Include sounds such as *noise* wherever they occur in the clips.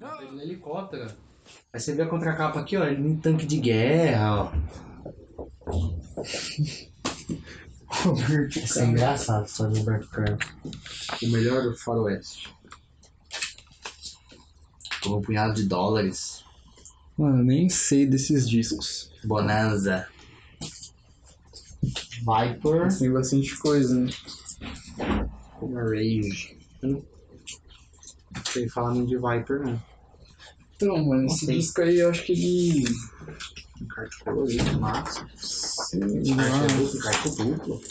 Tá helicóptero. Aí você vê a contracapa aqui, ó, ele em tanque de guerra, ó. Isso é engraçado, a história do Roberto Carlos. O melhor do faroeste. Com um punhado de dólares. Mano, eu nem sei desses discos. Bonanza. Viper. Tem bastante coisa, né? Uma rage. Eu Não não sei falar muito de Viper, não. Então, mano, esse Ok. disco aí eu acho que é ele. Um cartão colorido, massa. Sei Um cartão lá. duplo, um cartão duplo.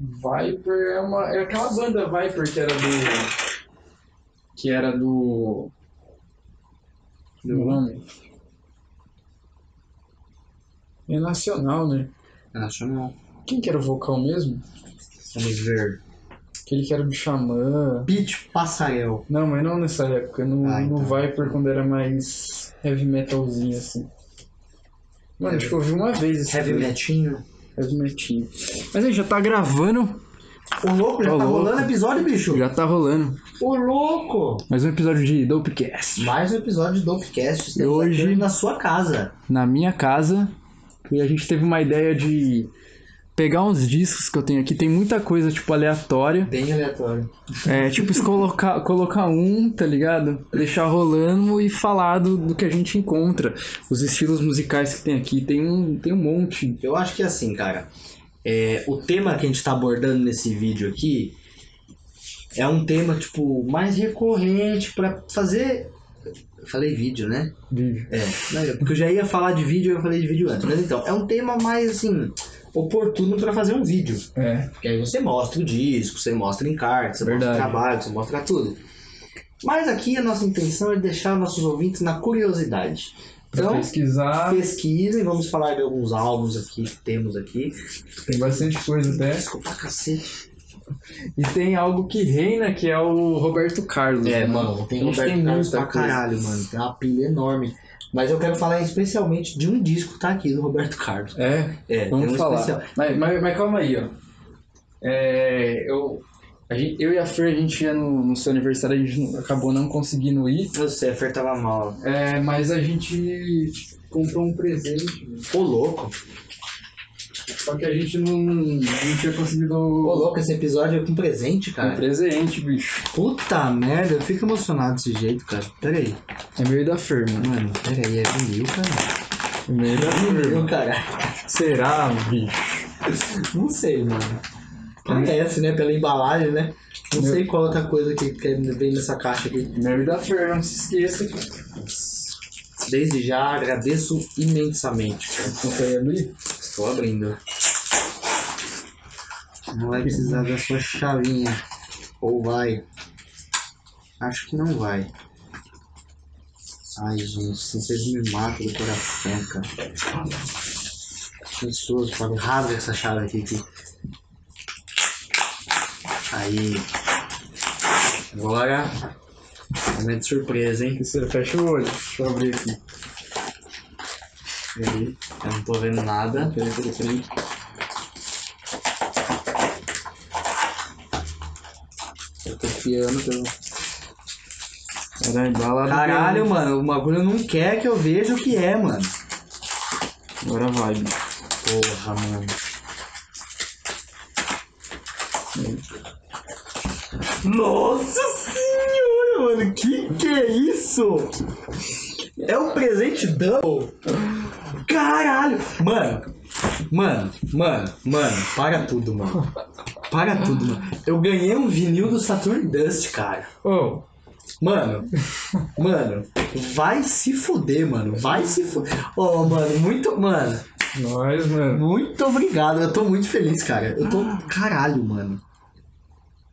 Viper é uma. É aquela banda Viper que era do. Que era do. Do nome. É nacional, né? É nacional. Quem que era o vocal mesmo? Vamos ver. Aquele que era do Xamã. Pete Passael. Não, mas não nessa época. No, Ah, no então. Viper, quando era mais heavy metalzinho, assim. Mano, acho que eu ouvi uma vez esse Heavy disco. Metinho. Heavy metinho. Mas aí, já tá gravando. Ô louco, já Ô tá louco. rolando episódio, bicho. Já tá rolando. Ô louco! Mais um episódio de Dopecast. Mais um episódio de Dopecast. Estamos hoje- aqui na sua casa. Na minha casa. E a gente teve uma ideia de pegar uns discos que eu tenho aqui. Tem muita coisa, tipo, aleatória. Bem aleatório. É, tipo, se colocar, colocar um, tá ligado? Deixar rolando e falar do, do que a gente encontra. Os estilos musicais que tem aqui. Tem um, tem um monte. Eu acho que é assim, cara. É, o tema que a gente tá abordando nesse vídeo aqui é um tema, tipo, mais recorrente pra fazer. Eu falei vídeo, né? de- É, né, porque eu já ia falar de vídeo, eu falei de vídeo antes. Mas então, é um tema mais, assim, oportuno pra fazer um vídeo. É. Porque aí você mostra o disco, você mostra encarte, você Verdade. mostra o trabalho, você mostra tudo. Mas aqui a nossa intenção é deixar nossos ouvintes na curiosidade. Pra Então, pesquisar. pesquisem, vamos falar de alguns álbuns aqui que temos aqui. Tem bastante coisa até. Disco pra cacete. E tem algo que reina, que é o Roberto Carlos. É, né? mano, tem A gente Roberto tem Carlos tá muita pra coisa. caralho, mano. Tem uma pilha enorme. Mas eu quero falar especialmente de um disco que tá aqui do Roberto Carlos. É, É, tem vamos um falar. especial. Mas, mas- mas calma aí, ó. É, eu, a gente- eu e a Fer, a gente ia no, no seu aniversário, a gente não- acabou não conseguindo ir. Eu sei, a Fer tava mal. É, mas a gente comprou um presente, né? Ô louco. só que a gente não, não tinha conseguido Ô louco, esse episódio é com presente, um cara. presente, bicho. Puta merda, eu fico emocionado desse jeito, cara. Pera aí. É meio da Fer, mano. Mano, peraí, é vinil, cara? É meio da Fer. Vinil, mano. cara. Será, bicho? Não sei, mano. Parece, né? Pela embalagem, né? Não Meu- sei qual outra coisa que que vem nessa caixa aqui. É meio da Fer, não se esqueça. Desde já agradeço imensamente, cara. Consegue abrir? Estou abrindo. Não vai precisar da sua chavinha. Ou vai. Acho que não vai. Ai, gente, vocês me matam do coração, cara. Pessoas, falam, rasga essa chave aqui. aqui. Aí. Agora. Momento de surpresa, hein? Você fecha o olho. Deixa eu abrir aqui. Peraí, Eu não tô vendo nada. Peraí, peraí, peraí. Eu tô piando pelo. Caralho, embalado. Caralho, mano, o bagulho não quer que eu veja o que é, mano. Agora vai, bicho. Porra, mano. Nossa senhora, mano, que que é isso? É um presente double? Caralho! Mano, mano, mano, mano, para tudo, mano. Para tudo, mano. Eu ganhei um vinil do Saturn Dust, cara. Ô, Mano, mano, vai se fuder, mano. Vai se fuder. Ô, mano, muito. Mano, nós, mano. muito obrigado. Eu tô muito feliz, cara. Eu tô. Caralho, mano.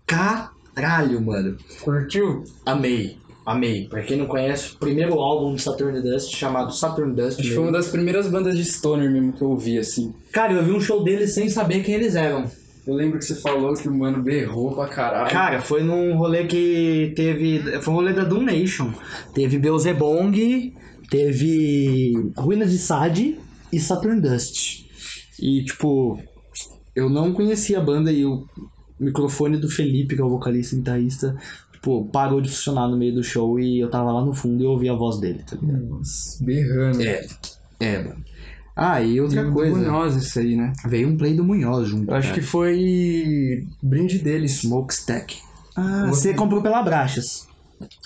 Caralho, mano. Curtiu? Amei. Amei. Pra quem não conhece, o primeiro álbum do Saturn Dust, chamado Saturn Dust. Acho que mesmo. foi uma das primeiras bandas de stoner mesmo que eu ouvi, assim. Cara, eu vi um show deles sem saber quem eles eram. Eu lembro que você falou que o mano berrou pra caralho. Cara, foi num rolê que teve. Foi um rolê da Doom Nation. Teve Beelzebong, teve Ruínas de Sade e Saturn Dust. E, tipo, eu não conhecia a banda e o microfone do Felipe, que é o vocalista e guitarrista, tipo, parou de funcionar no meio do show e eu tava lá no fundo e eu ouvi a voz dele, tá ligado? Nossa, berrando. É. É, mano. Ah, e outra E coisa. Vergonhosa é isso aí, né? É. Veio um play do Munhoz junto. Eu acho que foi brinde deles. Smokestack. Ah, Outro- você comprou pela Brachas.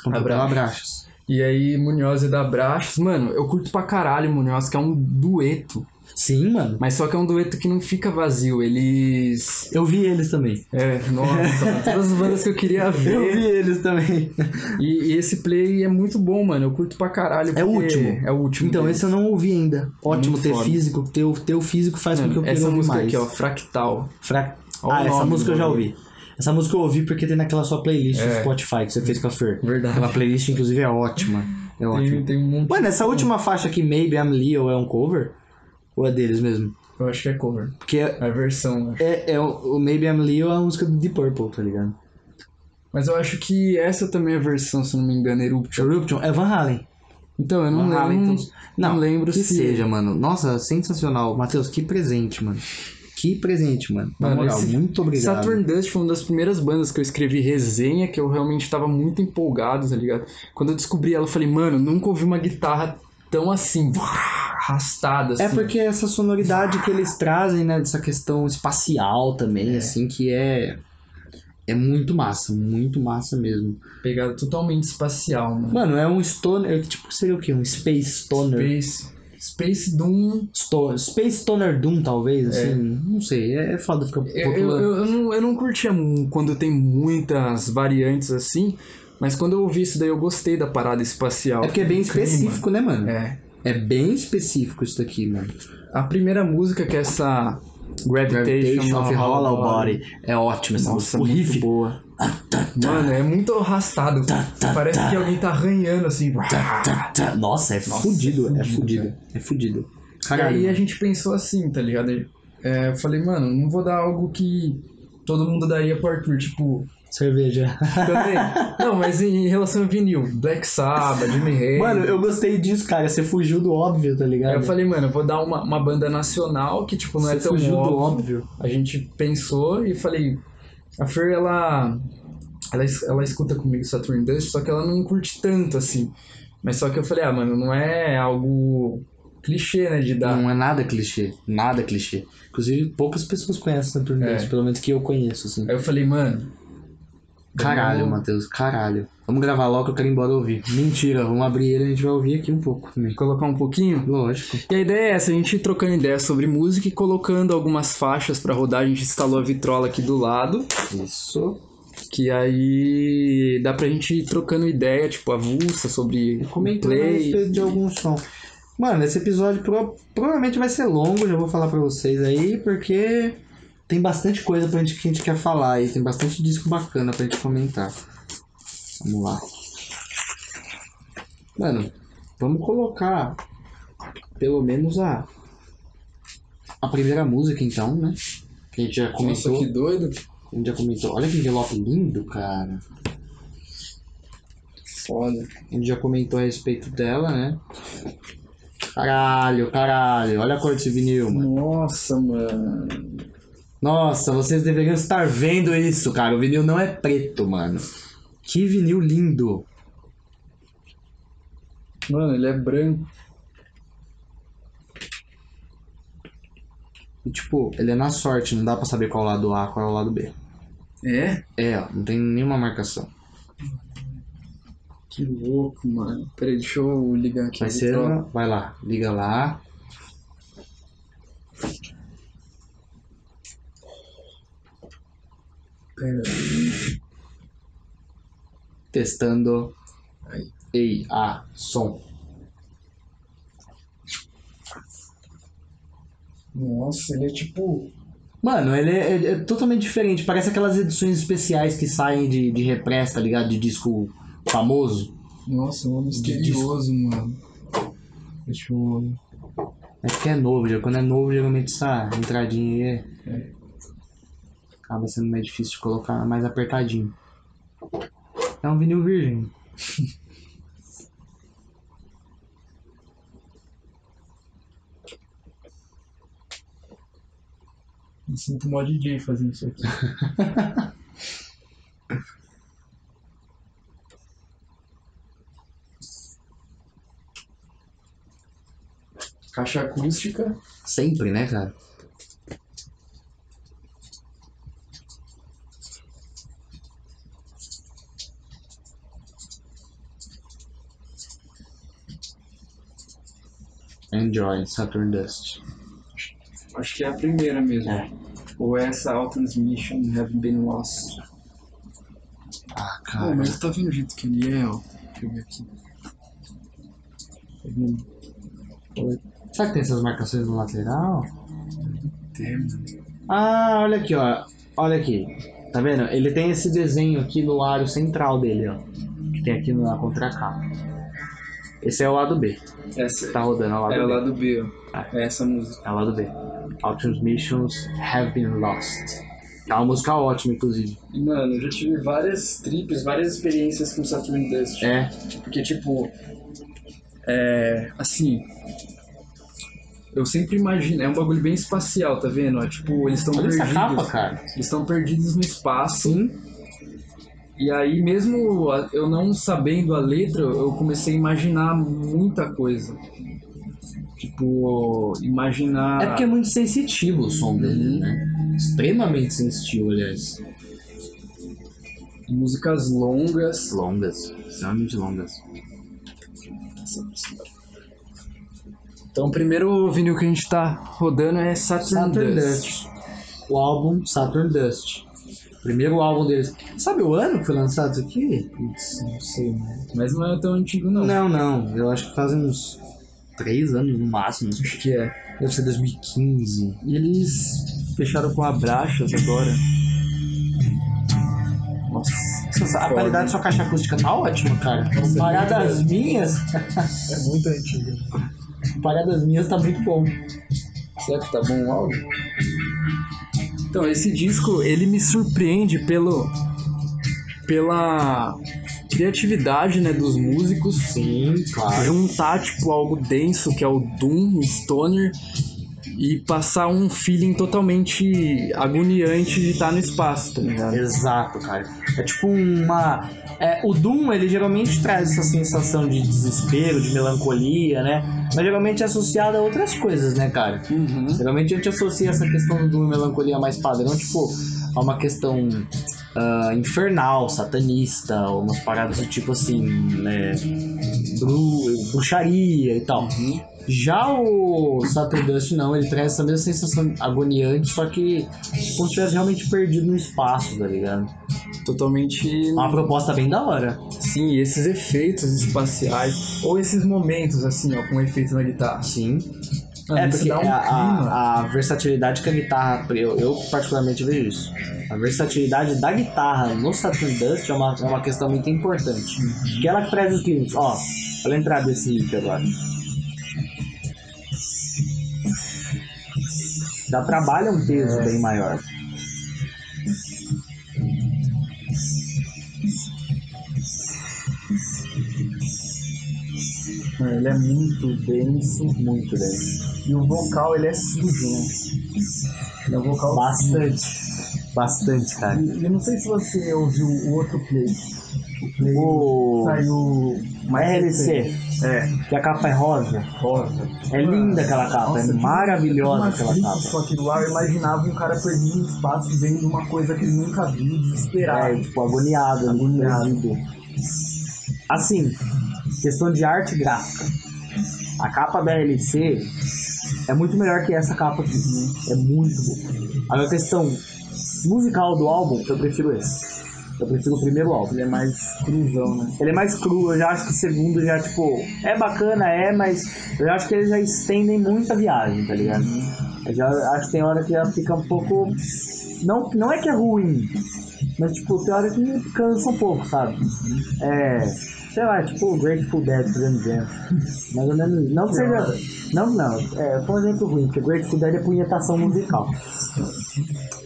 Comprou pela Brachas. E aí, Munhoz e da Brachos. Mano, eu curto pra caralho Munhoz, que é um dueto. Sim, mano. Mas só que é um dueto que não fica vazio. Eles. Eu vi eles também. É, nossa, *laughs* mano, todas as bandas que *laughs* eu queria Eu ver. vi eles também. E, e esse play é muito bom, mano. Eu curto pra caralho. É o porque último. É o último. Então, deles. esse eu não ouvi ainda. Ótimo Muito ter foda. físico. Ter, o- ter o físico faz com que eu Mano, queira essa ouvir música mais. aqui, ó, Fractal. Fra- Ó o Ah, essa nome música eu do já bagulho. ouvi. Essa música eu ouvi porque tem naquela sua playlist do É. Spotify que você fez com a Fer. Verdade. Aquela playlist, inclusive, é ótima. É Tem, ótima. tem um monte. Mano, essa última faixa aqui, Maybe I'm Leo, é um cover? Ou é deles mesmo? Eu acho que é cover. Porque é, É a versão, né? é- o o Maybe I'm Leo é uma música do Deep Purple, tá ligado? Mas eu acho que essa também é a versão, se eu não me engano, Eruption. Eruption é Van Halen. Então, eu não Van Halen, lembro. então- não lembro que se- seja, mano. Nossa, sensacional. Matheus, que presente, mano. Que presente, mano. Na Mano, moral, esse- muito obrigado. Saturn Dust foi uma das primeiras bandas que eu escrevi resenha, que eu realmente tava muito empolgado, tá ligado? Quando eu descobri ela, eu falei, mano, nunca ouvi uma guitarra tão assim, arrastada, assim. É porque essa sonoridade que eles trazem, né, dessa questão espacial também, assim, que é é muito massa, muito massa mesmo. Pegada totalmente espacial, mano. Mano, é um stoner, tipo, seria o quê? Um space stoner. Space, Space Doom... Sto- Space Stoner Doom, talvez, assim, não sei, é, é foda ficar Eu, eu, rotulando. eu- eu não, eu não curtia mu- quando tem muitas variantes assim, mas quando eu ouvi isso daí, eu gostei da parada espacial. É porque é bem Clima. específico, né, mano? É. É, bem específico isso daqui, mano. A primeira música que é essa Gravitation, Gravitation of Hollow Body. Body. É ótimo essa música. Nossa, O muito riff. boa. Mano, é muito arrastado. Parece que alguém tá arranhando assim. Tá, tá. Nossa, é Nossa, fudido, é é fudido, fudido, é fudido. E Caralho, aí a mano. gente pensou assim, tá ligado? É, eu falei, mano, não vou dar algo que todo mundo daria pro Arthur, tipo, cerveja. também. não, mas em relação ao vinil, Black Sabbath, Jimmy Hendrix. Mano, eu gostei disso, cara. Você fugiu do óbvio, tá ligado? Aí É. eu falei, mano, eu vou dar uma, uma banda nacional que, tipo, não é Você tão fugiu do óbvio. óbvio. a gente pensou e falei, a Fer, ela, ela, es- ela escuta comigo Saturn Dust, só que ela não curte tanto, assim. Mas só que eu falei, ah, mano, não é algo clichê, né, de dar. Não é nada clichê. Nada clichê. Inclusive, poucas pessoas conhecem Santo Inês, É. pelo menos que eu conheço, assim. Aí eu falei, mano... Caralho, vamos- Matheus, caralho. Vamos gravar logo que eu quero ir embora ouvir. Mentira, vamos abrir ele e a gente vai ouvir aqui um pouco também. Colocar um pouquinho? Lógico. E a ideia é essa, a gente trocando ideia sobre música e colocando algumas faixas pra rodar. A gente instalou a vitrola aqui do lado, Isso. que aí dá pra gente ir trocando ideia, tipo, avulsa sobre o Comentando a play. respeito de algum som. Mano, esse episódio pro- provavelmente vai ser longo, já vou falar pra vocês aí, porque tem bastante coisa pra gente, que a gente quer falar aí, tem bastante disco bacana pra gente comentar. Vamos lá. Mano, vamos colocar pelo menos a a primeira música então, né? Que a gente já Nossa, comentou. que doido. A gente já comentou. Olha que envelope lindo, cara. Foda. A gente já comentou a respeito dela, né? Caralho, caralho. Olha a cor desse vinil, mano. Nossa, mano. Nossa, vocês deveriam estar vendo isso, cara. O vinil não é preto, mano. Que vinil lindo. Mano, ele é branco. E, tipo, ele é na sorte, não dá pra saber qual é o lado A, qual é o lado B. É? É, ó, não tem nenhuma marcação. Que louco, mano. Peraí, deixa eu ligar aqui. Vai ser. né? Vai lá, liga lá. Pera. Testando. Aí. Ei, A, som. Nossa, ele é tipo. Mano, ele é, é- é totalmente diferente. Parece aquelas edições especiais que saem de, de repressa, tá ligado? De disco famoso. Nossa, um homem misterioso, mano. Deixa eu. Mas que é novo, já. Quando é novo, geralmente essa entradinha aí é... acaba sendo mais difícil de colocar, mais apertadinho. É um vinil virgem. Me sinto mó DJ fazendo isso aqui. *laughs* Caixa acústica. Sempre, né, cara? Enjoy, Saturn Dust. Acho que é a primeira mesmo. É. Ou essa All Transmission Have Been Lost. Ah, cara. Pô, mas tá vendo o jeito que ele é, ó. Deixa eu ver aqui. um Ele Será que tem essas marcações no lateral? termina. Ah, olha aqui, ó. Olha aqui. Tá vendo? Ele tem esse desenho aqui no aro central dele, ó. Que tem aqui na contracapa. Esse é o lado B. Essa Tá rodando, é o lado era B. lá do B, ó. É essa música. É o lado B. All transmissions have been lost. É uma música ótima, inclusive. Mano, eu já tive várias trips, várias experiências com Saturn Dust. É. Porque, tipo, é, assim, eu sempre imagino, é um bagulho bem espacial, tá vendo? É, tipo, eles estão Olha essa perdidos. capa, cara. Eles estão perdidos no espaço. Sim. E aí, mesmo a- eu não sabendo a letra, eu comecei a imaginar muita coisa. Tipo, imaginar. É porque é muito sensitivo o som dele, né? Extremamente sensitivo, aliás. músicas longas. Longas. Extremamente longas. Então, o primeiro vinil que a gente tá rodando é Saturn, Saturn Dust. Dust. O álbum Saturn Dust. Primeiro álbum deles. Sabe o ano que foi lançado isso aqui? Putz, não sei, mano. Mas não é tão antigo, não. né? Não, não. Eu acho que faz uns 3 anos no máximo. Acho que é. Deve ser 2015. E eles fecharam com Abraxas agora. Nossa, Nossa, a qualidade da sua caixa acústica tá ótima, cara. Comparada às minhas, é muito antiga. comparada às minhas tá muito bom. Será que tá bom o áudio? Então, esse disco, ele me surpreende pelo pela criatividade, né, dos músicos. Sim, Juntar, tipo, algo denso, que é o Doom, o Stoner, e passar um feeling totalmente agoniante de estar no espaço, tá ligado? Exato, cara. É tipo uma. é, o Doom, ele geralmente traz essa sensação de desespero, de melancolia, né? Mas geralmente é associado a outras coisas, né, cara? Uhum. Geralmente a gente associa essa questão do Doom e melancolia mais padrão, tipo, a uma questão ah, infernal, satanista, ou umas paradas do tipo assim, né? bru- bruxaria e tal. Já o Saturn Dust não, ele traz essa mesma sensação agoniante, só que tipo, como se tivesse realmente perdido no espaço, tá ligado? Totalmente É Uma proposta bem da hora. Sim, esses efeitos espaciais, ou esses momentos, assim, ó, com efeito na guitarra. Sim. Mano, é, isso porque dá um a, clima. a- a versatilidade que a guitarra. Eu, eu particularmente vejo isso. A versatilidade da guitarra no Saturn Dust é uma, é uma questão muito importante. Que ela que traz os climas. Ó, olha a entrada desse riff agora. Dá trabalho um peso bem maior. Mano, ele é muito denso. Muito bem. E o vocal, ele é sujo, né? Ele é um vocal Bastante. Bastante, cara. E eu não sei se você ouviu o outro play. O play O saiu mais RLC, recente. É, que a capa é rosa. rosa. É linda aquela capa, é maravilhosa aquela capa. Só que lá eu imaginava um cara perdido no espaço vendo uma coisa que ele nunca viu, desesperado. É, tipo, agoniado, Agoniado. agoniado. Assim, questão de arte gráfica. A capa da LC é muito melhor que essa capa aqui. É muito boa. Agora, A questão musical do álbum, eu prefiro esse. Eu prefiro o primeiro álbum. Ele é mais cruzão, né? Ele é mais cru, eu já acho que o segundo já, tipo, é bacana, é, mas eu acho que eles já estendem muito a viagem, tá ligado? Eu já acho que tem hora que já fica um pouco. Não, não é que é ruim, mas tipo, tem hora que cansa um pouco, sabe? É. Sei lá, tipo o Grateful Dead, por exemplo. Mais ou menos. Não que seja. Não, não. É, foi um exemplo ruim, porque Grateful Dead é punhetação musical.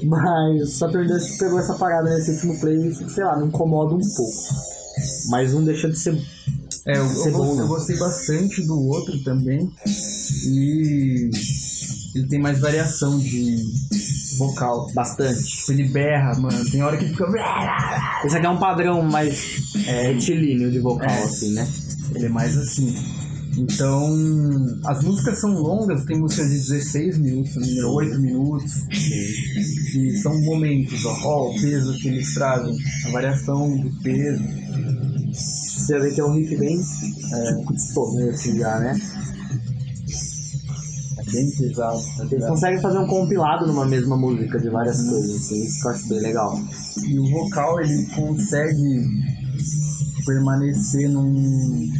Mas Saturn Dust pegou essa parada nesse último play e, sei lá, me incomoda um pouco. Mas não deixa de ser. É, eu, Ser bom, eu, gostei, né? eu gostei bastante do outro também. E ele tem mais variação de vocal. Bastante. Tipo, ele berra, mano. Tem hora que ele fica. Esse aqui é um padrão mais é, retilíneo de vocal, É. assim, né? Ele é mais assim. Então, as músicas são longas, tem músicas de 16 minutos, se não me engano, 8 minutos, que são momentos, ó, ó, o peso que eles trazem, a variação do peso. Você vê que é um riff bem é, disponível assim já, né? É bem pesado, tá Eles ligado? conseguem fazer um compilado numa mesma música de várias coisas, assim, isso que eu acho bem legal. É E o vocal ele consegue permanecer num,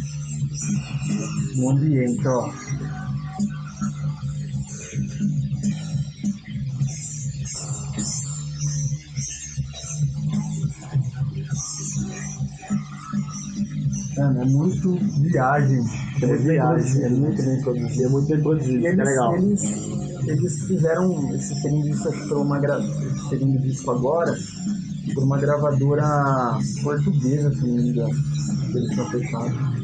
num ambiente, ó. Mano, é muito viagem. É muito viagem, é né? muito bem produzido. É muito bem produzido, E isso que é eles, legal. eles, eles fizeram esse segundo disco, acho que foi uma gra... esse segundo disco agora, por uma gravadora portuguesa, se não me engano, que eles tinham fechado.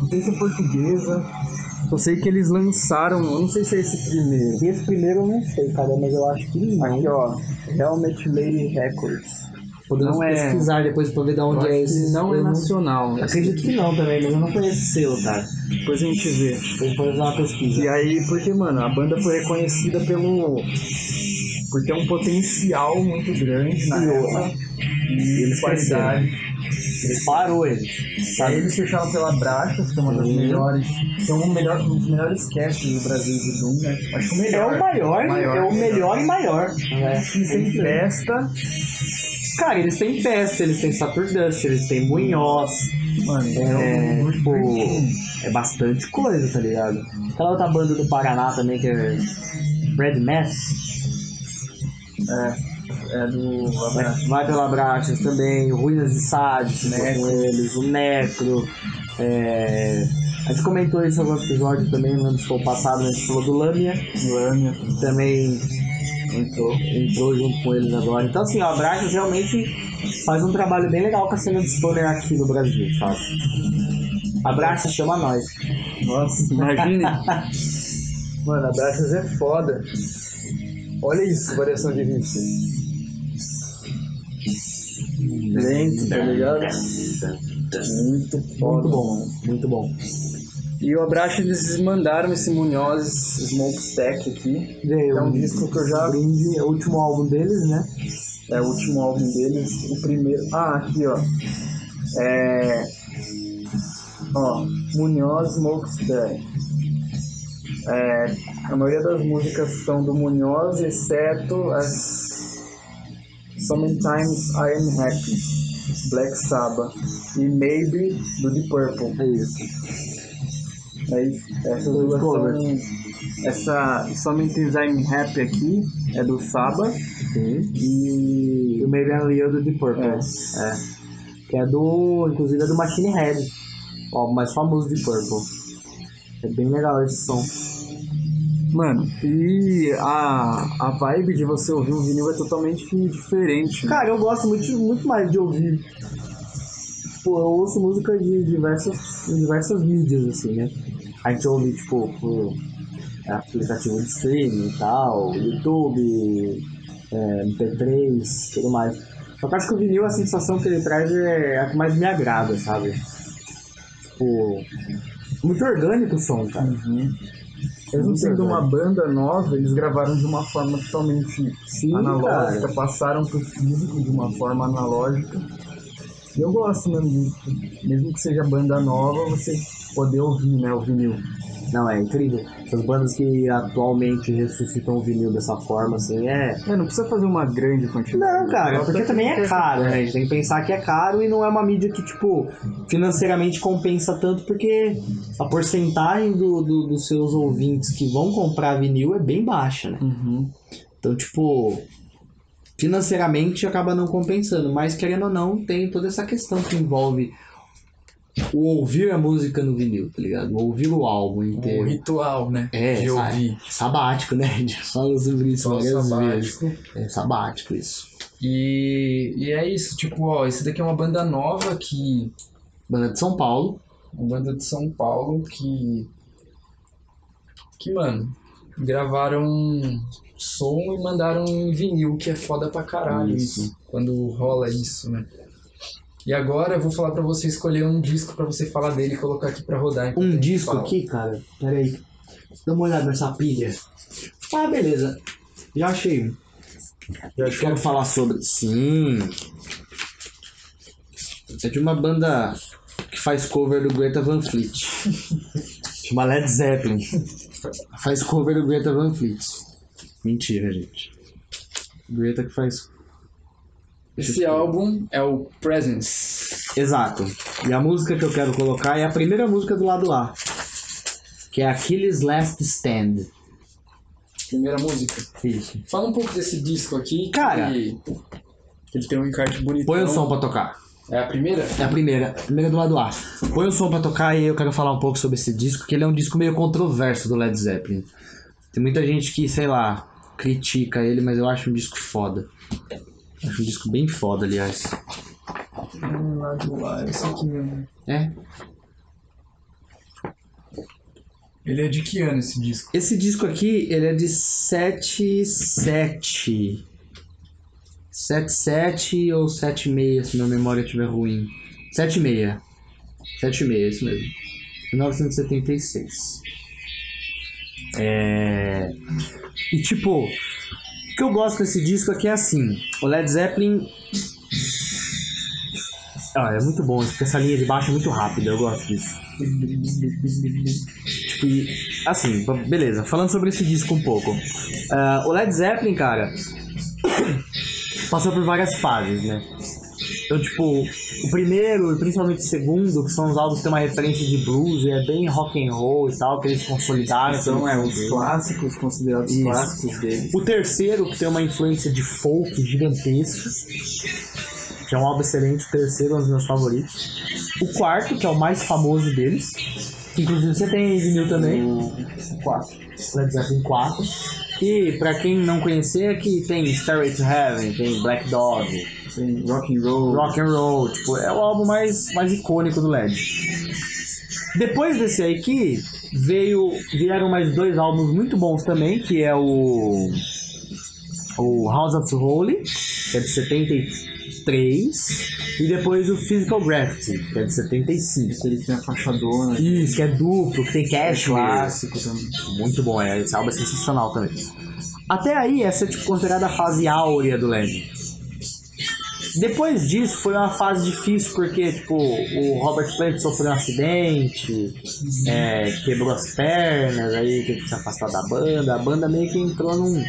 Não sei se é portuguesa. Eu sei que eles lançaram, eu não sei se é esse primeiro. E esse primeiro eu não sei, cara, mas eu acho que não. Aqui, ó, Helmet Lady Records. Podemos não é- pesquisar depois pra ver de Eu onde acho é que esse. não é eu nacional. Acredito que não também, mas eu não conheço esse selo, cara. Depois a gente vê. Depois fazer uma pesquisa. E aí, porque, mano, a banda foi reconhecida pelo. por ter um potencial muito grande na época. E eles qualidade. Ele parou ele. Tá. Aí eles fecharam pela Brachas, que é uma das Uhum. melhores. Que é um, melhor, um dos melhores casts do Brasil de Doom, né? Acho que o É melhor. o maior, é o melhor e maior. E sem É. festa, Cara, eles têm festa, eles têm Saturn Dust, eles têm Munhoz. mano, é, É, um tipo, divertido. é bastante coisa, tá ligado? Aquela outra banda do Paraná também que é Red Mass, É, é do. né? vai pela Brachas também, o Ruínas e Sádios, né? Com eles, o Necro. é, A gente comentou isso em algum episódio também, não lembro se foi o passado, mas a gente falou do Lâmia. Abraço, também entrou, entrou junto com eles agora. Então, assim, o Abraxas realmente faz um trabalho bem legal com a cena de stoner aqui no Brasil, sabe? Abraxas chama nós. Nossa, *laughs* imagina. Mano, Abraças é foda. Olha isso, variação de riff. Lento, tá ligado? Muito foda. Muito bom, muito bom. e o Abraço eles mandaram esse Munhoz Smokestack aqui. Veio É um o disco que eu já. brinde, é o último álbum deles, né? É o último álbum deles, o primeiro. Ah, aqui ó. É. Ó, Munhoz Smokestack. É, a maioria das músicas são do Munhoz, exceto as Sometimes I Am Happy, Black Sabbath e Maybe do Deep Purple. É isso. É isso. Essas duas são. Essa Sometimes I'm Happy aqui é do Sabbath Sim. e. E o Maybe I'm Real do Deep Purple. É. É. Que é do, inclusive, é do Machine Head, o álbum mais famoso de Purple. É bem legal esse som. Mano, e a, a vibe de você ouvir um vinil é totalmente diferente. né? Cara, eu gosto muito, muito mais de ouvir. Tipo, eu ouço música de diversas, em diversas mídias, assim, né? A gente ouve, tipo, por aplicativo de streaming e tal, YouTube, é, MP3, tudo mais. Só que eu acho que o vinil, a sensação que ele traz é a que mais me agrada, sabe? Tipo, muito orgânico o som, cara. Mesmo muito sendo uma Uhum. verdade. banda nova, eles gravaram de uma forma totalmente Sim, analógica, cara. passaram pro físico de uma forma analógica. E eu gosto mesmo disso. Mesmo que seja banda nova, você poder ouvir, né, o vinil. Não, é incrível. Essas bandas que atualmente ressuscitam o vinil dessa forma, assim, é... É, não precisa fazer uma grande quantidade. Não, cara, Bota porque tá aqui também que é caro, né? A gente tem que pensar que é caro e não é uma mídia que, tipo, financeiramente compensa tanto, porque a porcentagem do, do- dos seus ouvintes que vão comprar vinil é bem baixa, né? Uhum. Então, tipo, financeiramente acaba não compensando, mas querendo ou não, tem toda essa questão que envolve o ouvir a música no vinil, tá ligado? O ouvir o álbum O inteiro. Um ritual, né? É, de sabe? ouvir. Sabático, né? *laughs* A gente fala sobre isso Só várias vezes. sabático. É sabático isso. E, e é isso, tipo, ó, esse daqui é uma banda nova que. Banda de São Paulo. Uma banda de São Paulo que. Que, mano, gravaram som e mandaram em vinil, que é foda pra caralho isso. Isso. Quando rola isso, né? E agora eu vou falar pra você escolher um disco pra você falar dele e colocar aqui pra rodar. enquanto a Um gente disco fala. aqui, cara. Pera aí. Dá uma olhada nessa pilha. Ah, beleza. Já achei. um. Já Quero falar sobre. Sim. É de uma banda que faz cover do Greta Van Fleet. *laughs* Chama Led Zeppelin. Faz cover do Greta Van Fleet. Mentira, gente. Greta que faz. Esse álbum é o Presence. Exato. E a música que eu quero colocar é a primeira música do lado A. Que é Achilles Last Stand. Primeira música. Isso. Fala um pouco desse disco aqui. que- Cara. Que ele tem um encarte bonitão. Põe o som pra tocar. É a primeira? É a primeira, a primeira do lado A. Põe o som pra tocar e eu quero falar um pouco sobre esse disco, que ele é um disco meio controverso do Led Zeppelin. Tem muita gente que, sei lá, critica ele, mas eu acho um disco foda. Acho um disco bem foda, aliás. Hum, lá do lado, esse aqui mesmo. É. Ele é de que ano esse disco? Esse disco aqui, ele é de 77. 77 ou 76, se minha memória estiver ruim. 76. 76, isso mesmo. 1976. É... E tipo, o que eu gosto desse disco aqui é assim. O Led Zeppelin. Ah, é muito bom, porque essa linha de baixo é muito rápida, eu gosto disso. Tipo, e assim, b- beleza. Falando sobre esse disco um pouco. Ah, o Led Zeppelin, cara, *coughs* passou por várias fases, né? Então, tipo, o primeiro e principalmente o segundo, que são os álbuns que tem uma referência de blues, e é bem rock and roll e tal, que eles consolidaram. Então, é, os clássicos, considerados Isso. clássicos dele. O terceiro, que tem uma influência de folk gigantesca, que é um álbum excelente, o terceiro é um dos meus favoritos. O quarto, que é o mais famoso deles, que inclusive você tem aí, vinil também. O 4. Led Zeppelin 4. E pra quem não conhecer, aqui tem Stairway to Heaven, tem Black Dog, assim, Tem rock and roll. Rock and Roll, tipo, é o álbum mais, mais icônico do Led. Depois desse aí que veio, vieram mais dois álbuns muito bons também, que é o o House of Holy, que é de 73, e depois o Physical Graffiti, que é de 75. Esse ele tem a fachadona. Isso, que é duplo, que tem cash lá. Clássico também. Muito bom, é. Esse álbum é sensacional também. Até aí, essa é tipo, considerada a fase áurea do Led. Depois disso, foi uma fase difícil, porque, tipo, o Robert Plant sofreu um acidente, é, quebrou as pernas, aí teve que se afastar da banda. A banda meio que entrou num,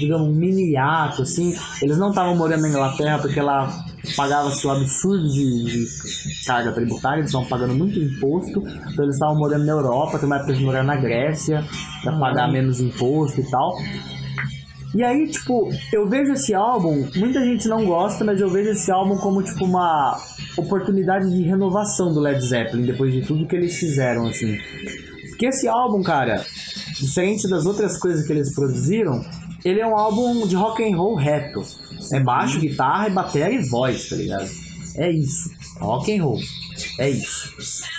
digamos, um mini hiato, assim. Eles não estavam morando na Inglaterra, porque lá pagava-se um absurdo de, de carga tributária, eles estavam pagando muito imposto. Então eles estavam morando na Europa, tem uma época de morar na Grécia, pra pagar menos imposto e tal. E aí, tipo, eu vejo esse álbum, muita gente não gosta, mas eu vejo esse álbum como, tipo, uma oportunidade de renovação do Led Zeppelin, depois de tudo que eles fizeram, assim. Porque esse álbum, cara, diferente das outras coisas que eles produziram, ele é um álbum de rock and roll reto. É baixo, guitarra, e bateria e voz, tá ligado? É isso. Rock and roll. É isso.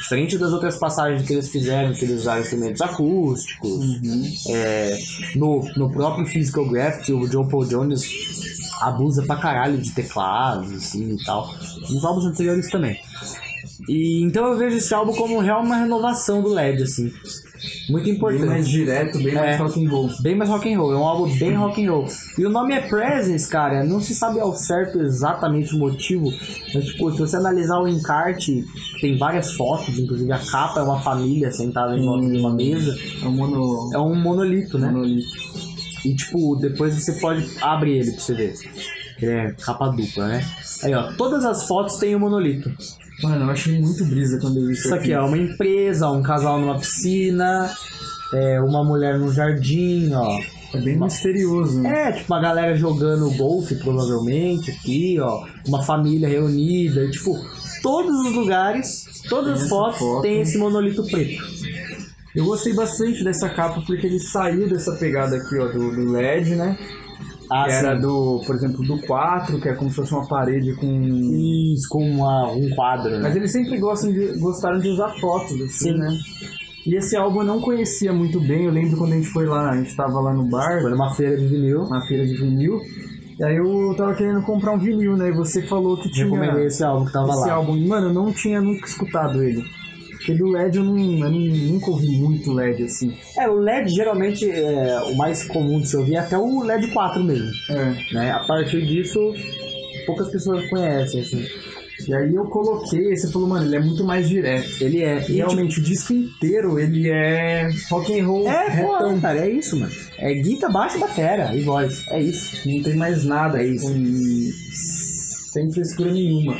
Diferente das outras passagens que eles fizeram, que eles usaram instrumentos acústicos, Uhum. é, no, no próprio Physical Graffiti, o John Paul Jones abusa pra caralho de teclados assim, e tal. Nos álbuns anteriores também. E, então eu vejo esse álbum como real uma renovação do LED, assim. Muito Bem importante. mais direto, bem É. mais rock and roll. Bem mais rock and roll, é um álbum bem rock and roll. E o nome é Presence, cara, não se sabe ao certo exatamente o motivo, mas tipo, se você analisar o encarte, tem várias fotos, inclusive a capa é uma família sentada em volta de uma mesa, É um mono... é um monolito, né? monolito. E tipo, depois você pode abre ele pra você ver. Que é capa dupla, né? Aí ó, todas as fotos tem o monolito. Mano, eu achei muito brisa quando eu vi isso, Isso aqui é uma empresa, um casal numa piscina, é, uma mulher num jardim, ó. É bem misterioso, né? É, tipo, uma galera jogando golfe, provavelmente, aqui, ó. Uma família reunida, e, tipo, todos os lugares, todas as fotos foto. tem esse monolito preto. Eu gostei bastante dessa capa porque ele saiu dessa pegada aqui, ó, do, do LED, né? Ah, que era sim. do, por exemplo, do 4, que é como se fosse uma parede com. Isso, com uma- um quadro, né? Mas eles sempre gostam de, gostaram de usar fotos, é assim, Sim. né? E esse álbum eu não conhecia muito bem. Eu lembro quando a gente foi lá, a gente tava lá no bar, Foi numa feira de vinil. na feira de vinil. E aí eu tava querendo comprar um vinil, né? E você falou que tinha Recomendei esse álbum que tava esse lá. álbum. E, Mano, eu não tinha nunca escutado ele. Porque do LED eu, não, eu não- nunca ouvi muito LED, assim. É, o LED geralmente é o mais comum de se ouvir, é até o LED 4 mesmo. É. Né? A partir disso, poucas pessoas conhecem, assim. E aí eu coloquei, e você falou, mano, ele é muito mais direto. Ele é. E um realmente o disco inteiro, ele é rock and roll. É, retão. pô, cara, é isso, mano. É guita, baixo, batera e voz. É isso. Não tem mais nada aí. é Hum. E sem frescura nenhuma.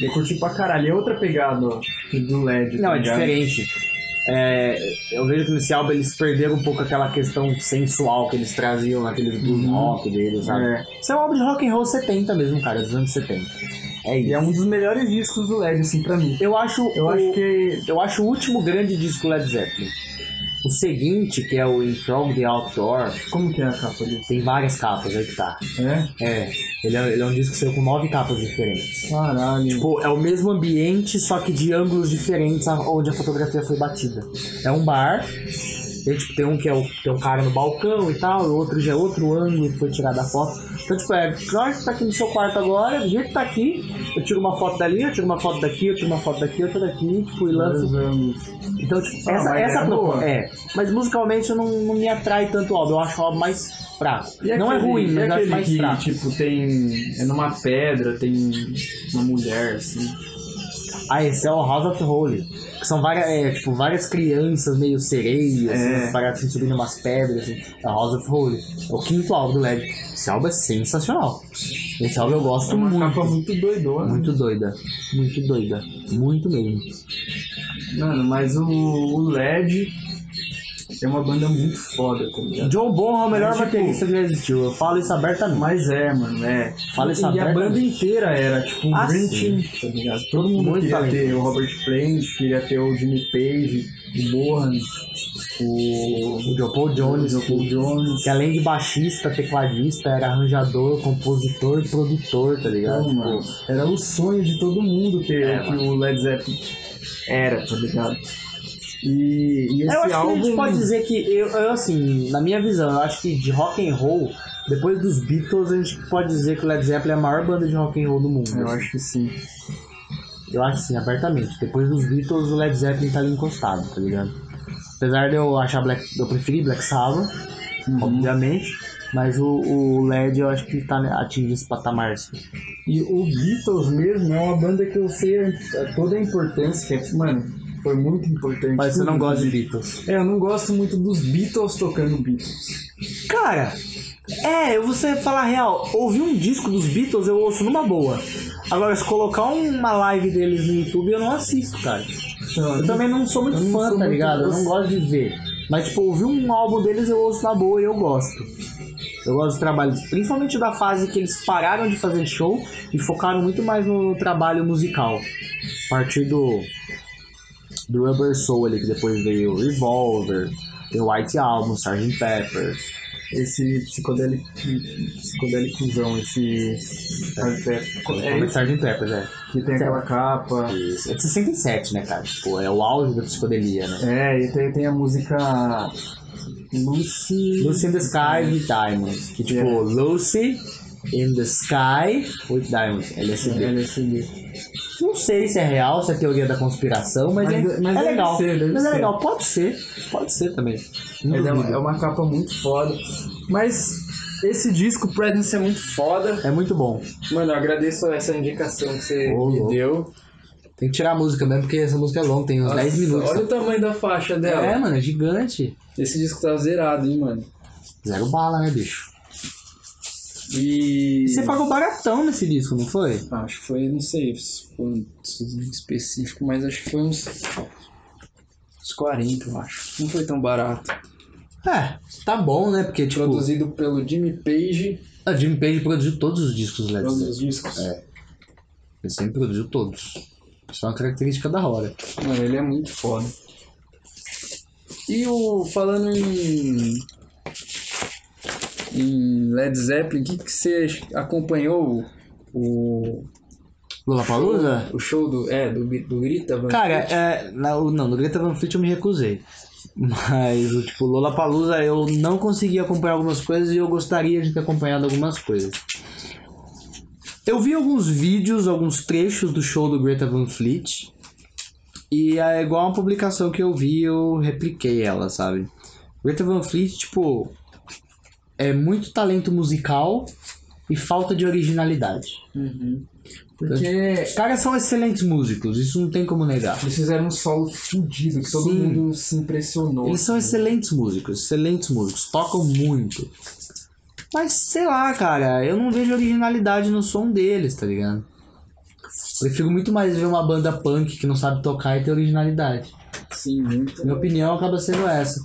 Eu curti pra caralho. É outra pegada, ó. Do LED. Não, tá é ligado? diferente. É, eu vejo que nesse álbum eles perderam um pouco aquela questão sensual que eles traziam naquele do rock deles, sabe? Uhum. É. Isso é um álbum de rock and roll 70 mesmo, cara, dos anos 70. É E isso. é um dos melhores discos do LED, assim, pra mim. Eu acho, Eu o, acho que. eu acho o último grande disco Led Zeppelin. O seguinte, que é o In From the Outdoor, Como que é a capa disso? tem várias capas aí que tá. É? É, ele é, ele é um disco seu com nove capas diferentes. Caralho. Tipo, é o mesmo ambiente, só que de ângulos diferentes a- onde a fotografia foi batida. É um bar, e, tipo, tem um que é o, tem um cara no balcão e tal, o outro já é outro ângulo que foi tirada a foto. Então, tipo, é, claro que tá aqui no seu quarto agora, do jeito que tá aqui, eu tiro uma foto dali, eu tiro uma foto daqui, eu tiro uma foto daqui, eu tiro daqui, tipo, e lanço. Então, tipo, Ah, essa, mas essa é pro- boa. é. Mas musicalmente eu não, não me atrai tanto o álbum, eu acho o álbum mais fraco. E não é aquele- ruim, e mas eu acho aquele mais que, fraco. Tipo, tem. É numa pedra, tem uma mulher, assim. Ah, esse é o House of Holy. Que são várias, é, tipo, várias crianças meio sereias, É. assim, paradas assim, subindo umas pedras. Assim. É o House of Holy. É o quinto álbum do LED. Esse álbum é sensacional. Esse álbum eu gosto É uma muito. capa muito doidona. Muito doida. Muito doida. Muito mesmo. Mano, mas o, o LED é uma banda muito foda, tá ligado? John Bonham é o melhor Mas, tipo, baterista que já existiu. Eu falo isso abertamente. Mas é, mano, é. Fala isso e a abertamente. banda inteira era, tipo, um Ah, Dream sim. Team, tá ligado? Todo mundo Muito queria talentoso. ter o Robert Plant, queria ter o Jimmy Page, o Bohan, o O John Paul Jones, o Paul Jones. que além de baixista, tecladista, era arranjador, compositor, produtor, tá ligado? Então, mano, era o sonho de todo mundo ter É, que o Led Zeppelin era, tá ligado? E, e esse eu acho álbum. que a gente pode dizer que eu, eu, assim, na minha visão, eu acho que de rock and roll, depois dos Beatles, a gente pode dizer que o Led Zeppelin é a maior banda de rock and roll do mundo. Eu acho que sim. Eu acho sim, abertamente. Depois dos Beatles, o Led Zeppelin tá ali encostado, tá ligado? Apesar de eu achar Black, eu preferi Black Sabbath, Uhum. obviamente, mas o, o Led eu acho que tá atingindo esse patamar. assim. E o Beatles mesmo é uma banda que eu sei a- toda a importância, que, é, mano, foi muito importante. Mas você não Tudo. gosta de Beatles. É, eu não gosto muito dos Beatles tocando Beatles. Cara, é, eu vou ser- falar a real, ouvir um disco dos Beatles eu ouço numa boa. Agora, se colocar uma live deles no YouTube, eu não assisto, cara. Eu também não sou muito Eu não fã, sou tá muito ligado? Eu não fã. gosto de ver. Mas, tipo, ouvir um álbum deles eu ouço na boa e eu gosto. Eu gosto do trabalho, principalmente da fase que eles pararam de fazer show e focaram muito mais no trabalho musical. A partir do, do Rubber Soul ali, que depois veio o Revolver, The White Album, Sgt. Pepper. Esse psicodélico. psicodélicozão, esse. É, É, Sgt. Pepper, é. que tem aquela capa. Isso. É de 67, né, cara? Tipo, é o auge da psicodelia, né? É, e tem, tem a música. Lucy. Lucy in the Sky with Diamonds. Que tipo, Yeah. Lucy in the Sky with Diamonds. LSD. É, LSD. assim, Não sei se é real, se é teoria da conspiração, mas, Mas- é, mas é deve legal. ser, deve mas é ser. legal, pode ser. Pode ser também. Não Mas é, uma, duvido. é uma capa muito foda. Mas esse disco, Presence, é muito foda. É muito bom. Mano, eu agradeço essa indicação que você Ô, me louco. deu. Tem que tirar a música mesmo, porque essa música é longa, tem uns Nossa, 10 minutos. Olha o tamanho da faixa dela. É, mano, é gigante. Esse disco tá zerado, hein, mano. Zero bala, né, bicho? E. E você pagou baratão nesse disco, não foi? Acho que foi, não sei se foi um específico, mas acho que foi uns. Uns 40, eu acho. Não foi tão barato. É, tá bom, né? Porque, tipo, Produzido pelo Jimmy Page. a Jimmy Page produziu todos os discos do Led Todos Zeppelin. os discos. Ele sempre produziu todos. Isso é uma característica da hora. Mano, ele é muito foda. E o. Falando em. Em Led Zeppelin, o que, que você acompanhou o, Lula Palusa? o show do. É, do, do Grita? Van Cara, Fleet? é, na- não, no Greta Van Fleet eu me recusei. Mas, o tipo, Lollapalooza eu não consegui acompanhar algumas coisas e eu gostaria de ter acompanhado algumas coisas. Eu vi alguns vídeos, alguns trechos do show do Greta Van Fleet. E é igual uma publicação que eu vi, eu repliquei ela, sabe? Greta Van Fleet, tipo, é muito talento musical e falta de originalidade. Uhum. Porque Os caras são excelentes músicos, isso não tem como negar. eles fizeram um solo fudido, que todo Sim. mundo se impressionou. Eles são excelentes músicos, excelentes músicos, tocam muito. Mas sei lá, cara, eu não vejo originalidade no som deles, tá ligado? Prefiro muito mais ver uma banda punk que não sabe tocar e ter originalidade. Sim, muito. Minha opinião acaba sendo essa.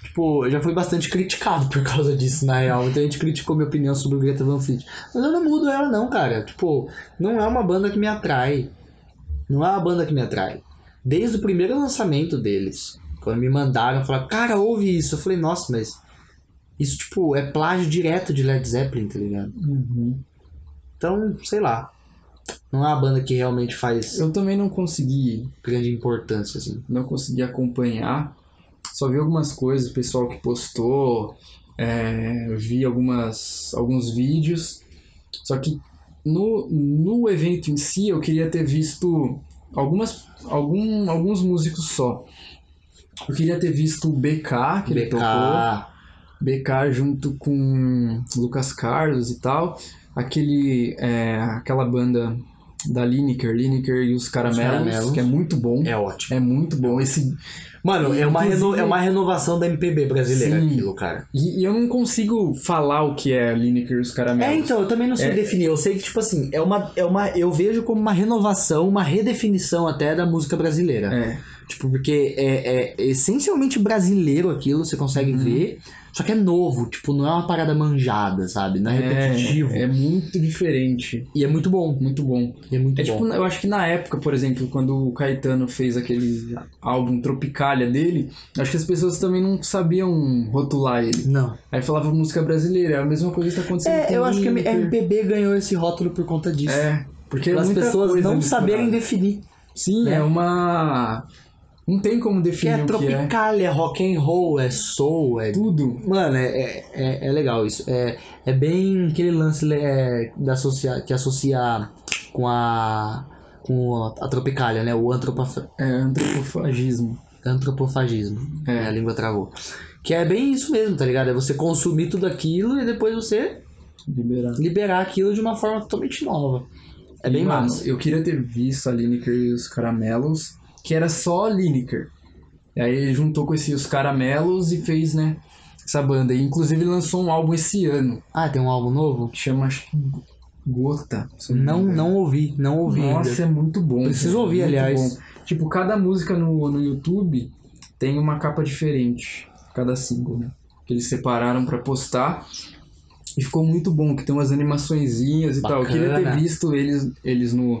Tipo, eu já fui bastante criticado por causa disso, na real. Muita gente criticou minha opinião sobre o Greta Van Fleet. Mas eu não mudo ela não, cara. Tipo, não é uma banda que me atrai. Não é uma banda que me atrai. Desde o primeiro lançamento deles, quando me mandaram, falaram, cara, ouve isso. Eu falei, nossa, mas... Isso, tipo, é plágio direto de Led Zeppelin, tá ligado? Uhum. Então, sei lá. Não é uma banda que realmente faz Eu também não consegui, grande importância, assim. não consegui acompanhar. Só vi algumas coisas, o pessoal que postou, é, vi algumas, alguns vídeos. Só que no, no evento em si eu queria ter visto algumas, algum, alguns músicos só. Eu queria ter visto o BK, que ele BK, tocou. BK junto com Lucas Carlos e tal. Aquele, é, aquela banda da Lineker, Lineker e os Caramelos, Caramelos. que é muito bom. é ótimo. É muito bom. Esse, Mano, é uma, Inclusive- reno- é uma renovação da MPB brasileira Sim. aquilo, cara. e, e eu não consigo falar o que é Lineker e os É, Caramelos. então, eu também não sei É. definir. Eu sei que, tipo assim, é uma, é uma. Eu vejo como uma renovação, uma redefinição até da música brasileira. É, Tipo, porque é, é essencialmente brasileiro aquilo, você consegue ver. Só que é novo, tipo, não é uma parada manjada, sabe? Não é repetitivo. é, é muito diferente. E é muito bom. Muito bom. E é muito É bom. tipo, eu acho que na época, por exemplo, quando o Caetano fez aquele álbum Tropicália dele, acho que as pessoas também não sabiam rotular ele. Não. Aí falava música brasileira, é a mesma coisa que tá acontecendo É, com eu acho que a Lineker. MPB ganhou esse rótulo por conta disso. É, porque Pra é as muita pessoas coisa não misturada. saberem definir. Sim, né? é uma. Não tem como Que definir é o que é. tropical, é rock and roll, é soul, é Tudo. Mano, é, é, é- é legal isso. É, é bem aquele lance é, da associa, que associa com a. com a, a tropicália, né? O antropofa- É antropofagismo. antropofagismo. né, É. A língua travou. Que é bem isso mesmo, tá ligado? É você consumir tudo aquilo e depois você Liberar. liberar aquilo de uma forma totalmente nova. É bem Mano, massa. Eu queria ter visto a Lineker e os caramelos, que era só a Lineker. E aí ele juntou com esses os caramelos e fez, né? Essa banda. E, inclusive ele lançou um álbum esse ano, Ah, tem um álbum novo? que chama acho que, Gota. se eu Não, me engano. não ouvi, não ouvi Nossa, ainda. é muito bom. Preciso cara, ouvir, muito aliás. bom. Tipo, cada música no, no YouTube tem uma capa diferente. Cada single, né? Que eles separaram pra postar. E ficou muito bom, que tem umas animaçõezinhas e tal. Eu queria ter Bacana. visto eles, eles no,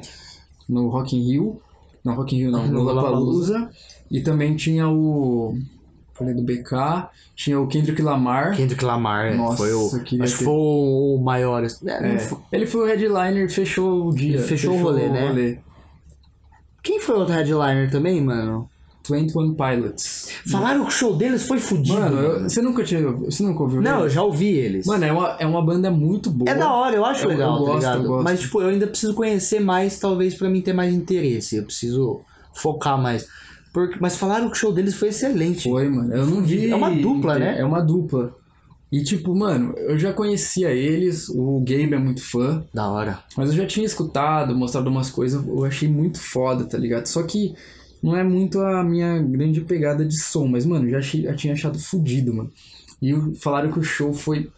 no Rock in Rio. Não, Rock in Rio não, No no Lollapalooza. Lollapalooza. E também tinha o... Falei do BK. Tinha o Kendrick Lamar. Kendrick Lamar é, Nossa, foi o. eu queria Acho que ter- foi o o maior. É, É, não foi- ele foi o headliner e fechou o dia. Ele fechou o rolê, né? Quem foi o outro headliner também, mano? 21 Pilots. Falaram que o show deles foi fudido. Mano, eu- você nunca tinha. Você nunca ouviu? Não, eu né? já ouvi eles. Mano, é uma, é uma banda muito boa. é da hora, eu acho Eu- eu legal, tá gosto, ligado? eu gosto. Mas, tipo, eu ainda preciso conhecer mais, talvez, pra mim ter mais interesse. Eu preciso focar mais. Porque, mas falaram que o show deles foi excelente. Foi, mano. Eu não vi. É uma dupla, né? É uma dupla. E tipo, mano, eu já conhecia eles, o Gabe é muito fã, Da hora. mas eu já tinha escutado, mostrado umas coisas, eu achei muito foda, tá ligado? Só que não é muito a minha grande pegada de som, mas, mano, já, achei- já tinha achado fudido, mano. E o- falaram que o show foi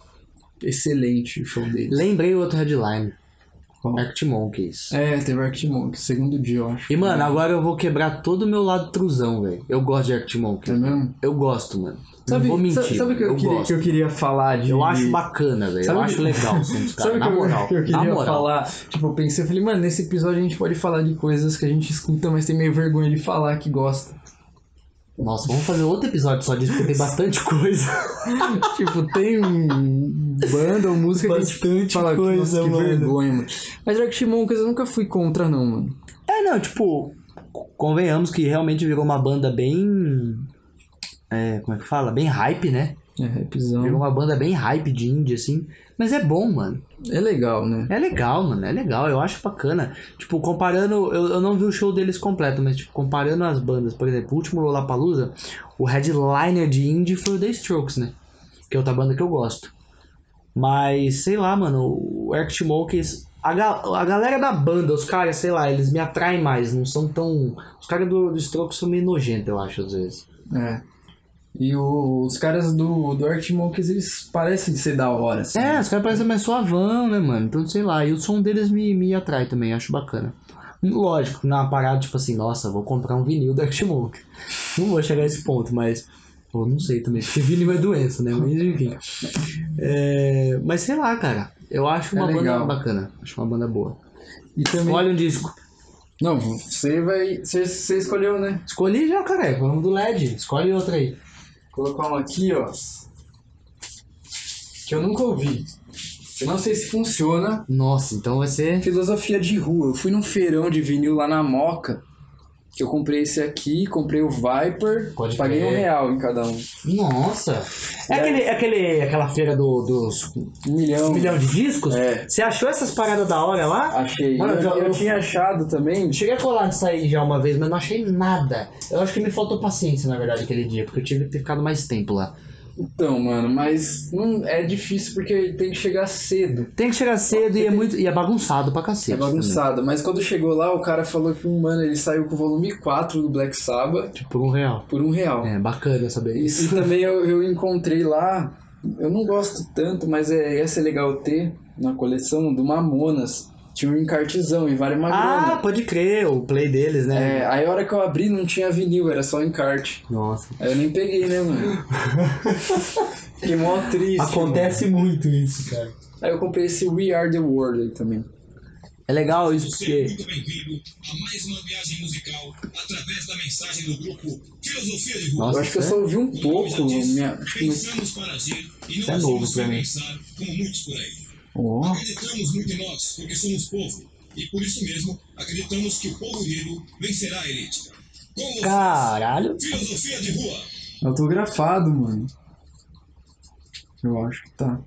excelente, o show deles. Lembrei o outro headline. Qual? Arctic Monkeys. É, teve Artimonk, segundo dia, eu acho. É E, mano, agora eu vou quebrar todo o meu lado truzão, velho. Eu gosto de Arctic Tá Monkeys. mesmo? Eu gosto, mano. Sabe, Não vou mentir. sabe- sabe o que eu, eu queria, gosto. que eu queria falar de. Eu acho bacana, velho. Sabe Eu o que- acho legal *laughs* o som dos Sabe caras. o que Na eu, moral. que eu na queria moral. falar? Tipo, eu pensei, eu falei, mano, nesse episódio a gente pode falar de coisas que a gente escuta, mas tem meio vergonha de falar que *laughs* gosta. Nossa, vamos fazer outro episódio só disso, porque tem bastante coisa. tipo, tem um banda ou música que a gente Bastante fala coisa, nossa, que mano. vergonha, mano. Mas Rock Monkeys eu nunca fui contra, não, mano. É, não, tipo, convenhamos que realmente virou uma banda bem é, como é que fala? Bem hype, né? É, rapzão. Pegou uma banda bem hype de indie, assim. Mas é bom, mano. É legal, né? É legal, mano. É legal. Eu acho bacana. Tipo, comparando... Eu, eu não vi o show deles completo, mas, tipo, comparando as bandas. Por exemplo, o último Lollapalooza, o headliner de indie foi o The Strokes, né? Que é outra banda que eu gosto. Mas, sei lá, mano. O Arctic Monkeys... A, ga- a galera da banda, os caras, sei lá, eles me atraem mais. Não são tão... Os caras do, do Strokes são meio nojentos, eu acho, às vezes. É. E o- os caras do, do Arctic Monkeys, eles parecem ser da hora, assim. É, os caras parecem mais suavão, né, mano? Então, sei lá, e o som deles me, me atrai também, acho bacana. Lógico, na parada, tipo assim, nossa, vou comprar um vinil da Archimok. Não vou chegar a esse ponto, mas. Pô, não sei também, porque vinil é doença, né? Mas enfim. É, mas sei lá, cara. Eu acho É uma banda legal. bacana. Acho uma banda boa. E também... Olha um disco. Não, você vai... Você, você escolheu, né? Escolhi já, cara. Vamos do LED. Escolhe outra aí. Colocar um aqui, ó. Que eu nunca ouvi. Eu não sei se funciona. Nossa, então vai ser. Filosofia de rua. Eu fui num feirão de vinil lá na Moca. Que eu comprei esse aqui, comprei o Viper. Pode paguei crer. um real em cada um. Nossa! É aquele, aquele, aquela feira do, dos Um milhão. um milhão de discos? É. Você achou essas paradas da hora lá? Achei. Mano, eu, eu- eu tinha achado também. Eu Cheguei a colar nisso aí já uma vez, mas não achei nada. Eu acho que me faltou paciência, na verdade, aquele dia, porque eu tive que ter ficado mais tempo lá. Então, mano, mas não é difícil porque tem que chegar cedo. Tem que chegar cedo e é muito. E é bagunçado pra É cacete. bagunçado. Mas quando chegou lá, o cara falou que, mano, ele saiu com o volume 4 do Black Sabbath também. Por um real. por um real. É, bacana saber E, e isso. também eu, eu encontrei lá, eu não gosto tanto, mas é, ia ser legal ter na coleção do Mamonas. Tinha um encartezão e vale uma Ah, grana. pode crer, o play deles, né? É, aí a hora que eu abri não tinha vinil, era só encarte. Nossa. Aí eu nem peguei, *laughs* né, mano? que mó triste. Acontece muito isso, cara. mano. Aí eu comprei esse We Are the World aí também. É legal isso, porque. Muito bem-vindo a mais uma viagem musical através da mensagem do grupo Filosofia de Rua. Nossa, eu acho que eu isso só é- ouvi um pouco. Como eu já disse, Minha... acho que uns- Pensamos para agir e Isso é não novo usamos pra para mim. pensar como muitos por aí. Ó. Acreditamos muito em nós porque somos povo e por isso mesmo acreditamos que o povo unido vencerá a elite. Com um vocês, Caralho. Filosofia de Rua. Autografado, mano. Eu acho que tá.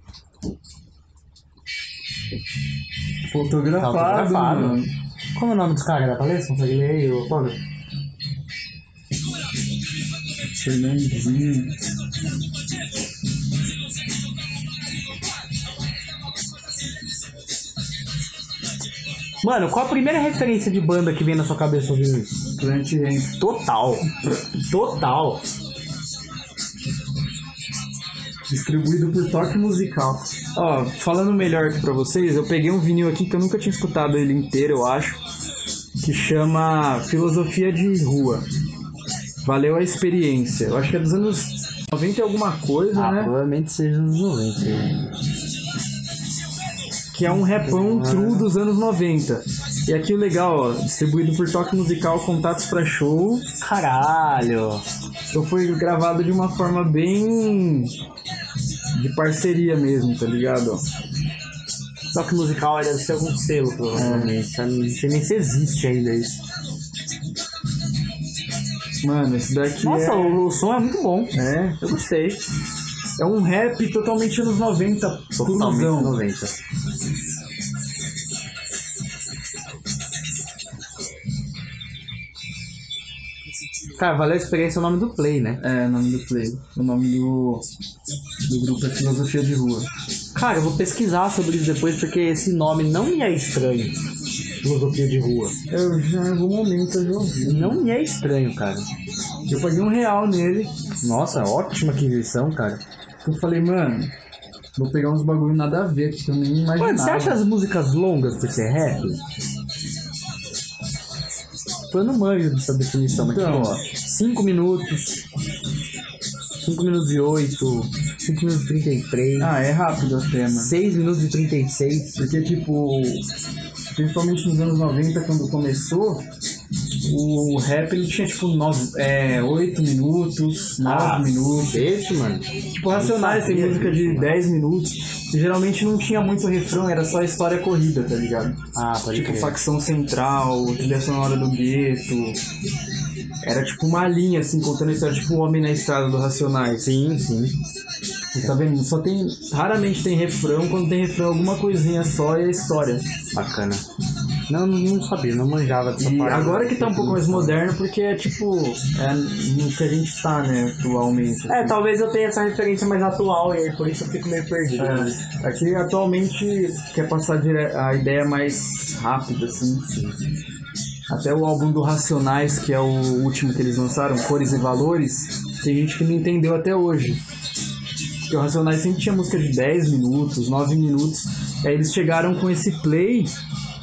Fotografado, Tá autografado. mano. Como é o nome dos caras da palestra? Consegue ler aí, ô Paulo? Fernandinho. Mano, qual a primeira referência de banda que vem na sua cabeça ouvindo isso? Plant Ramp. Total. Total. Distribuído por Toque Musical. Ó, falando melhor aqui pra vocês, eu peguei um vinil aqui que eu nunca tinha escutado ele inteiro, eu acho. Que chama Filosofia de Rua. Valeu a experiência. Eu acho que é dos anos 90 e alguma coisa, Ah, né? provavelmente seja nos 90. né? que é um repão true dos anos 90. E aqui o legal, ó, distribuído por Toque Musical, contatos pra show. Caralho. Então foi gravado de uma forma bem de parceria mesmo, tá ligado? ó? Só que musical deve ser algum selo, provavelmente. Eu Não sei nem se existe ainda isso. Mano, esse daqui Nossa, é... o, o som é muito bom. É, Eu gostei. é um rap totalmente anos 90, Totalmente cruzão. 90. Cara, valeu a experiência é o nome do play, né? É, o nome do play. O nome do, do grupo é Filosofia de Rua. Cara, eu vou pesquisar sobre isso depois porque esse nome não me é estranho. Filosofia de rua. Eu já em algum momento eu já ouvi. Não me é estranho, cara. Eu paguei um real nele. Nossa, ótima aquisição, cara. Eu falei, mano, vou pegar uns bagulho nada a ver aqui que eu nem imaginava. Mano, você acha as músicas longas por ser rap? Eu não manjo dessa definição, mas Então, tipo, ó, 5 minutos, 5 minutos e 8, 5 minutos e 33, Ah, é rápido até, mano. 6 minutos e 36. Porque, tipo, principalmente nos anos 90, quando começou, O rap ele tinha tipo nove, é, 8 minutos, 9 Ah, minutos. Esse, mano. Tipo, Racionais tem música de 10 minutos. E geralmente não tinha muito refrão, era só a história corrida, tá ligado? Ah, pode Tipo, crer. facção central, trilha sonora do gueto. Era tipo uma linha, assim, contando a história, tipo o Homem na Estrada do Racionais. Sim, sim. E Tá vendo? Só tem. Raramente tem refrão, quando tem refrão, alguma coisinha só e a história. Bacana. Não, não, não sabia, não manjava dessa E parada. agora que tá um pouco mais moderno, porque é tipo. É no que a gente tá, né, atualmente. É, talvez eu tenha essa referência mais atual e aí por isso eu fico meio perdido. É, aqui atualmente quer passar dire- a ideia mais rápida, assim. Até o álbum do Racionais, que é o último que eles lançaram, Cores e Valores, tem gente que não entendeu até hoje. Porque o Racionais sempre tinha música de 10 minutos, 9 minutos. Aí eles chegaram com esse play,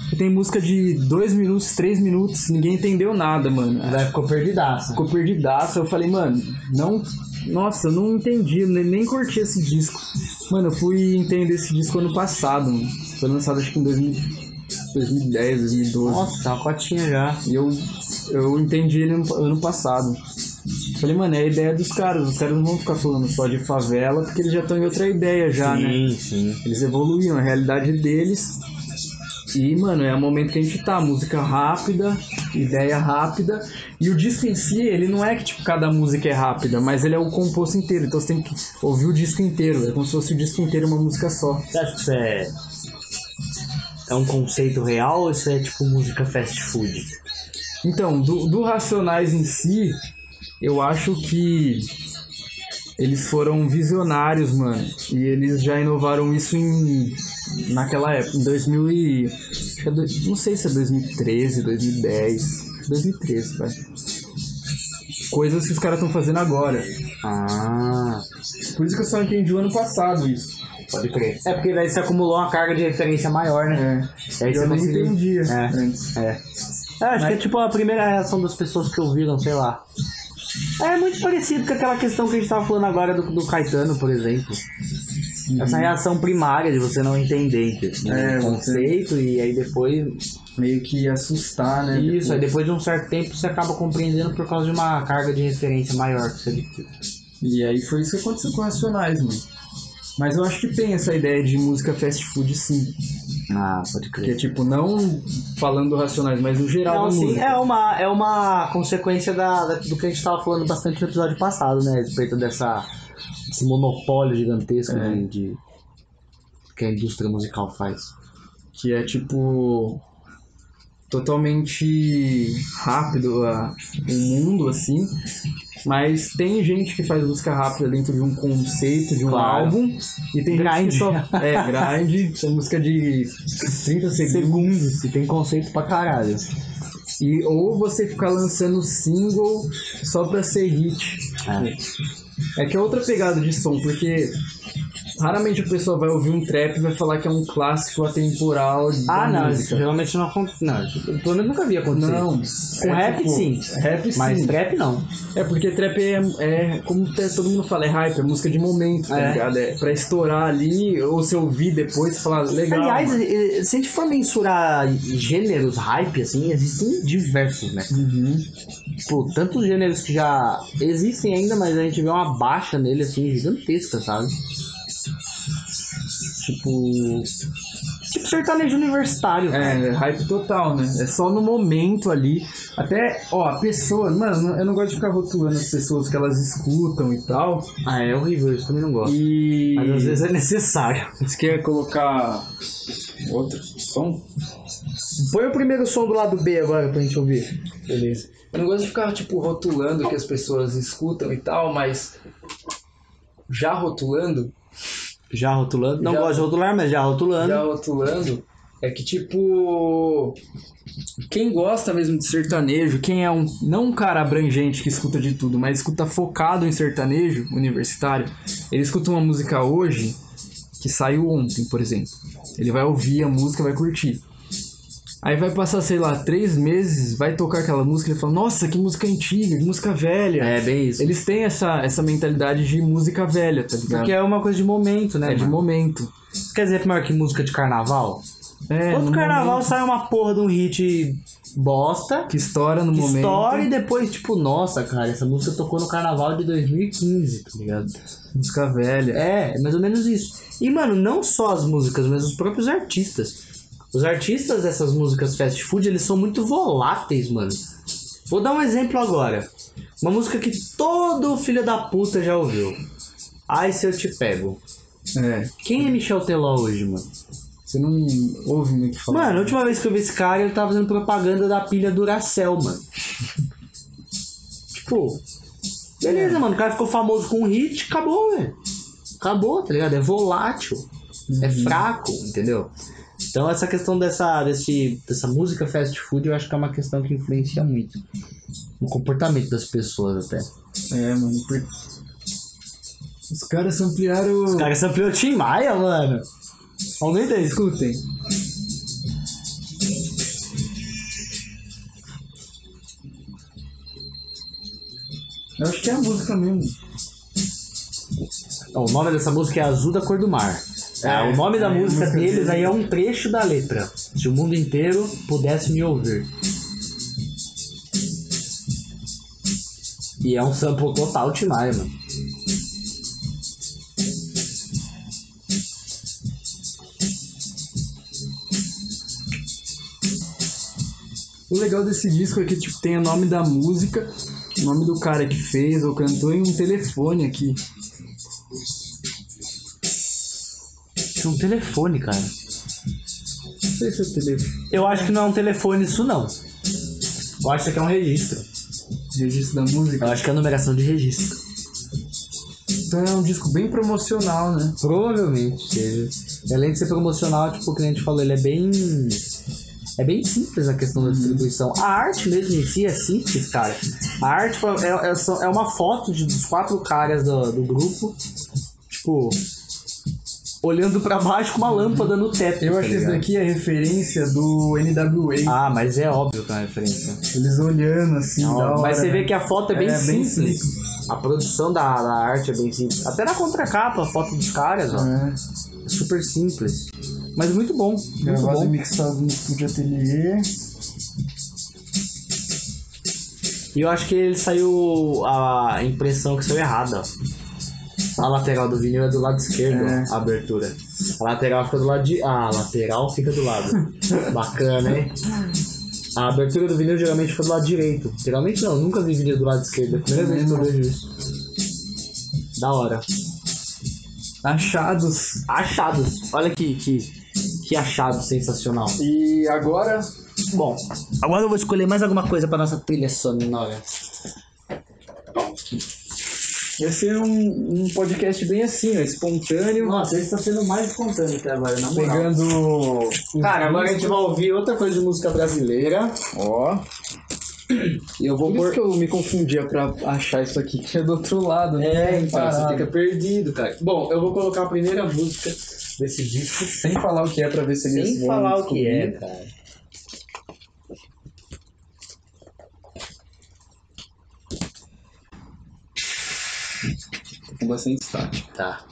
que tem música de 2 minutos, 3 minutos, ninguém entendeu nada, mano Daí ficou perdidaça. ficou perdidaço. Eu falei, mano, não. Nossa, eu não entendi, nem, nem curti esse disco. Mano, eu fui entender esse disco ano passado. mano. Foi lançado acho que em 2000, 2010, 2012. Nossa, tá uma cotinha já. E eu, eu entendi ele ano, ano passado. Falei, mano, é a ideia dos caras. Os caras não vão ficar falando só de favela, porque eles já estão em outra ideia já, né? sim. Eles evoluíram, a realidade deles. E, mano, é o momento que a gente tá. Música rápida, ideia rápida. E o disco em si, ele não é que, tipo, cada música é rápida, mas ele é o composto inteiro. Então você tem que ouvir o disco inteiro. É como se fosse o disco inteiro uma música só. Você acha que isso é. É um conceito real ou isso é tipo música fast food? Então, do, do Racionais em si, eu acho que eles foram visionários, mano. E eles já inovaram isso em naquela época, em 2000 e acho que é dois- não sei se é 2013, 2010, 2013, vai. Coisas que os caras estão fazendo agora. Ah, Por isso que eu só entendi o ano passado isso. pode crer. É porque daí você acumulou uma carga de referência maior, né? É. E aí Eu você não conseguiu. entendia. É. antes. É. acho que é tipo a primeira reação das pessoas que ouviram, sei lá. É muito parecido com aquela questão que a gente tava falando agora do, do Caetano, por exemplo. Essa reação primária de você não entender entendeu? É, o você- conceito e aí depois. Meio que assustar, né? Isso, aí depois de um certo tempo você acaba compreendendo por causa de uma carga de referência maior que você adquiriu. E aí foi isso que aconteceu com Racionais, mano. Mas eu acho que tem essa ideia de música fast food, sim. Ah, pode Que é tipo, não falando Racionais, mas no geral Não, da sim, música. é uma, é uma consequência da, da- do que a gente tava falando bastante no episódio passado, né? A respeito dessa, desse monopólio gigantesco É. de, de- que a indústria musical faz. Que é tipo. Totalmente rápido a- o mundo, assim. Mas tem gente que faz música rápida dentro de um conceito, de um Claro. álbum. E tem gente Grind. que só. É, *laughs* grind. Tem música de 30 segundos. E tem conceito pra caralho. E, ou você ficar lançando single só pra ser hit. É que é outra pegada de som, porque raramente a pessoa vai ouvir um trap e vai falar que é um clássico atemporal da Ah, não, isso música. geralmente não acontece. Não, isso- pelo menos nunca vi acontecer. Não. Com É, rap, tipo, sim. Rap sim. Mas trap não. É porque trap é, é como t- todo mundo fala, é hype, é música de momento, tá É. ligado? É pra estourar ali, ou se ouvir depois e falar, legal. Aliás, mano. eh, se a gente for mensurar gêneros hype, assim, existem diversos, né? Uhum. Tipo, tantos gêneros que já existem ainda, mas a gente vê uma baixa nele, assim, gigantesca, sabe? Tipo. Tipo sertanejo universitário. cara. É, é hype total, né? É só no momento ali. Até, ó, a pessoa, mano, eu não gosto de ficar rotulando as pessoas que elas escutam e tal. Ah, é horrível, isso eu também não gosto. E. Mas às vezes é necessário. Você quer colocar outro som? Põe o primeiro som do lado B agora pra gente ouvir. Beleza. Eu não gosto de ficar, tipo, rotulando o que as pessoas escutam e tal, mas. Já rotulando, Já rotulando? Não Já- gosto de rotular, mas já rotulando. já rotulando, é que, tipo. Quem gosta mesmo de sertanejo, quem é um. Não um cara abrangente que escuta de tudo, mas escuta focado em sertanejo universitário, ele escuta uma música hoje que saiu ontem, por exemplo. Ele vai ouvir a música, vai curtir. Aí vai passar, sei lá, três meses, vai tocar aquela música, ele fala, nossa, que música antiga, que música velha. É, bem isso. Eles têm essa, essa mentalidade de música velha, tá ligado? Porque é uma coisa de momento, né? é de mano? momento. é Quer dizer, maior que música de carnaval? É, Todo no carnaval momento. sai uma porra de um hit bosta Que estoura no que momento. estoura e depois, tipo, nossa, cara, essa música tocou no carnaval de 2015, tá ligado? Música velha. É, mais ou menos isso. E, mano, não só as músicas, mas os próprios artistas. Os artistas dessas músicas fast food, eles são muito voláteis, mano. Vou dar um exemplo agora. Uma música que todo filho da puta já ouviu. Ai, se eu te pego. É. Quem é Michel Teló hoje, mano? Você não ouve muito falar. Mano, a última vez que eu vi esse cara, ele tava fazendo propaganda da pilha Duracell, mano. tipo, beleza, mano. O cara ficou famoso com um hit, acabou, velho. Acabou, tá ligado? É volátil. É fraco, entendeu? Então essa questão dessa, desse, dessa música fast food, eu acho que é uma questão que influencia muito. O comportamento das pessoas até. É, mano. por- Os caras ampliaram. Os caras são é o Tim Maia, mano. Aumenta isso. Escutem. Eu acho que é a música mesmo. Ó, O nome dessa música é Azul da Cor do Mar. Ah, o nome da é, música, a música deles dele. aí é um trecho da letra. Se o mundo inteiro pudesse me ouvir. E é um sample total de Maia, mano. O legal desse disco é que tipo, tem o nome da música, o nome do cara que fez ou cantou e um telefone aqui. Isso é um telefone, cara. Não sei se é telefone. Eu acho que não é um telefone isso, não. Eu acho que é um registro. Registro da música. Eu acho que é a numeração de registro. Então é um disco bem promocional, né? Provavelmente seja. E além de ser promocional, tipo, o que a gente falou, ele é bem. É bem simples a questão da distribuição. A arte mesmo em si é simples, cara. A arte tipo, é, é, só- é uma foto de, dos quatro caras do, do grupo, tipo, olhando pra baixo com uma lâmpada no teto. Uhum. Eu tá acho que esse ligado? daqui é referência do NWA. Ah, mas é óbvio que é uma referência. Eles olhando assim, Não, da hora. mas você vê né? que a foto é bem, É, bem simples. A produção da, da arte é bem simples. Até na contracapa, a foto dos caras, ó. É. É super simples. Mas muito bom. Muito Gravado e bom. mixado no estúdio ateliê. E eu acho que ele saiu. A impressão que saiu errada. A lateral do vinil é do lado esquerdo, É. ó, a abertura. A lateral fica do lado de. Ah, a lateral fica do *laughs* lado. Bacana, hein? A abertura do vinil geralmente fica do lado direito. Geralmente não, nunca vi vinil do lado esquerdo. É a primeira vez que eu vejo isso. Da hora. Achados. Achados. Olha que, que, que achado sensacional. E agora Bom, agora eu vou escolher mais alguma coisa pra nossa trilha sonora. vai ser um, um podcast bem assim, ó, espontâneo. Nossa, esse tá sendo mais espontâneo até agora, na moral. Pegando. Cara, agora a gente vai ouvir outra coisa de música brasileira. Ó. E eu vou Por isso pôr. que eu me confundia pra achar isso aqui, que é do outro lado. É, né? Parado. então, perdido, cara. Bom, eu vou colocar a primeira música desse disco Sem falar o que é pra ver se eles sem vão falar o que é, descobrir. Tá. cara. é. Com bastante destaque. Tá.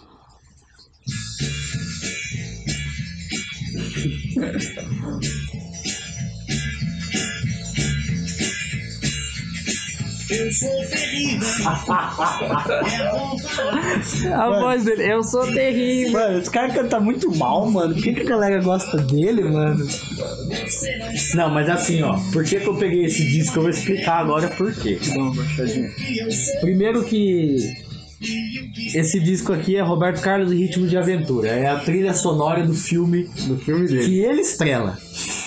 Eu sou *laughs* terrível. é bom falar. A voz dele, eu sou terrível. Mano, esse cara canta muito mal, mano. Por que, que a galera gosta dele, mano? Não, mas assim, ó. Por que, que eu peguei esse disco? Eu vou explicar agora por quê. Dá uma baixadinha. Primeiro que esse disco aqui é Roberto Carlos e Ritmo de Aventura. É a trilha sonora do filme Do filme dele. que ele estrela,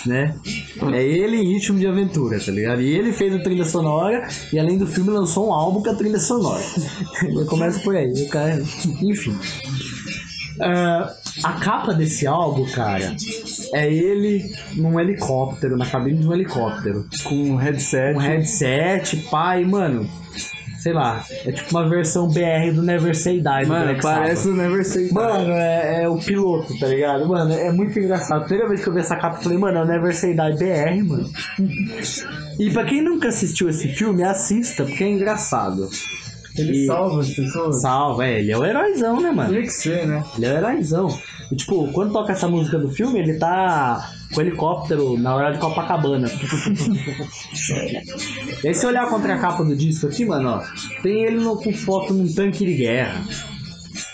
né? É ele em Ritmo de Aventura, tá ligado? E ele fez a trilha sonora e além do filme lançou um álbum com a trilha sonora. *laughs* Eu começo por aí, o cara... Enfim. Ah, a capa desse álbum, cara, é ele num helicóptero, na cabine de um helicóptero Com um headset. um headset, pai, mano. Sei lá, é tipo uma versão BR do Never Say Die. do Mano, Black parece o Never Say Die. Sabbath. Mano, é, é o piloto, tá ligado? Mano, é muito engraçado. A primeira vez que eu vi essa capa, eu falei, mano, é o Never Say Die BR, mano. e pra quem nunca assistiu esse filme, assista, porque é engraçado. Ele E- salva as pessoas. Salva, é, ele é o heróizão, né, mano? Tinha que ser, né? Ele é o heróizão. E, tipo, quando toca essa música do filme, ele tá com o helicóptero na hora de Copacabana. e aí, se olhar contra a capa do disco aqui, mano, ó, tem ele no- com foto num tanque de guerra.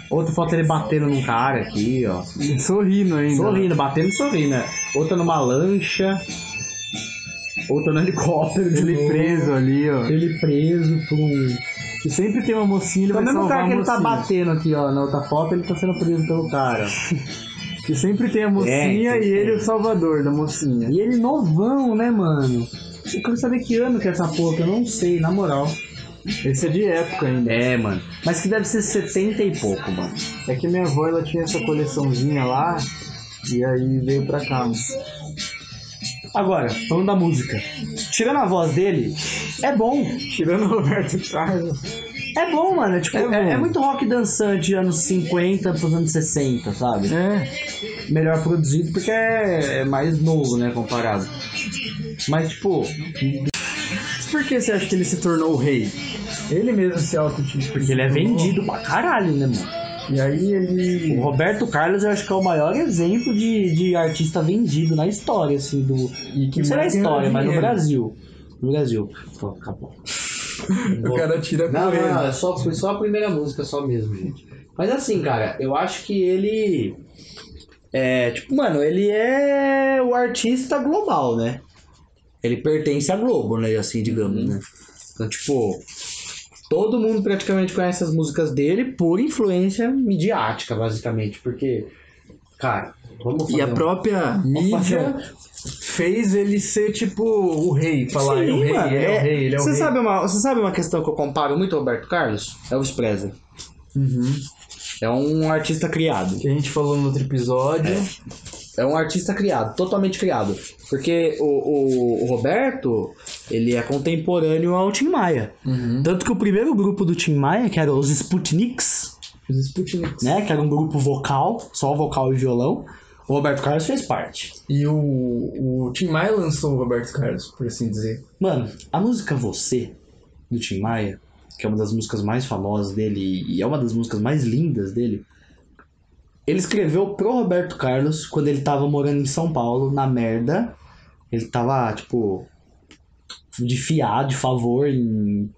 Outra foto ele batendo num cara aqui, ó. Sorrindo ainda. Sorrindo, batendo e sorrindo. né? Outra numa lancha. Outra no helicóptero. de Ele novo. preso ali, ó. Ele preso por um. E sempre tem uma mocinha, ele É o vai mesmo salvar cara a que ele tá mocinha. batendo aqui, ó. Na outra foto, ele tá sendo preso pelo cara. E sempre tem a mocinha É, e ele é. o salvador da mocinha. E ele novão, né, mano? Eu quero saber que ano que é essa porra, que eu não sei, na moral. Esse é de época ainda. É, mano. Mas que deve ser 70 e pouco, mano. É que minha avó ela tinha essa coleçãozinha lá e aí veio pra cá. mano. Agora, falando da música. Tirando a voz dele, é bom. Tirando o Roberto Carlos. É bom, mano. É, tipo, É bom. é- é muito rock dançante anos 50 pros anos 60, sabe? É. melhor produzido porque é, é mais novo, né, comparado. Mas tipo, Por que você acha que ele se tornou o rei? Ele mesmo se auto porque ele é vendido pra caralho, né, mano? E aí O ele. Roberto Carlos eu acho que é o maior exemplo de, de artista vendido na história, assim, do. E Não sei na mais ganhou história, mas no dinheiro. Brasil. No Brasil. Pô, acabou. O cara Não, tira com não, ele. não, é só, foi só a primeira música, só mesmo, gente. Mas assim, cara, eu acho que ele. É, tipo, mano, ele é o artista global, né? Ele pertence à Globo, né? Assim, digamos, Uhum. né? Então, tipo, todo mundo praticamente conhece as músicas dele por influência midiática, basicamente. Porque, cara, vamos fazer E a um- própria um mídia fez ele ser tipo o rei. Falar, ele é o rei, mano, ele é o rei, ele é o Você rei. sabe, uma, você sabe uma questão que eu comparo muito ao Roberto Carlos? Elvis Presley. Uhum. É um artista criado. Que a gente falou no outro episódio. É um artista criado, totalmente criado. Porque o, o- o Roberto, ele é contemporâneo ao Tim Maia. Uhum. Tanto que o primeiro grupo do Tim Maia, que era os Sputniks, Os Sputniks. né? Que era um grupo vocal, só vocal e violão. O Roberto Carlos fez parte. E o, o Tim Maia lançou o Roberto Carlos, por assim dizer. Mano, a música Você, do Tim Maia, que é uma das músicas mais famosas dele e é uma das músicas mais lindas dele, ele escreveu pro Roberto Carlos quando ele tava morando em São Paulo, na merda. Ele tava, tipo, de fiar, de favor, em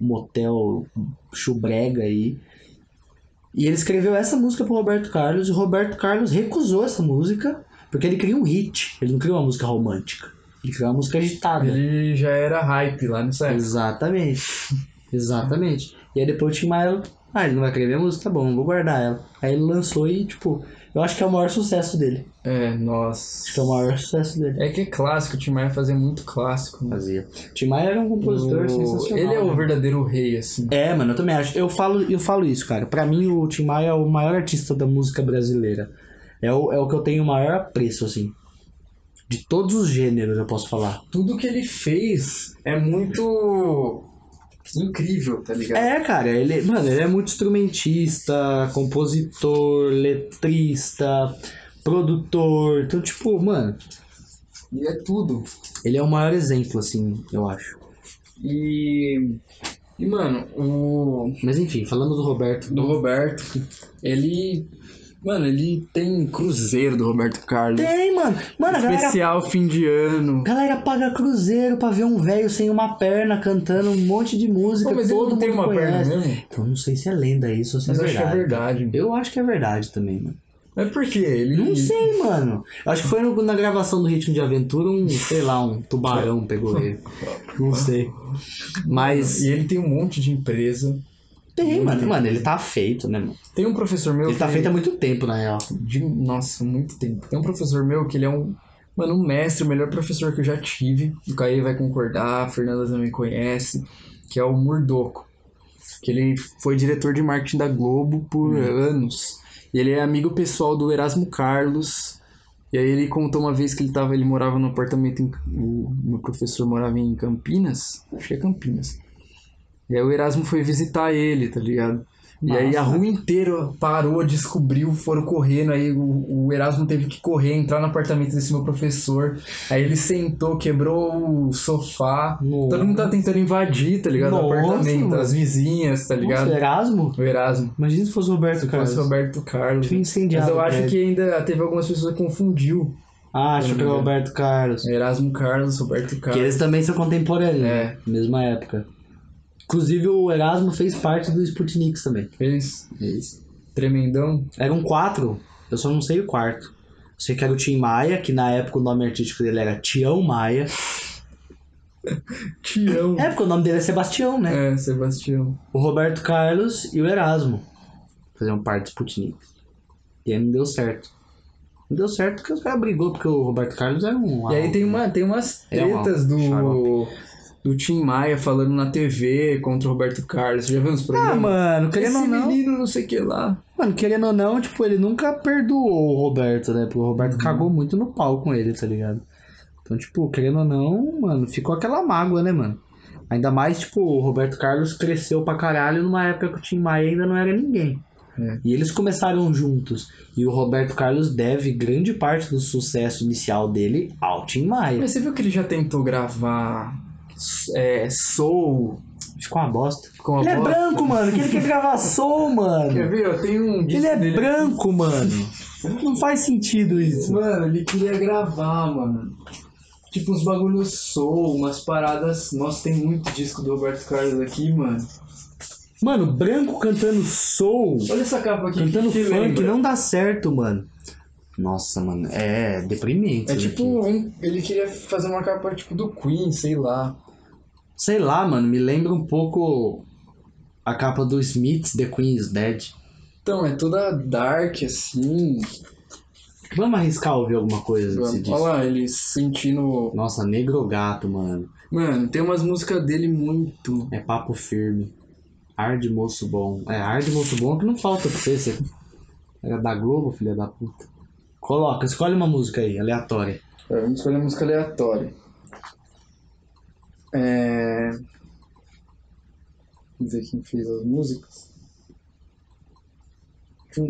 motel chubrega aí. E ele escreveu essa música pro Roberto Carlos e o Roberto Carlos recusou essa música porque ele queria um hit, ele não queria uma música romântica. Ele queria uma música agitada. Ele já era hype lá nessa época. Exatamente. *laughs* Exatamente. E aí depois o Tim Maia, ah, ele não vai querer minha música, tá bom, vou guardar ela. Aí ele lançou e, tipo, eu acho que é o maior sucesso dele. É, Acho que é o nossa. maior sucesso dele. É que é clássico, o Tim Maia fazia muito clássico. né? Fazia. Tim Maia era um compositor O- sensacional. Ele é o né? verdadeiro rei, assim. É, mano, eu também acho. Eu falo, eu falo isso, cara. Pra mim, o Tim Maia é o maior artista da música brasileira. É o, é o que eu tenho o maior apreço, assim. De todos os gêneros, eu posso falar. Tudo que ele fez é muito incrível, tá ligado? É, cara, ele, mano, ele é muito instrumentista, compositor, letrista, produtor. Então, tipo, mano, Ele é tudo. ele é o maior exemplo, assim, eu acho. E. E, mano, o. Mas enfim, falando do Roberto. Do Roberto, ele. Mano, ele tem cruzeiro do Roberto Carlos. Tem, mano. Mano, a galera, Especial fim de a ano. galera paga cruzeiro pra ver um velho sem uma perna cantando um monte de música. Pô, mas ele todo não tem mundo uma perna conhece. mesmo? Eu não sei se é lenda isso ou se é Mas eu acho que é verdade. verdade. Eu acho que é verdade também, mano. Mas por quê? Ele Não sei, mano. Acho que foi no- na gravação do Ritmo de Aventura, um, sei lá, um tubarão pegou ele. Não sei. Mas E ele tem um monte de empresa. tem, mano. Mano, ele tá feito, né, mano? Tem um professor meu. Ele tá que- feito há muito tempo, na real. de- Nossa, muito tempo. Tem um professor meu que ele é um. Mano, um mestre, o melhor professor que eu já tive. O Caí vai concordar, a Fernanda também conhece. Que é o Murdoco. Que ele foi diretor de marketing da Globo por anos. E ele é amigo pessoal do Erasmo Carlos. E aí ele contou uma vez que ele tava, ele morava num apartamento em, o meu professor morava em Campinas, acho que é Campinas. E aí o Erasmo foi visitar ele, tá ligado? Massa. E aí a rua inteira parou, descobriu, foram correndo. Aí o, o Erasmo teve que correr, entrar no apartamento desse meu professor. Aí ele sentou, quebrou o sofá. No... Todo mundo tá tentando invadir, tá ligado? o Nossa, apartamento, mano. as vizinhas, tá ligado? Nossa, Erasmo? O Erasmo. Imagina se fosse o Roberto Se fosse Carlos. o Roberto Carlos. Tinha incendiado. Mas eu o acho prédio. que ainda teve algumas pessoas que confundiu. Ah, acho que é o Roberto Carlos. Erasmo Carlos, Roberto Que Carlos. eles também são contemporâneos. É. né? Mesma época. Inclusive o Erasmo fez parte do Sputniks também. Fez Isso. tremendão. Eram quatro. Eu só não sei o quarto. Eu sei que era o Tim Maia, que na época o nome artístico dele era Tião Maia. Tião. É, porque o nome dele é Sebastião, né? É, Sebastião. O Roberto Carlos e o Erasmo. Faziam parte do Sputnik. E aí não deu certo. Não deu certo porque os caras brigou, porque o Roberto Carlos era um. E aí tem, uma, tem umas É um tretas do, xarope. do Tim Maia falando na TV contra o Roberto Carlos. Você já viu uns Ah, programas? mano, Esse querendo ou não. menino não sei o que lá. Mano, querendo ou não, tipo, ele nunca perdoou o Roberto, né? Porque o Roberto Uhum. cagou muito no pau com ele, tá ligado? Então, tipo, querendo ou não, mano, ficou aquela mágoa, né, mano? Ainda mais, tipo, o Roberto Carlos cresceu pra caralho numa época que o Tim Maia ainda não era ninguém. É. E eles começaram juntos. E o Roberto Carlos deve grande parte do sucesso inicial dele ao Tim Maia. Mas você viu que ele já tentou gravar é, Soul Ficou uma bosta. com a ele voz? é branco, mano. Que ele quer gravar som, *laughs* Quer mano. ver? Eu tenho um Ele disco é dele branco, mano. Não faz sentido isso. Mano, ele queria gravar, mano. Tipo, uns bagulhos soul, umas paradas. Nossa, tem muito disco do Roberto Carlos aqui, mano. Mano, branco cantando soul, Olha essa capa aqui. cantando que que funk, lembra? não dá certo, mano. Nossa, mano, é deprimente. É isso tipo, daqui. um- ele queria fazer uma capa tipo do Queen, sei lá. Sei lá, mano, me lembra um pouco a capa do Smiths, The Queen is Dead. Então, é toda dark assim. Vamos arriscar ouvir alguma coisa desse Olha disco. lá, ele sentindo. Nossa, Negro Gato, mano. Mano, tem umas músicas dele muito. É papo firme. Ar de moço bom. É, ar de moço bom que não falta pra você. você... Era da Globo, filha da puta. Coloca, escolhe uma música aí, aleatória. É, Vamos escolher música aleatória. É. Vamos ver quem fez as músicas.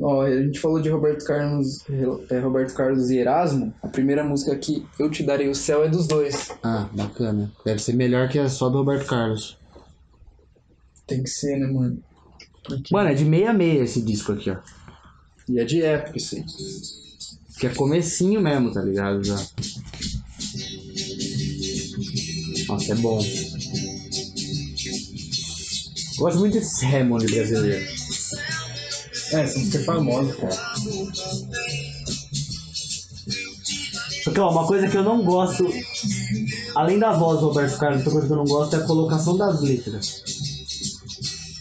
Ó, a gente falou de Roberto Carlos, é, Roberto Carlos e Erasmo. A primeira música aqui, Eu Te Darei o Céu, é dos dois. Ah, bacana. Deve ser melhor que a só do Roberto Carlos. Tem que ser, né, mano? Porque... Mano, é de 66 esse disco aqui, ó. E é de época isso aí. Que é comecinho mesmo, tá ligado? Já. Nossa, é bom. Gosto muito desse Hammond brasileiro. É, essa música é famosa, cara. Só que, ó, uma coisa que eu não gosto, além da voz do Roberto Carlos, outra coisa que eu não gosto é a colocação das letras.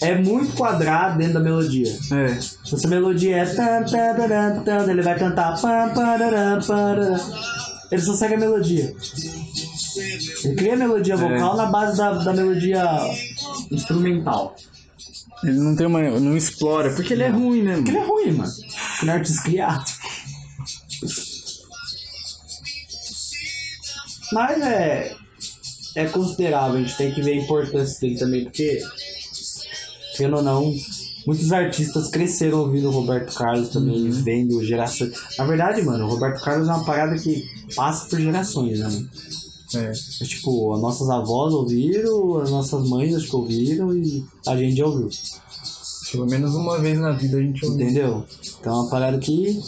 É muito quadrado dentro da melodia. É. Essa melodia é. tan, tan, taran, tan, Ele vai cantar. pam, pararam, pararam. Ele só segue a melodia. Ele cria a melodia vocal na base da, da melodia instrumental. Ele não tem uma. não explora, porque ele é ruim, né, Porque mano? ele é ruim, mano. Ele é um artista criado. Mas é. É considerável, a gente tem que ver a importância dele também, porque. Querendo ou não, muitos artistas cresceram ouvindo o Roberto Carlos também, vendo gerações. Na verdade, mano, o Roberto Carlos é uma parada que passa por gerações, né, mano? É. É Tipo, as nossas avós ouviram, as nossas mães acho que ouviram e a gente já ouviu. Pelo menos uma vez na vida a gente ouviu. Entendeu? Então é uma parada que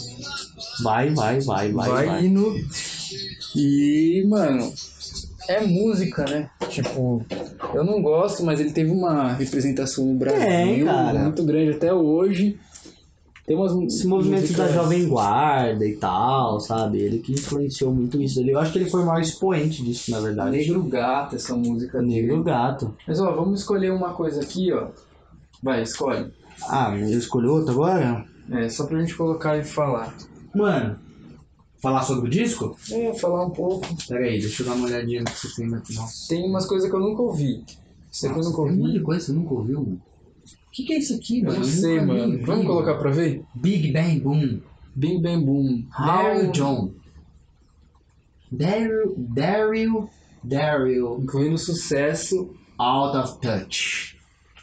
vai, vai, vai, vai, vai. vai indo. E, mano, é música, né? Tipo, eu não gosto, mas ele teve uma representação no Brasil Tem, cara. muito grande até hoje. Tem umas Esse movimento da Jovem Guarda e tal, sabe? Ele que influenciou muito isso. Ele, eu acho que ele foi o maior expoente disso, na verdade. Negro Gato, essa música Negro Gato. Mas ó, vamos escolher uma coisa aqui, ó. Vai, escolhe. Ah, eu escolhi outro agora? É, só pra gente colocar e falar. Mano, falar sobre o disco? É, falar um pouco. Pera aí, deixa eu dar uma olhadinha no que você tem aqui. Nossa, Tem umas coisas que eu nunca ouvi. Isso aqui eu nunca tem um monte ouvi. de coisa que você nunca ouviu, mano. O que, que é isso aqui, Eu mano? não Eu sei, nunca mano. nem vi, Vamos colocar pra ver? Big Bang Boom. Bing Bang Boom. Daryl Não. John. Daryl, Daryl, Daryl. Incluindo sucesso. Out of Touch.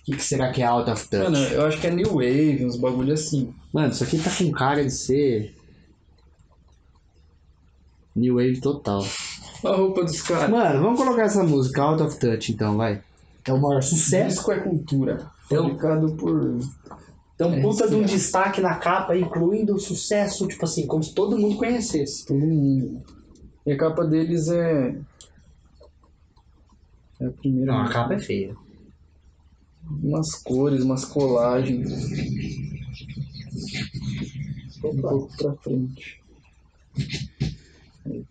que, que será que é Out of Touch? Mano, Mano, eu acho que é New Wave, uns bagulho assim. isso aqui tá com cara de ser. New Wave total. Olha a roupa dos caras. Mano, vamos colocar essa música, Out of Touch, então, vai. É o maior sucesso. Então- Disco é cultura. Eu- Publicado por. Então, É puta de um isso, destaque na capa, incluindo o sucesso, tipo assim, como se todo mundo conhecesse. Todo mundo. E a capa deles é. É a primeira. Não, a capa é feia. Umas cores, umas colagens. Um pouco pra frente. Aí.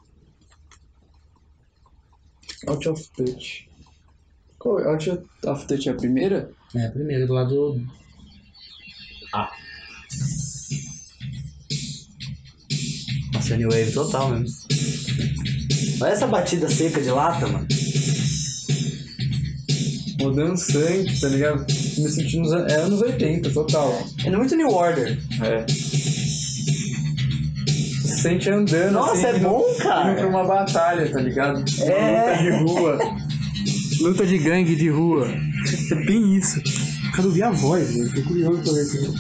Out of Touch. Qual é? Out of Touch é a primeira? É, primeiro, do lado. Ah. Nossa, é New Wave total mesmo. Olha essa batida seca de lata, mano. Rodando sangue, tá ligado? Me sentindo nos an- é anos 80, total. É muito New Order. É. Se sente andando assim, Nossa, é indo- bom, indo pra cara. uma batalha, tá ligado? É. Uma luta de rua. Luta de gangue de rua. É bem isso. Quero ouvir a voz, velho. Fico curioso pra ver isso.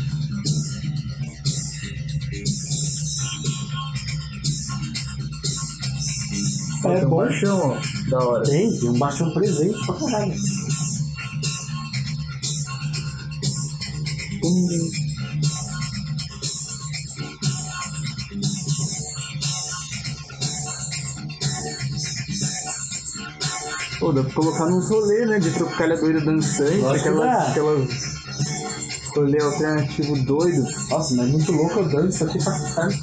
Tem um É bom. baixão, ó. Da hora. Tem, tem um baixão presente pra caralho. Pô, dá pra colocar num rolê, né? De Tropicalha doida dançante, Lógico que aquela, dá. aquela rolê alternativo doido. Nossa, mas é muito louco eu dando isso aqui pra caralho.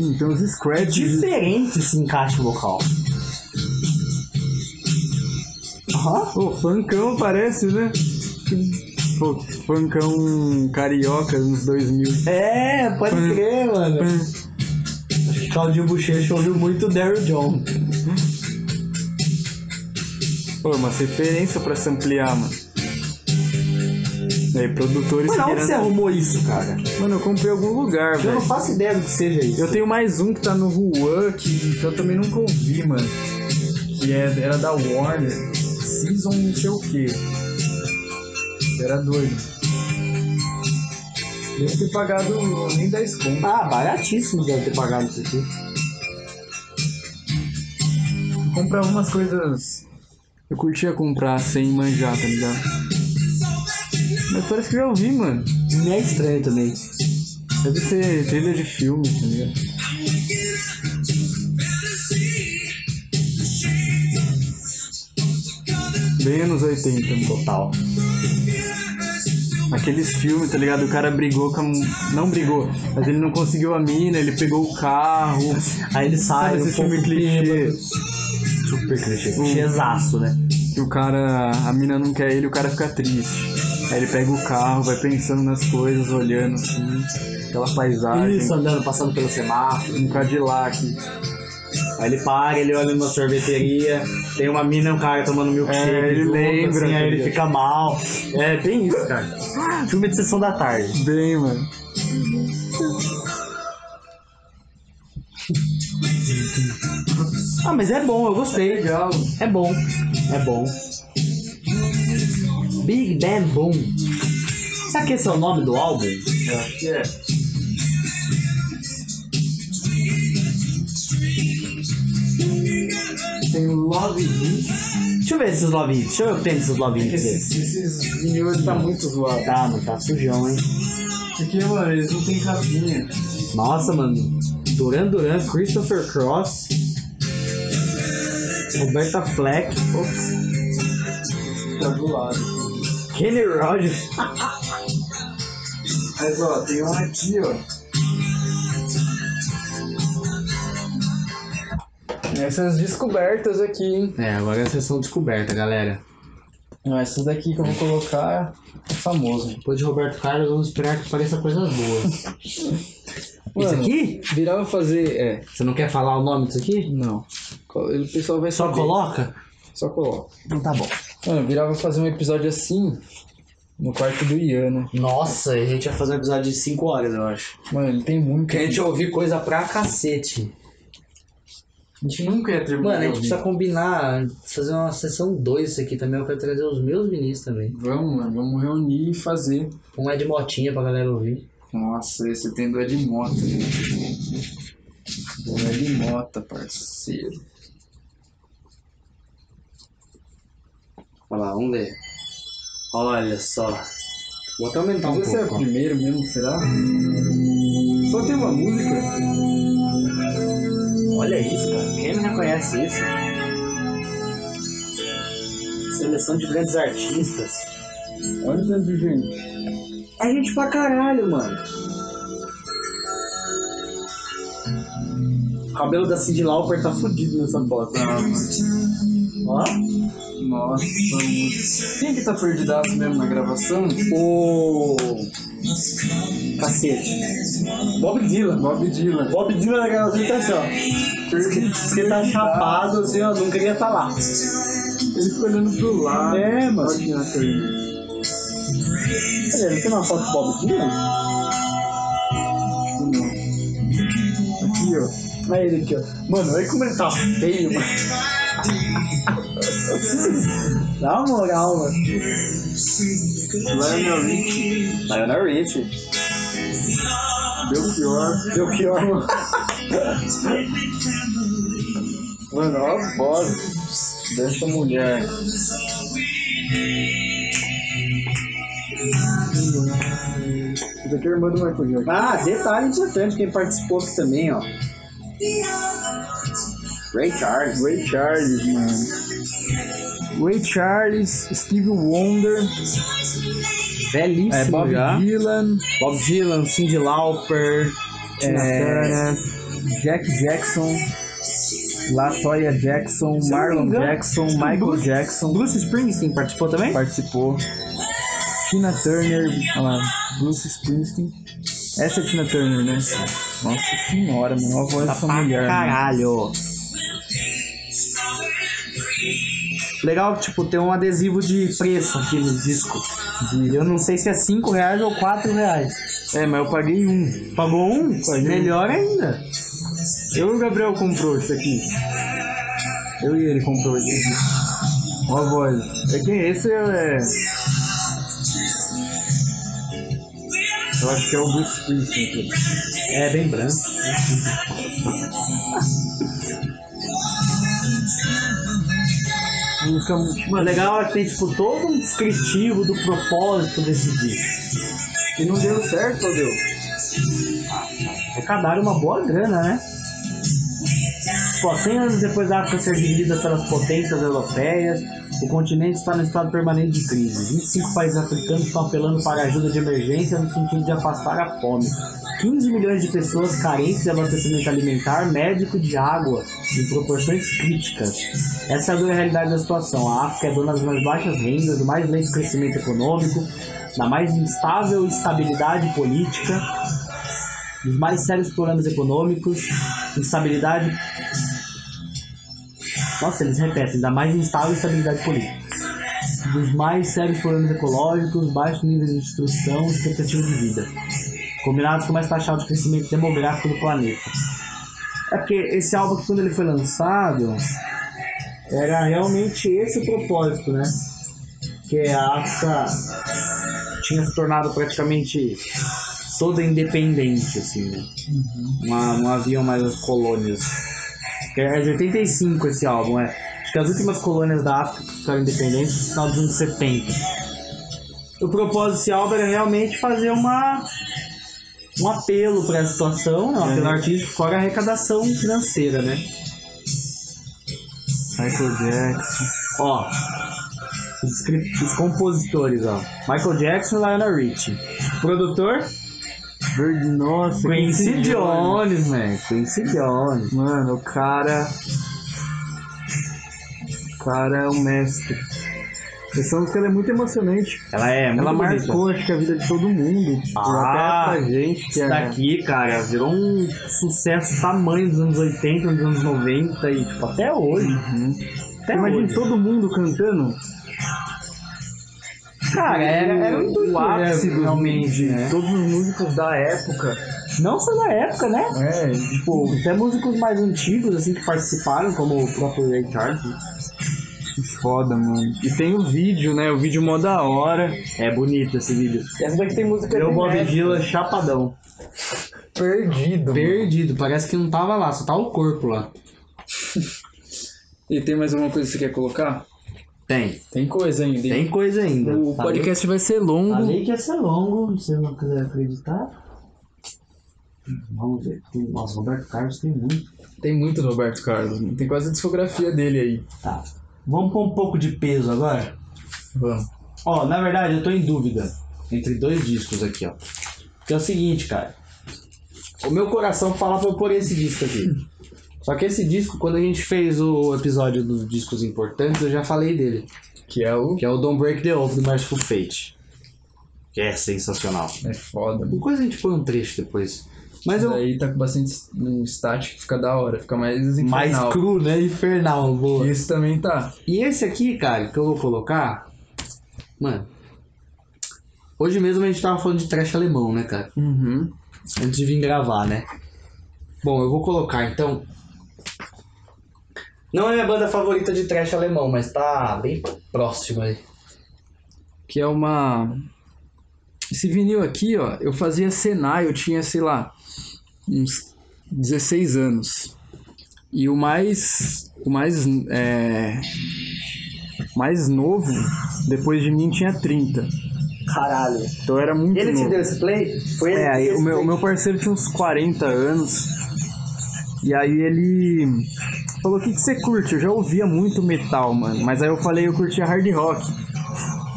Hum, tem uns scratch. né? Diferente esse encaixe vocal. Aham. Pô, funkão parece, né? Pô, funkão carioca nos 2000. É, pode Hum. crer, mano. Claudinho Bochecha ouviu muito Daryl John. Pô, uma referência pra se ampliar, mano. E aí, produtores Mano, onde querendo- você arrumou isso, cara? Mano, eu comprei em algum lugar, Eu velho. não faço ideia do que seja isso. Eu tenho mais um que tá no Juan, que, que eu também nunca ouvi, mano. Que é, era da Warner. Season não sei o que. Era doido. Deve ter pagado nem 10 conto. Ah, baratíssimo deve ter pagado isso aqui. Eu comprava umas coisas. Eu curtia comprar sem manjar, tá ligado? Mas parece que eu já ouvi, mano. Me é estranho também. Deve ser trilha de filme, tá ligado? Bem anos 80, total. Aqueles filmes, tá ligado? O cara brigou com a... mu- Não brigou, mas ele não conseguiu a mina, ele pegou o carro. Aí ele sai, Sabe esse um pouco filme clichê? bêbado. Super clichê. Hum. Chezaço, né? Que o cara... A mina não quer ele, o cara fica triste. Aí ele pega o carro, vai pensando nas coisas, olhando assim. Aquela paisagem. Isso, andando, passando pelo semáforo. Um Cadillac. Aí ele para, ele olha numa sorveteria, tem uma mina e um cara tomando milkshake. É, ele junto, lembra, assim, tá aí ele ligado? fica mal. É, bem isso, cara. Filme de sessão da tarde. Bem, mano. Ah, mas é bom, eu gostei. Legal. É bom. É bom. Big Bang Boom. Será que esse é o nome do álbum? Eu acho que é. Tem o Love Hits. Deixa eu ver esses love hits. Deixa eu ver o que tem desses love hits. aí. Esses, esses vinil ele tá muito zoado. Tá, mano, tá sujão, hein? Porque, mano, eles não tem capinha. Nossa, mano. Duran Duran, Christopher Cross. Roberta Fleck. Ops. Tá do lado. Kenny Rogers. Mas, ó, tem um aqui, ó. Essas descobertas aqui, hein? É, agora é a sessão descoberta, galera. Não, essas daqui que eu vou colocar é famoso. Depois de Roberto Carlos, vamos esperar que pareça coisas boas. Isso Mano. aqui? Virava fazer. É, Você não quer falar o nome disso aqui? não. O pessoal vai Só saber. coloca? Só coloca. Então tá bom. Mano, virava fazer um episódio assim no quarto do Ian, né? Nossa, a gente vai fazer um episódio de 5 horas, eu acho. Mano, ele tem muito. Que a gente vai ouvir coisa pra cacete. A gente nunca ia terminar. Mano, de a gente ouvir. precisa combinar, fazer uma sessão 2 isso aqui também. Eu quero trazer os meus vinis também. Vamos, mano, vamos reunir e fazer. Um é de motinha pra galera ouvir. Nossa, esse tem do Ed Mota. Do Ed Mota, parceiro. Olha lá, vamos ver. Olha só. Vou até aumentar um Esse é o pouco. ó. primeiro mesmo, será? Só tem uma música? Olha isso, cara. Quem não reconhece isso? Seleção de grandes artistas. Olha o tanto de gente. A gente pra caralho, mano. O cabelo da Cindy Lauper tá fudido nessa foto. Ó. Nossa, mano. Quem que tá perdidaço mesmo na gravação? O. Cacete. Bob Dylan. Bob Dylan. Bob Dylan na gravação tá assim, ó. Você tá chapado assim, ó. Não queria estar lá. Ele ficou olhando pro lado. É, mano. Olha quem é aquele. Olha, não tem uma foto do Bob Dylan? Aqui, ó. Olha ele aqui, ó. Mano, olha como ele tá feio, mano. Dá uma moral, mano. Lionel Rich. Lionel Richie. Deu pior. Deu que ó. Mano, olha a voz dessa mulher. Isso aqui é a irmã do Michael Jackson. Ah, detalhe importante, quem participou aqui também, ó. Ray Charles. Ray Charles, mano. Ray Charles, Steve Wonder, Belíssimo é, Bob Dylan, Bob Dylan, Cyndi Lauper. Tina Turner, É, Jack Jackson, Latoya Jackson, Se eu não me Marlon engano, Jackson, Michael Bruce- Jackson Bruce Springsteen participou também? participou. Tina Turner, olha lá, Bruce Springsteen. Essa é a Tina Turner, né? Nossa senhora, mano, olha a voz dessa né? mulher. né? mano. Tá Caralho. Legal, tipo, ter um adesivo de preço aqui no disco. De- Eu não sei se é 5 reais ou 4 reais. É, mas eu paguei um. Pagou um? Melhor ainda. Eu e o Gabriel comprou isso aqui. Eu e ele comprou esse disco. Ó a voz. É quem esse é. Eu acho que é o Bruce Springsteen. aqui. É bem branco. Uma Música muito- Mano, legal é que tem tipo todo um descritivo do propósito desse disco. E não deu certo, ou deu? Arrecadaram uma boa grana, né? Pô, 100 anos depois da África ser dividida pelas potências europeias, o continente está no estado permanente de crise. 25 países africanos estão apelando para ajuda de emergência no sentido de afastar a fome. 15 milhões de pessoas carentes de abastecimento alimentar, médico e de água em proporções críticas. Essa é a dura realidade da situação. A África é dona das mais baixas rendas, do mais lento crescimento econômico, da mais instável estabilidade política, dos mais sérios problemas econômicos, instabilidade. Nossa, eles repetem, da mais instável estabilidade política. Dos mais sérios problemas ecológicos, baixos níveis de instrução e expectativa de vida. Combinados com o mais taxado de crescimento demográfico do planeta. É porque esse álbum, quando ele foi lançado, era realmente esse o propósito, né? Que é a África tinha se tornado praticamente toda independente, assim, né? Uma- não haviam mais as colônias. É de 85 esse álbum, é. Acho que as últimas colônias da África que ficaram independentes no final dos anos 70. O propósito desse álbum era realmente fazer uma um apelo para a situação, né? um apelo artístico, fora a arrecadação financeira, né? Michael Jackson. Ó, os, cri- os compositores, ó. Michael Jackson e Lionel Richie. Produtor? Verde, nossa. Quincy quem se olha? Jones, man. Quincy Jones. Mano, o cara. O cara é um mestre. Essa música ela é muito emocionante. Ela é muito ela bonita. marcou, acho que, a vida de todo mundo. Tipo, Ah, até pra gente que Isso é. daqui, cara, virou um sucesso tamanho dos anos 80, dos anos 90 e, tipo, até hoje. Até Uhum. Imagina hoje. todo mundo cantando. Cara, era, era um dos o ápice né, dos- realmente, de né? todos os músicos da época. Não só na época, né? É, Tipo, até músicos mais antigos, assim, que participaram, como o próprio Ray Charles. Que foda, mano. E tem o vídeo, né? O vídeo mó da hora. É bonito esse vídeo. essa daqui tem música Eu, de Bob Mac, Dylan, chapadão. perdido. mano. Perdido, parece que não tava lá, só tava o corpo lá. E tem mais alguma coisa que você quer colocar? Tem, Tem coisa ainda. hein? tem coisa ainda. O Falei- podcast vai ser longo. Falei que ia ser longo, se você não quiser acreditar. Vamos ver. Tem, nossa, Roberto Carlos tem muito. Tem muito do Roberto Carlos. mano. Tem quase a discografia dele aí. Tá. Vamos pôr um pouco de peso agora? Vamos. Ó, na verdade, eu tô em dúvida entre dois discos aqui, ó. Que é o seguinte, cara. O meu coração fala pra eu pôr esse disco aqui. Só que esse disco, quando a gente fez o episódio dos discos importantes, eu já falei dele. Que é o. Que é o Don't Break the Oath, do Merciful Fate. Que é sensacional. É foda. mano. Depois a gente põe um trecho depois. Mas Mas eu... aí tá com bastante um estático, fica da hora, fica mais Mais infernal. cru, né? Infernal, boa. Isso também tá. E esse aqui, cara, que eu vou colocar... Mano... Hoje mesmo a gente tava falando de trash alemão, né, cara? Uhum. antes de vir gravar, né? Bom, eu vou colocar então. Não é minha banda favorita de trash alemão, mas tá bem próximo aí. que é uma. Esse vinil aqui, ó, eu fazia Senai, eu tinha, sei lá, uns 16 anos. E o mais. O mais. É, mais novo, depois de mim, tinha 30. Caralho. Então eu era muito Ele te novo. deu esse play? Foi ele É, que aí deu o esse meu, play? o meu parceiro tinha uns 40 anos. E aí ele falou: O que, que você curte? Eu já ouvia muito metal, mano. Mas aí eu falei: Eu curtia hard rock.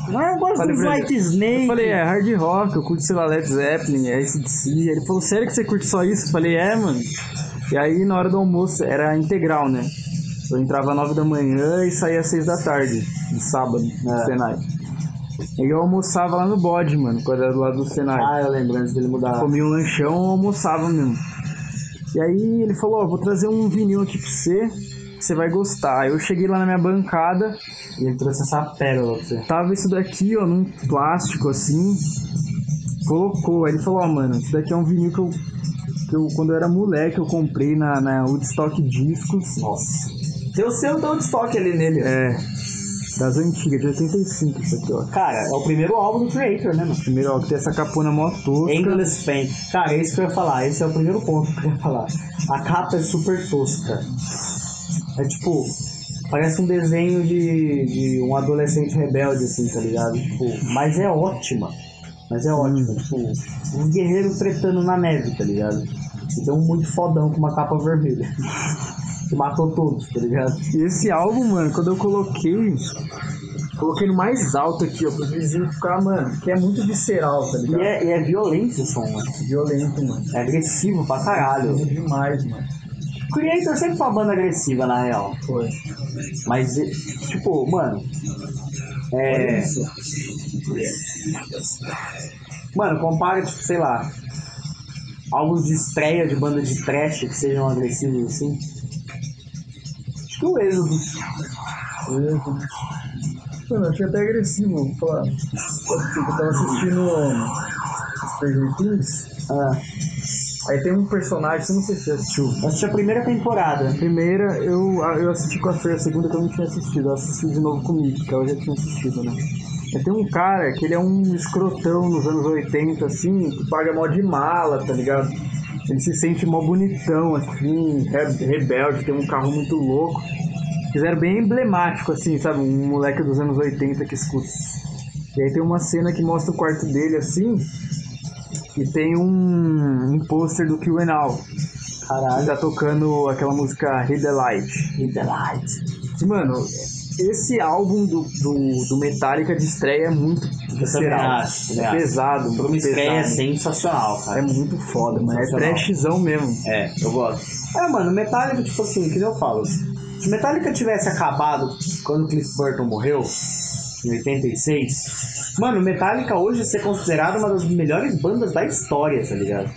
Mas eu gosto Falei dos pra ele. White Snake. Eu falei: É hard rock, eu curto, sei lá, Led Zeppelin, ACDC. Aí ele falou: Sério que você curte só isso? Eu falei: É, mano. E aí na hora do almoço era integral, né? Eu entrava às 9 da manhã e saía às 6 da tarde, no sábado, no Senai. E eu almoçava lá no bode, mano, quando era do lado do Senai. Ah, eu lembro antes dele mudar. Comia um lanchão almoçava mesmo. E aí ele falou, ó, vou trazer um vinil aqui pra você, que você vai gostar. Aí eu cheguei lá na minha bancada, E ele trouxe essa pérola pra você. tava isso daqui, ó, num plástico assim, colocou. Aí ele falou, ó, mano, isso daqui é um vinil que eu, que eu quando eu era moleque, eu comprei na, na Woodstock Discos. Nossa. Tem o seu down estoque ali nele. É, das antigas, de 85 isso aqui, ó. Cara, é o primeiro álbum do Creator, né, mano? Primeiro, ó, que tem essa capona mó tosca. Endless Pain. Cara, é isso que eu ia falar. Esse é o primeiro ponto que eu ia falar. A capa é super tosca. É tipo, parece um desenho de, de um adolescente rebelde, assim, tá ligado? Tipo, mas é ótima. Mas é ótima. Tipo, um guerreiro tretando na neve, tá ligado? Então, muito fodão com uma capa vermelha. *laughs* que matou todos, tá ligado? E esse álbum, mano, quando eu coloquei, coloquei no mais alto aqui, ó, pro vizinho ficar, mano, que é muito visceral, tá E ligado? é, e é violento o som, mano. Violento, mano. É agressivo pra caralho. É demais, mano. Creator sempre foi uma banda agressiva, na real. Foi. Mas, e- tipo, mano. É. Mano, compara, tipo, sei lá. Álbuns de estreia de banda de trash que sejam agressivos assim. Acho que o Êxodo. Mano, eu achei até agressivo, vou falar. Eu tava assistindo Stranger Things, Ah, aí tem um personagem, eu não sei se você assistiu. eu assisti a primeira temporada. Primeira, eu, a- eu assisti com a Fer, a segunda que eu não tinha assistido. Eu assisti de novo comigo, que eu já tinha assistido, né? Aí tem um cara que ele é um escrotão nos anos 80, assim, que paga mó de mala, tá ligado? Ele se sente mó bonitão, assim, re- rebelde, tem um carro muito louco. Fizeram bem emblemático, assim, sabe? Um moleque dos anos 80 que escuta. E aí tem uma cena que mostra o quarto dele, assim, e tem um, um pôster do Kill and All. Aí Caralho. tá tocando aquela música Hit the Light. In the Light. Que, mano, esse álbum do, do, do Metallica de estreia é muito visceral. acho, também É acho. pesado, Pra né? uma muito estreia é pesado. sensacional, É cara. muito foda, mano. É Sensacional. trashzão mesmo. É, eu gosto. É, mano, Metallica, tipo assim, que nem eu falo. Se Metallica tivesse acabado quando Cliff Burton morreu, em 86, mano, Metallica hoje ia ser considerado uma das melhores bandas da história, tá ligado?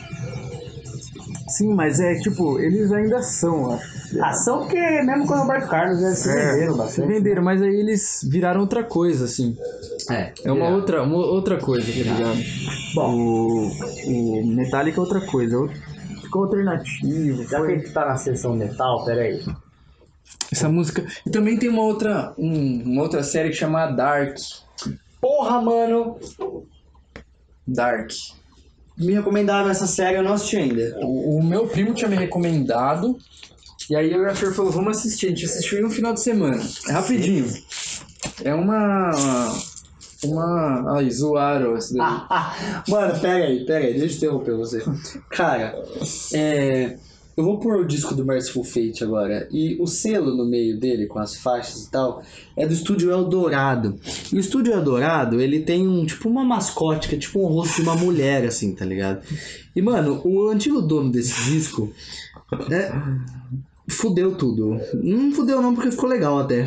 Sim, mas é tipo, eles ainda são, eu acho. Ação Ah, que é mesmo com o Roberto Carlos né? eles se É. venderam Se né? bastante. venderam, mas aí eles viraram outra coisa, assim. É. É uma outra, uma outra coisa, tá ligado? Bom, o, o Metallica é outra coisa. outro- Ficou alternativo. Já que a gente tá na sessão metal, peraí. Essa música. E também tem uma outra, um- uma outra série que chama Dark. Porra, mano! Dark. Me recomendaram essa série, eu não assisti ainda. O, o meu primo tinha me recomendado. E aí eu e a Fer falou, vamos assistir. A gente assistiu um no final de semana. É Rapidinho. É uma. Uma. Ai, zoaram essa daí. Ah, ah. Mano, pera aí, pera aí, deixa eu interromper você. Cara, é, eu vou pôr o disco do Merciful Fate agora. E o selo no meio dele, com as faixas e tal, é do estúdio Eldorado. E o estúdio Eldorado, ele tem um tipo uma mascote, que é tipo um rosto de uma mulher, assim, tá ligado? E, mano, o antigo dono desse disco. É, fudeu tudo. Não fudeu não, porque ficou legal até.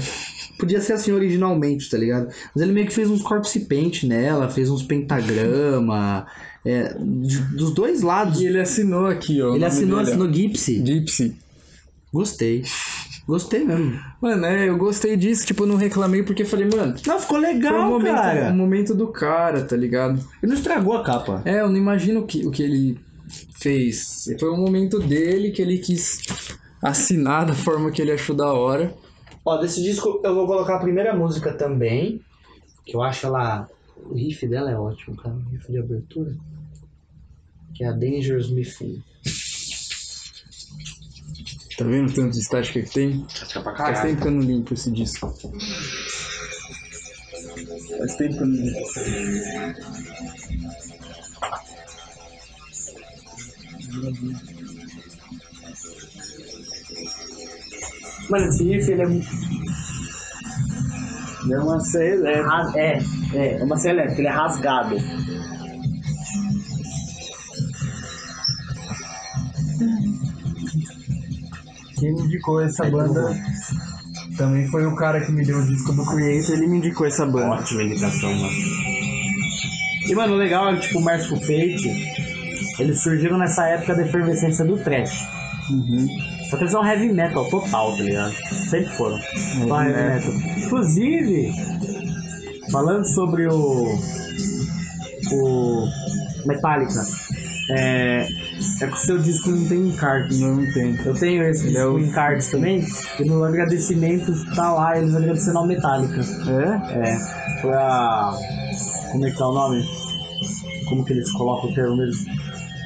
Podia ser assim originalmente, tá ligado? Mas ele meio que fez uns corpse paint nela, fez uns pentagrama, é, de- dos dois lados. E ele assinou aqui, ó. o Ele nome assinou, dele, ó. assinou Gipsy. Gypsy. Gostei. Gostei mesmo. Mano, é, eu gostei disso, tipo, eu não reclamei porque eu falei, mano, Não, ficou foi um legal, momento, um cara. momento do cara, tá ligado? Ele não estragou a capa. É, eu não imagino o que, o que ele fez. Foi um momento dele que ele quis assinar da forma que ele achou da hora. *laughs* Ó, desse disco eu vou colocar a primeira música também, que eu acho ela... O riff dela é ótimo, cara. O riff de abertura. Que é a Dangerous Me Thing. Tá vendo o tanto de estática que tem? Faz tempo que eu não limpo esse disco. Faz tempo que eu não limpo. Mano, esse riff, ele é muito. Ele É uma série elétrica. Ras- É, é, é uma série elétrica, ele é rasgado. Quem me indicou É essa banda também foi o cara que me deu o disco do Creator, ele me indicou essa banda. Ótima indicação, mano. E, mano, o legal é que, tipo, o Merciful Fate, eles surgiram nessa época da efervescência do trash. Uhum. Só que eles são heavy metal total, tá ligado? Sempre foram. Só heavy né? Inclusive, falando sobre o. O. Metallica. É. É que o seu disco não tem encarte. Não, não tem. é Eu tenho esse disco com encartes também. E no agradecimento tá lá eles agradecendo ao Metallica. É? É. Foi a. Como é que é o nome? Como que eles colocam o termo mesmo?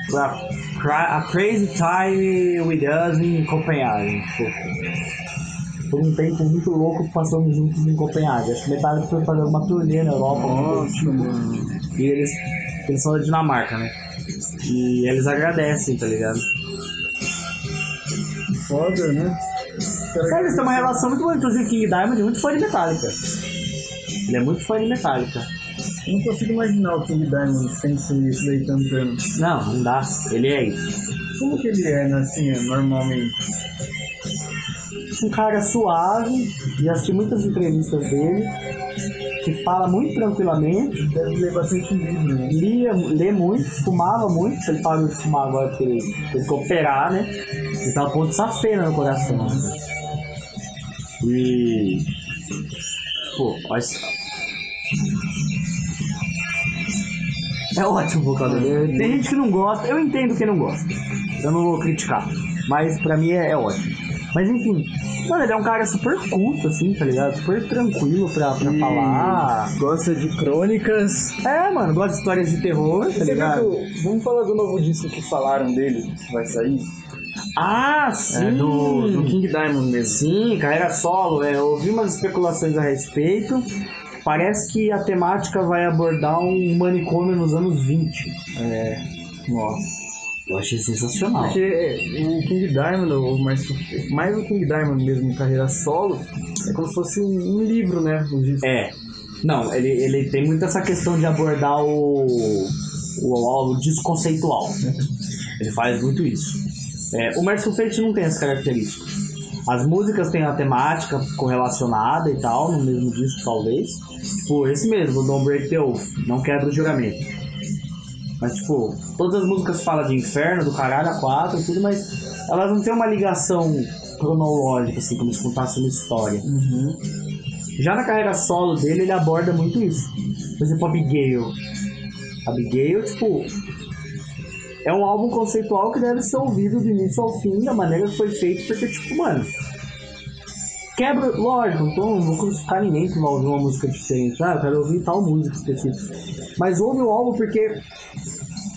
Foi a, Cra- a Crazy Time with Us em Copenhague. Tipo, por um tempo muito louco passamos juntos em Copenhague. Acho que metade foi fazer uma turnê na Europa. alguma coisa assim. E eles, eles são da Dinamarca, né? E eles agradecem, tá ligado? Foda, né? Sério, eles têm uma relação muito boa. Inclusive, King Diamond é muito fã de Metallica. Ele é muito fã de Metallica. Eu não consigo imaginar o King Diamond sem ser isso daí cantando. Não, não dá. Ele é Como que ele é, né, assim, normalmente? um cara suave. Já assisti muitas entrevistas dele. Que fala muito tranquilamente. Deve ler bastante livro, né? lia, lê muito, fumava muito, ele parou de fumar agora porque ele teve que operar, né? Ele tava pondo safena no coração. né? E. Pô, olha isso. É ótimo o vocal dele. Tem gente que não gosta, eu entendo quem não gosta. Eu não vou criticar. Mas pra mim é, é ótimo. Mas enfim, mano, ele é um cara super culto, assim, tá ligado? Super tranquilo pra, pra E- falar. Gosta de crônicas. É, mano, gosta de histórias de terror, tá Você viu ligado? que o- Vamos falar do novo disco que falaram dele, que vai sair? Ah, sim! É do, do King Diamond mesmo. Sim, carreira solo. É, eu ouvi umas especulações a respeito. Parece que a temática vai abordar um manicômio nos anos 20. Nossa. É, Eu achei sensacional. Porque o King Diamond, ou mais, mais o King Diamond mesmo, em carreira solo, é como se fosse um um livro, né? O disco. É. Não, ele, ele tem muito essa questão de abordar o, o, o desconceitual. Ele faz muito isso. É, o Merciful Fate não tem essa característica. As músicas têm a temática correlacionada e tal, no mesmo disco, talvez. Tipo, esse mesmo, Don't Break the Oath, Não Quebra o Juramento. Mas, tipo, todas as músicas falam de inferno, do caralho, a quatro, e tudo, mas elas não têm uma ligação cronológica, assim, como se contasse uma história. Já na carreira solo dele, ele aborda muito isso. Por exemplo, Abigail. Abigail, tipo, é um álbum conceitual que deve ser ouvido do início ao fim, da maneira que foi feito, porque, tipo, mano. Quebra, lógico, então não vou crucificar ninguém que vai ouvir uma música diferente. Ah, eu quero ouvir tal música específica. Mas ouve o álbum porque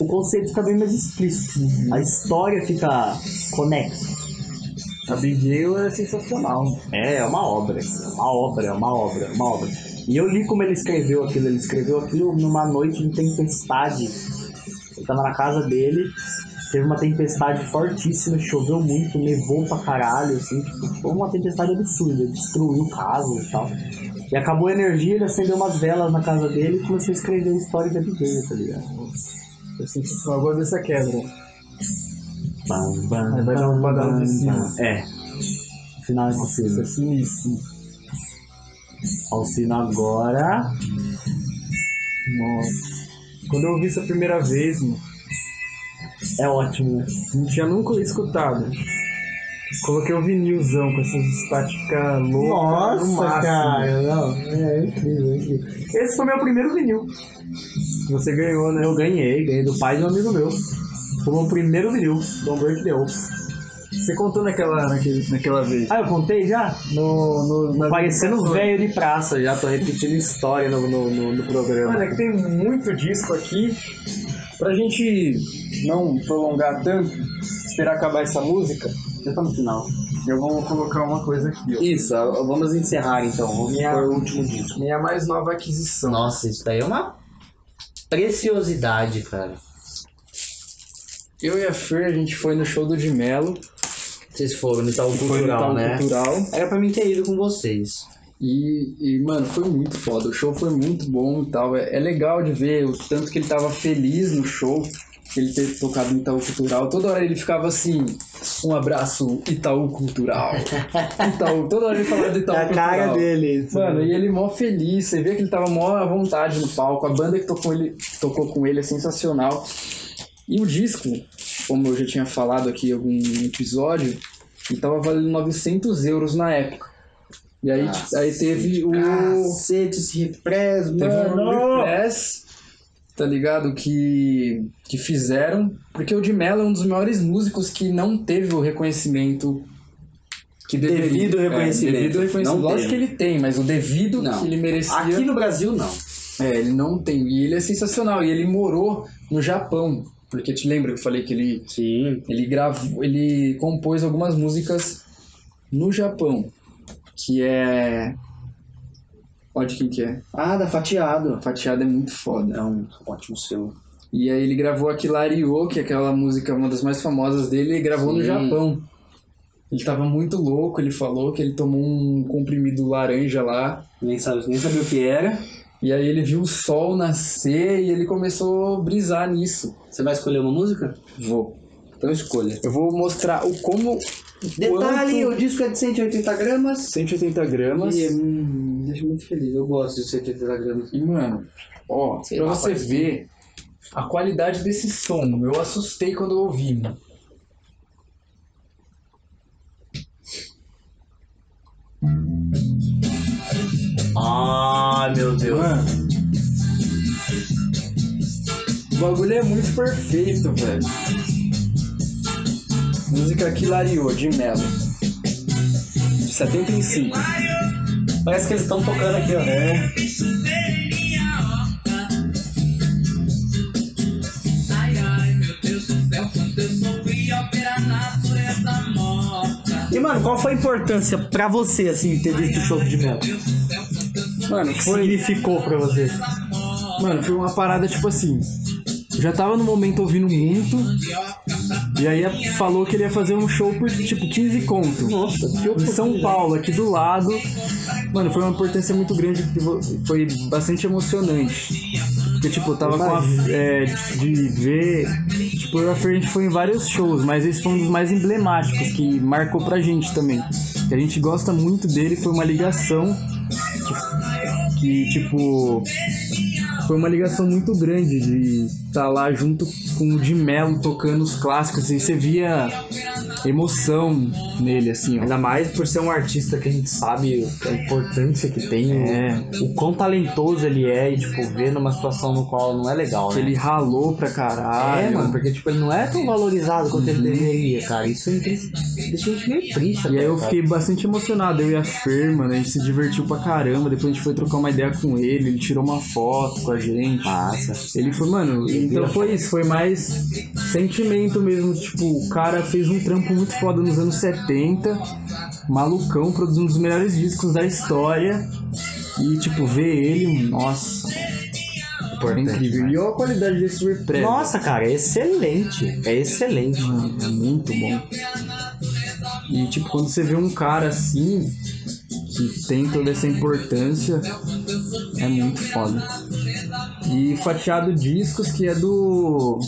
o conceito fica bem mais explícito. A história fica conexa. Abigail é sensacional. É, é uma obra. É uma obra, é uma obra, é uma obra. E eu li como ele escreveu aquilo. Ele escreveu aquilo numa noite de tempestade. Eu tava na casa dele, teve uma tempestade fortíssima, choveu muito, nevou pra caralho, assim, tipo, foi uma tempestade absurda, destruiu casa e tal. E acabou a energia, ele acendeu umas velas na casa dele e começou a escrever a história da Abigail, tá ligado? Eu sinto É. só agora dessa quebra. Bam, bam, Aí vai dar uma badalada de cima. É. Final impossível. Isso é sinistro. Ao sino agora. Nossa. Quando eu ouvi isso a primeira vez, mano, É ótimo, né? não tinha nunca escutado. Coloquei um vinilzão com essas estáticas loucas. no Nossa, máximo. cara, não. É incrível, é incrível. Esse foi meu primeiro vinil. Você ganhou, né? Eu ganhei, ganhei do pai de um amigo meu. Foi o meu primeiro vinil, Don't Break the Oath. Você contou naquela, naquele, naquela vez. Ah, eu contei já? No, no, na- Parecendo um velho de praça, já tô repetindo história no, no, no- no Mano, programa. é que tem muito disco aqui. Pra gente não prolongar tanto, esperar acabar essa música, Já tá no final. eu vou colocar uma coisa aqui, ó. Isso, ó, vamos encerrar então. Vamos Minha- pôr o último disco. Minha mais nova aquisição. Nossa, isso daí é uma preciosidade, cara. Eu e a Fer, a gente foi no show do de Melo, Vocês foram no tal foi no cultural, tal né? cultural. Era pra mim ter ido com vocês. E, e, mano, foi muito foda. O show foi muito bom e tal. É, é legal de ver o tanto que ele tava feliz no show, ele ter tocado no Itaú Cultural. Toda hora ele ficava assim: um abraço, Itaú *laughs* Cultural. Itaú, toda hora ele falava do Itaú É a Cultural. cara dele. Mano, e ele mó feliz, você vê que ele tava mó à vontade no palco, a banda que tocou, ele, que tocou com ele é sensacional. E o disco, como eu já tinha falado aqui em algum episódio, ele tava valendo 900 euros na época. E aí, Cacete, aí teve o. Cacete, esse repress, Teve um mano! repress, tá ligado? Que, que fizeram. Porque o de Mello é um dos maiores músicos que não teve o reconhecimento. Que deveria. Devido É, reconhecimento. devido reconhecimento. Não teve. Lógico que ele tem, mas o devido Não. que ele merecia. Aqui no Brasil, não. É, ele não tem. E ele é sensacional. E ele morou no Japão. Porque te lembra que eu falei que ele, Sim. ele gravou. Ele compôs algumas músicas no Japão. Que é. Pode quem que é. Ah, da fatiado. Fatiada é muito foda. É um ótimo selo. E aí ele gravou aquela Ario, que é aquela música, uma das mais famosas dele, ele gravou no Sim. Japão. Ele tava muito louco, ele falou que ele tomou um comprimido laranja lá. Nem, sabe, nem sabia o que era. E aí ele viu o sol nascer e ele começou a brisar nisso. Você vai escolher uma música? Vou. Então escolha. Eu vou mostrar o como. Detalhe, quanto- o disco é de 180 gramas. 180 gramas. E E, hum, me deixa muito feliz. Eu gosto de 180 gramas. mano, ó, Sei pra lá, você ver a qualidade desse som. Eu assustei quando eu ouvi, mano. Ah, meu Deus. Mano. O bagulho é muito perfeito, velho. Música Kilario, de Melo. De 75. Parece que eles estão tocando aqui, ó. É. Ai, ai, meu Deus do céu, quando eu sofri ao ver a natureza morta. E, mano, qual foi a importância pra você, assim, ter visto o show de Melo? O Mano, que foi. significou pra você? Mano, foi uma parada tipo assim. Já tava no momento ouvindo muito. E aí falou que ele ia fazer um show por tipo 15 conto. Nossa, em São Paulo, aqui do lado. Mano, foi uma importância muito grande, porque vo- foi bastante emocionante. Porque, tipo, eu tava com a. É, de ver. Tipo, eu e a Fer, a gente foi em vários shows, mas esse foi um dos mais emblemáticos, que marcou pra gente também. Que a gente gosta muito tá dele, foi uma ligação. Que, que, tipo, foi uma ligação muito grande de estar lá junto com o de Melo tocando os clássicos e você via emoção nele, assim, ó. Ainda mais por ser um artista que a gente sabe a importância que tem, um, o- o quão talentoso ele é e, tipo, ver numa situação no qual não é legal, né? Ele ralou pra caralho. É, mano, porque, tipo, ele não é tão valorizado quanto ele deveria, cara. Isso me triste- deixa a gente meio triste. E até, aí eu cara. fiquei bastante emocionado, eu e a Fer, mano, a gente se divertiu pra caramba, depois a gente foi trocar uma ideia com ele, ele tirou uma foto com a gente. Massa. Ele foi, mano, então foi isso, foi mais sentimento mesmo, tipo, o cara fez um trampo muito foda nos anos 70, malucão, produziu um dos melhores discos da história. E tipo, ver ele, nossa, é incrível. E olha a qualidade desse repress. Nossa, cara, é excelente. É excelente. Mano, é muito bom. E tipo, quando você vê um cara assim, que tem toda essa importância, é muito foda. E fatiado discos que é do.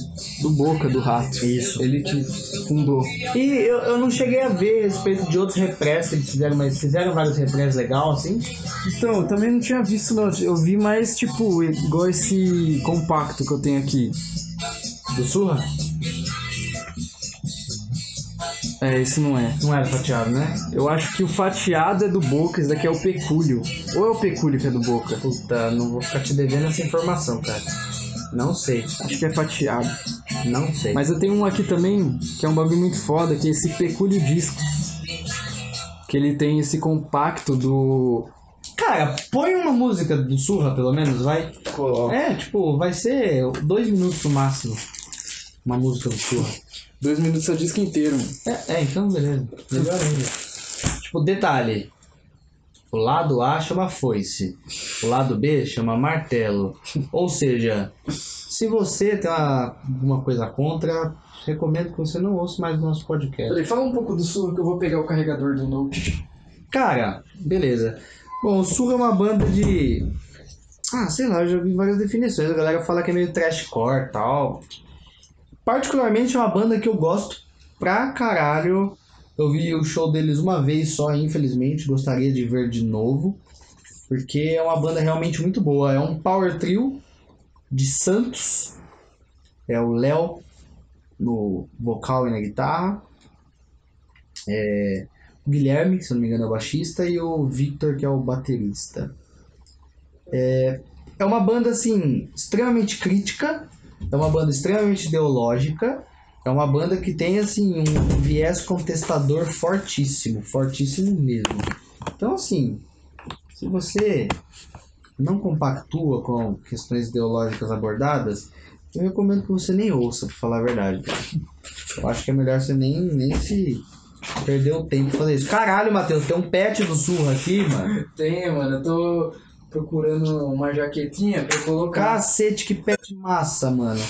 do Boca, do Rato. Isso. Ele que fundou. E eu, eu não cheguei a ver a respeito de outros repressos, eles fizeram, mas fizeram vários repressos legais, assim. Então, eu também não tinha visto, não. Eu vi mais, tipo, igual esse compacto que eu tenho aqui. Do Surra? É, esse não é. Não era fatiado, né? Eu acho que o fatiado é do Boca, esse daqui é o Pecúlio. Ou é o Pecúlio que é do Boca? Puta, Tá, não vou ficar te devendo essa informação, cara. Não sei, Acho que é fatiado. não sei. Mas eu tenho um aqui também, que é um bagulho muito foda, que é esse Pecúlio Disco. Que ele tem esse compacto do. cara, põe uma música do Surra, pelo menos, vai. É, tipo, vai ser dois minutos no máximo. Uma música do Surra. Dois minutos é o disco inteiro, mano. É, é, então beleza. Melhor ainda. tipo, detalhe. O lado A chama foice. O lado B chama martelo. Ou seja, se você tem uma- alguma coisa contra, recomendo que você não ouça mais o nosso podcast. Peraí, fala um pouco do surro que eu vou pegar o carregador do Note. Cara, beleza. Bom, o Surra é uma banda de. Ah, sei lá, eu já vi várias definições. A galera fala que é meio trashcore e tal. Particularmente é uma banda que eu gosto pra caralho. Eu vi o show deles uma vez só, infelizmente. Gostaria de ver de novo. Porque é uma banda realmente muito boa. É um power trio de Santos. É o Léo no vocal e na guitarra. O Guilherme, se eu não me engano, é o baixista, e o Victor, que é o baterista. É, é uma banda, assim, extremamente crítica, é uma banda extremamente ideológica, é uma banda que tem, assim, um viés contestador fortíssimo, fortíssimo mesmo. Então, assim, se você não compactua com questões ideológicas abordadas, eu recomendo que você nem ouça, pra falar a verdade. Eu acho que é melhor você nem, nem se Perdeu tempo pra fazer isso. Caralho, Matheus, tem um pet do surra aqui, mano. Tem, mano, eu tô procurando uma jaquetinha pra eu colocar. Cacete, que pet massa, mano.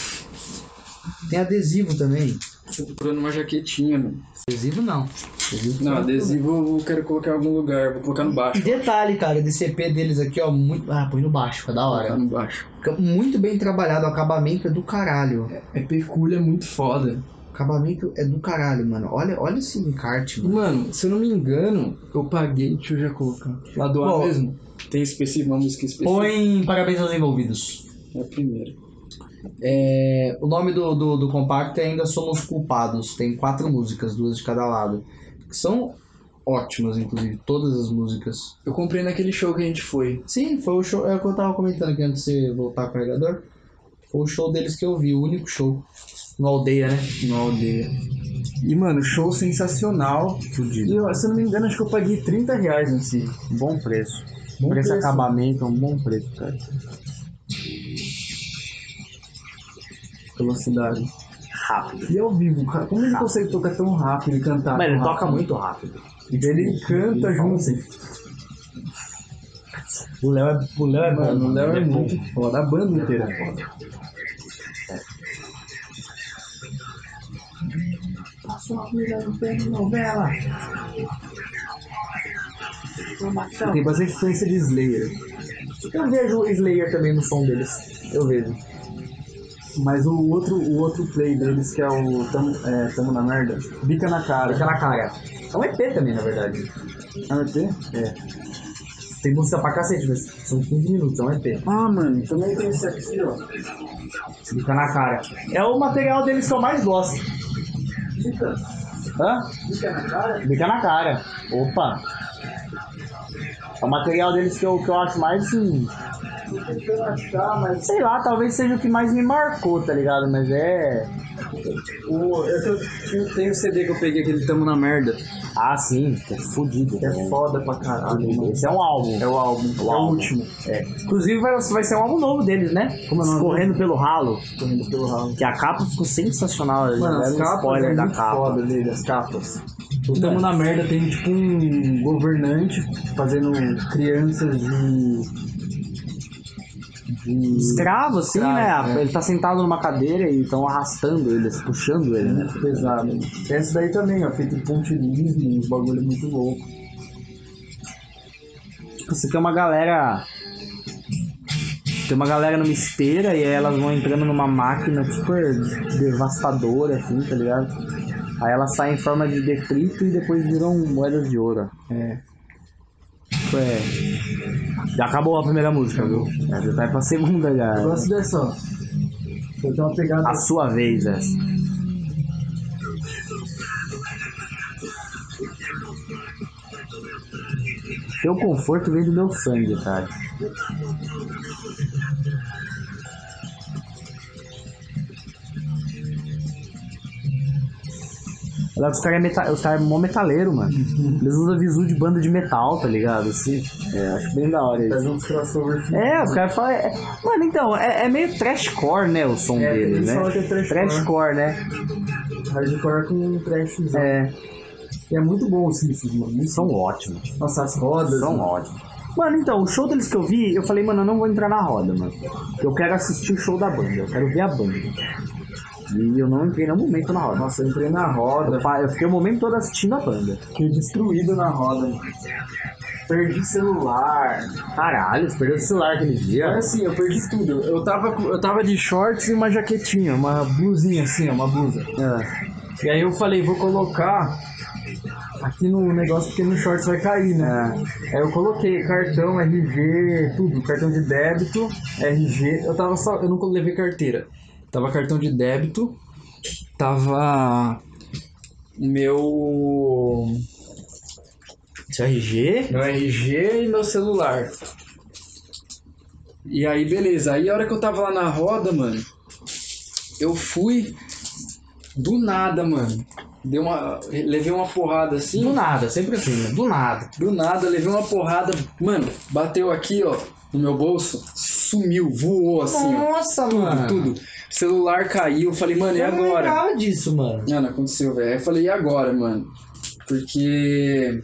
Tem adesivo também. Tô procurando uma jaquetinha, mano. Adesivo não. Não, adesivo eu quero colocar em algum lugar, vou colocar no E baixo. detalhe, cara, desse EP deles aqui, ó, muito. Ah, põe no baixo, fica da Tá hora. no baixo. Fica muito bem trabalhado, o acabamento é do caralho. É pecúlio, é muito foda. O acabamento é do caralho, mano. Olha, olha esse encarte, mano. Mano, se eu não me engano, eu paguei, deixa eu já colocar. Lá do Bom, A mesmo? Tem específico, uma música específica. Põe parabéns aos envolvidos. É a primeira. É, o nome do, do, do compacto é Ainda Somos Culpados. Tem quatro músicas, duas de cada lado. Que são ótimas, inclusive, todas as músicas. Eu comprei naquele show que a gente foi. Sim, foi o show. É o que eu tava comentando aqui antes de você voltar pro carregador. Foi o show deles que eu vi, o único show. No aldeia, né? Na aldeia. E, mano, show sensacional. E, ó, se eu não me engano, acho que eu paguei 30 reais nesse. Bom preço. Bom preço, preço. acabamento é um bom preço, cara. velocidade. Rápido. E é ao vivo, cara, como ele consegue tocar tão rápido e cantar? Mas ele tão toca rápido? muito rápido. Ele Tipo, canta junto. assim. O Léo é, o Léo é Mano, bom. o Léo ele é bom. muito foda. A banda inteira é foda. Tem bastante influência de Slayer. Eu vejo Slayer também no som deles. Eu vejo. Mas o outro, o outro play deles, que é o Tamo, é, tamo na Merda, bica na cara. Ah, Aquela cara. É um EP também, na verdade. É um EP? É. Tem música pra cacete, mas são 15 minutos, não é tempo. Ah, mano, também tem isso aqui, ó. Fica na cara. É o material deles que eu mais gosto. Então. Hã? Bica na cara. Opa. É o material deles que eu, que eu acho mais assim. Sei lá, talvez seja o que mais me marcou, tá ligado? Mas é. O, é eu tenho, eu tenho um CD que eu peguei aquele Tamo na Merda. Ah, sim, é fudido. É foda pra caralho, mano. Esse é um álbum. É o álbum, é o álbum. último. Inclusive vai, vai ser um álbum novo deles, né? Como é o nome? Correndo pelo ralo. Correndo pelo ralo. Que a capa ficou sensacional. eles Mano, as deram um capas spoiler é da muito capa. foda dele, as capas. Tudo Tamo é. na merda, tem tipo um governante fazendo crianças de. de... Escravo, assim, Escravo, né? né? Ele tá sentado numa cadeira e estão arrastando ele, puxando ele, né? Muito pesado. Tem esse daí também, ó, feito em pontilismo, uns bagulho muito louco. Tipo, você tem uma galera. Tem uma galera numa esteira e aí elas vão entrando numa máquina super devastadora, assim, tá ligado? Aí elas saem em forma de detrito e depois viram um, moedas de ouro. É. Tipo, é. Já acabou a primeira música, viu? É, já tá indo pra segunda já. Eu gosto dessa, ó. Eu tenho uma Ah, pegada. A sua vez, é. essa. Teu conforto vem do meu sangue, cara. Olha, Os caras é meta... os cara é mó metaleiro, mano. Eles usam visu de banda de metal, tá ligado? Assim, é, acho bem da hora isso. Faz uns crossover. É, os caras falam. é- é- mano, então, é, é meio trashcore, né? O som É, dele, eles né? falam que é trashcore. Trashcore, né? Hardcore com trash. É, E é muito bom os riffs, mano. Muito são ótimos. Nossa, as rodas. São mano. ótimos. né? Mano, então, o show deles que eu vi, eu falei, mano, eu não vou entrar na roda, mano. Eu quero assistir o show da banda, eu quero ver a banda. E eu não entrei nenhum momento na roda. Nossa, eu entrei na roda. Eu, fiquei o momento todo assistindo a banda. Fiquei é destruído na roda, mano. Perdi celular. Caralho, você perdeu o celular aquele dia. Mas assim, eu perdi tudo. Eu tava, com- eu tava de shorts e uma jaquetinha, uma blusinha assim, ó, uma blusa. E aí eu falei, vou colocar aqui no negócio porque no shorts vai cair, né? Aí É. eu coloquei cartão, RG, tudo, cartão de débito, RG. Eu tava só, eu não levei carteira. Tava cartão de débito, tava meu Seu RG? meu RG e meu celular. E aí, beleza. Aí, a hora que eu tava lá na roda, mano, eu fui do nada, mano. Deu uma, levei uma porrada assim. Do nada, sempre assim, né? Do nada. Do nada, levei uma porrada. Mano, bateu aqui, ó, no meu bolso, sumiu, voou assim, ó. Nossa, mano. Tudo. Celular caiu. Falei, mano, e é Eu não agora? lembrava disso, mano. Mano, aconteceu, velho. Aí eu falei, e agora, mano? Porque.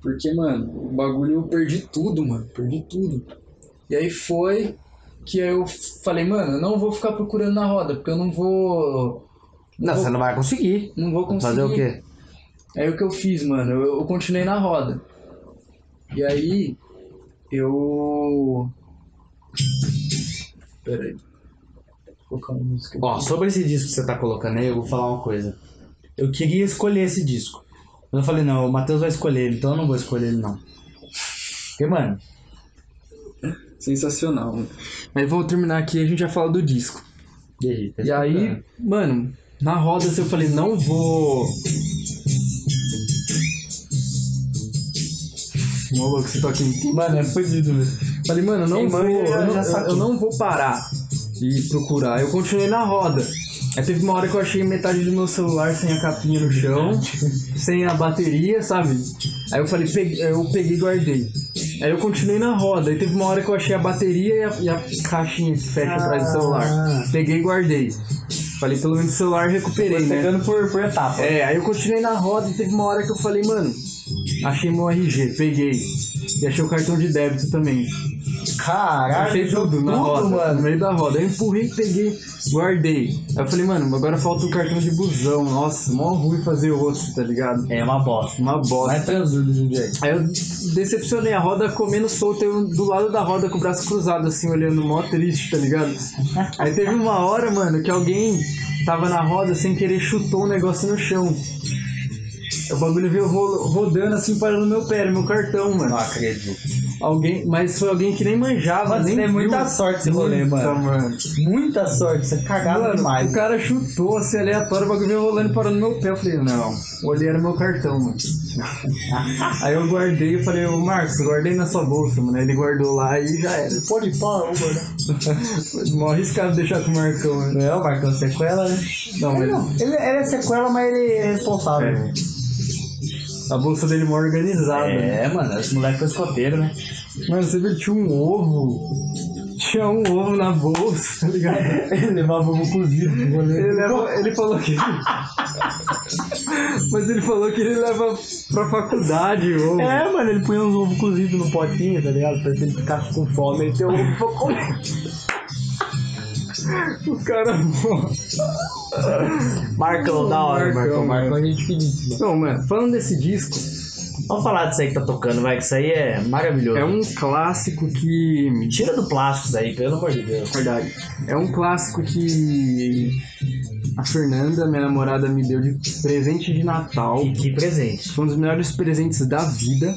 Porque, mano, o bagulho eu perdi tudo, mano. Perdi tudo. E aí foi que aí eu falei, mano, eu não vou ficar procurando na roda, porque eu não vou. Não, você não vai conseguir. Não vou conseguir. Fazer o quê? Aí o que eu fiz, mano? Eu, eu continuei na roda. E aí, eu. Pera aí. Vou colocar uma música. Ó, sobre esse disco que você tá colocando aí, eu vou falar uma coisa. Eu queria escolher esse disco. Mas eu falei, não, o Matheus vai escolher ele, então eu não vou escolher ele, não. Porque, mano, Sensacional. mano. Aí vamos terminar aqui e a gente já fala do disco. e aí? Tá E aí, escutando? mano, na roda assim, eu falei, não vou. Maluco, você toca em. Mano, é fodido mesmo. Falei, mano, eu não Quem vou. manja já Eu não, eu- sabe. eu não vou parar e procurar. Eu continuei na roda. Aí teve uma hora que eu achei metade do meu celular sem a capinha no chão, sem a bateria, sabe? Aí eu falei, peguei, eu peguei e guardei. Aí eu continuei na roda. Aí teve uma hora que eu achei a bateria e a, e a caixinha que fecha atrás do celular. Peguei e guardei. Falei, pelo menos o celular eu recuperei, né? Pegando por, por etapa. É, aí eu continuei na roda e teve uma hora que eu falei, mano, achei meu RG, peguei. E achei o cartão de débito também. Caralho, achei tudo, na roda, no meio da roda. Aí eu empurrei, peguei, guardei. Aí eu falei, mano, agora falta o cartão de busão. Nossa, mó ruim fazer outro, tá ligado? É uma bosta. é Uma bosta. Vai transudo, Jundiaí. Aí eu decepcionei a roda comendo solta, eu do lado da roda com o braço cruzado, assim, olhando mó triste, tá ligado? Aí teve uma hora, mano, que alguém tava na roda sem querer chutou um negócio no chão. O bagulho veio ro- rodando assim, parando no meu pé, no meu cartão, mano. Não acredito. Alguém, mas foi alguém que nem manjava, Mano, você nem tem muita viu. sorte esse rolê, Puta, mano. Muita sorte, é você cagava Mano, demais. o cara chutou assim aleatório, o bagulho veio rolando e parou no meu pé. Eu falei, não, olhei era meu cartão, mano. *laughs* Aí eu guardei e falei, ô Marcos, guardei na sua bolsa, mano. Aí ele guardou lá e já era. Pode pau, mano. *laughs* Mó arriscado deixar com o Marcão, mano. Não é o Marcão sequela, né? Não, Ele, mas não, ele, ele é sequela, mas ele é responsável. É. a bolsa dele é mó organizada. né? É, mano, esse moleque foi escoteiro, né? Mano, você viu que tinha um ovo. Tinha um ovo na bolsa, tá ligado? Ele levava o cozido né? pro goleiro. Ele, leva- ele falou que. Mas ele falou que ele leva pra faculdade, ô. É, mano, ele punha uns ovos cozidos no potinho, tá ligado? Pra se ele ficasse com fome, ele tem ovo pra comer. O cara. Marcão, da hora, Marcão, Marcão. a gente finíssima. Então, mano, falando desse disco, Vamos falar disso aí que tá tocando, vai, que isso aí é maravilhoso. é um clássico que. Tira do plástico isso aí, pelo amor de Deus. Verdade. É um clássico que. A Fernanda, minha namorada, me deu de presente de Natal. E que presente. Foi um dos melhores presentes da vida.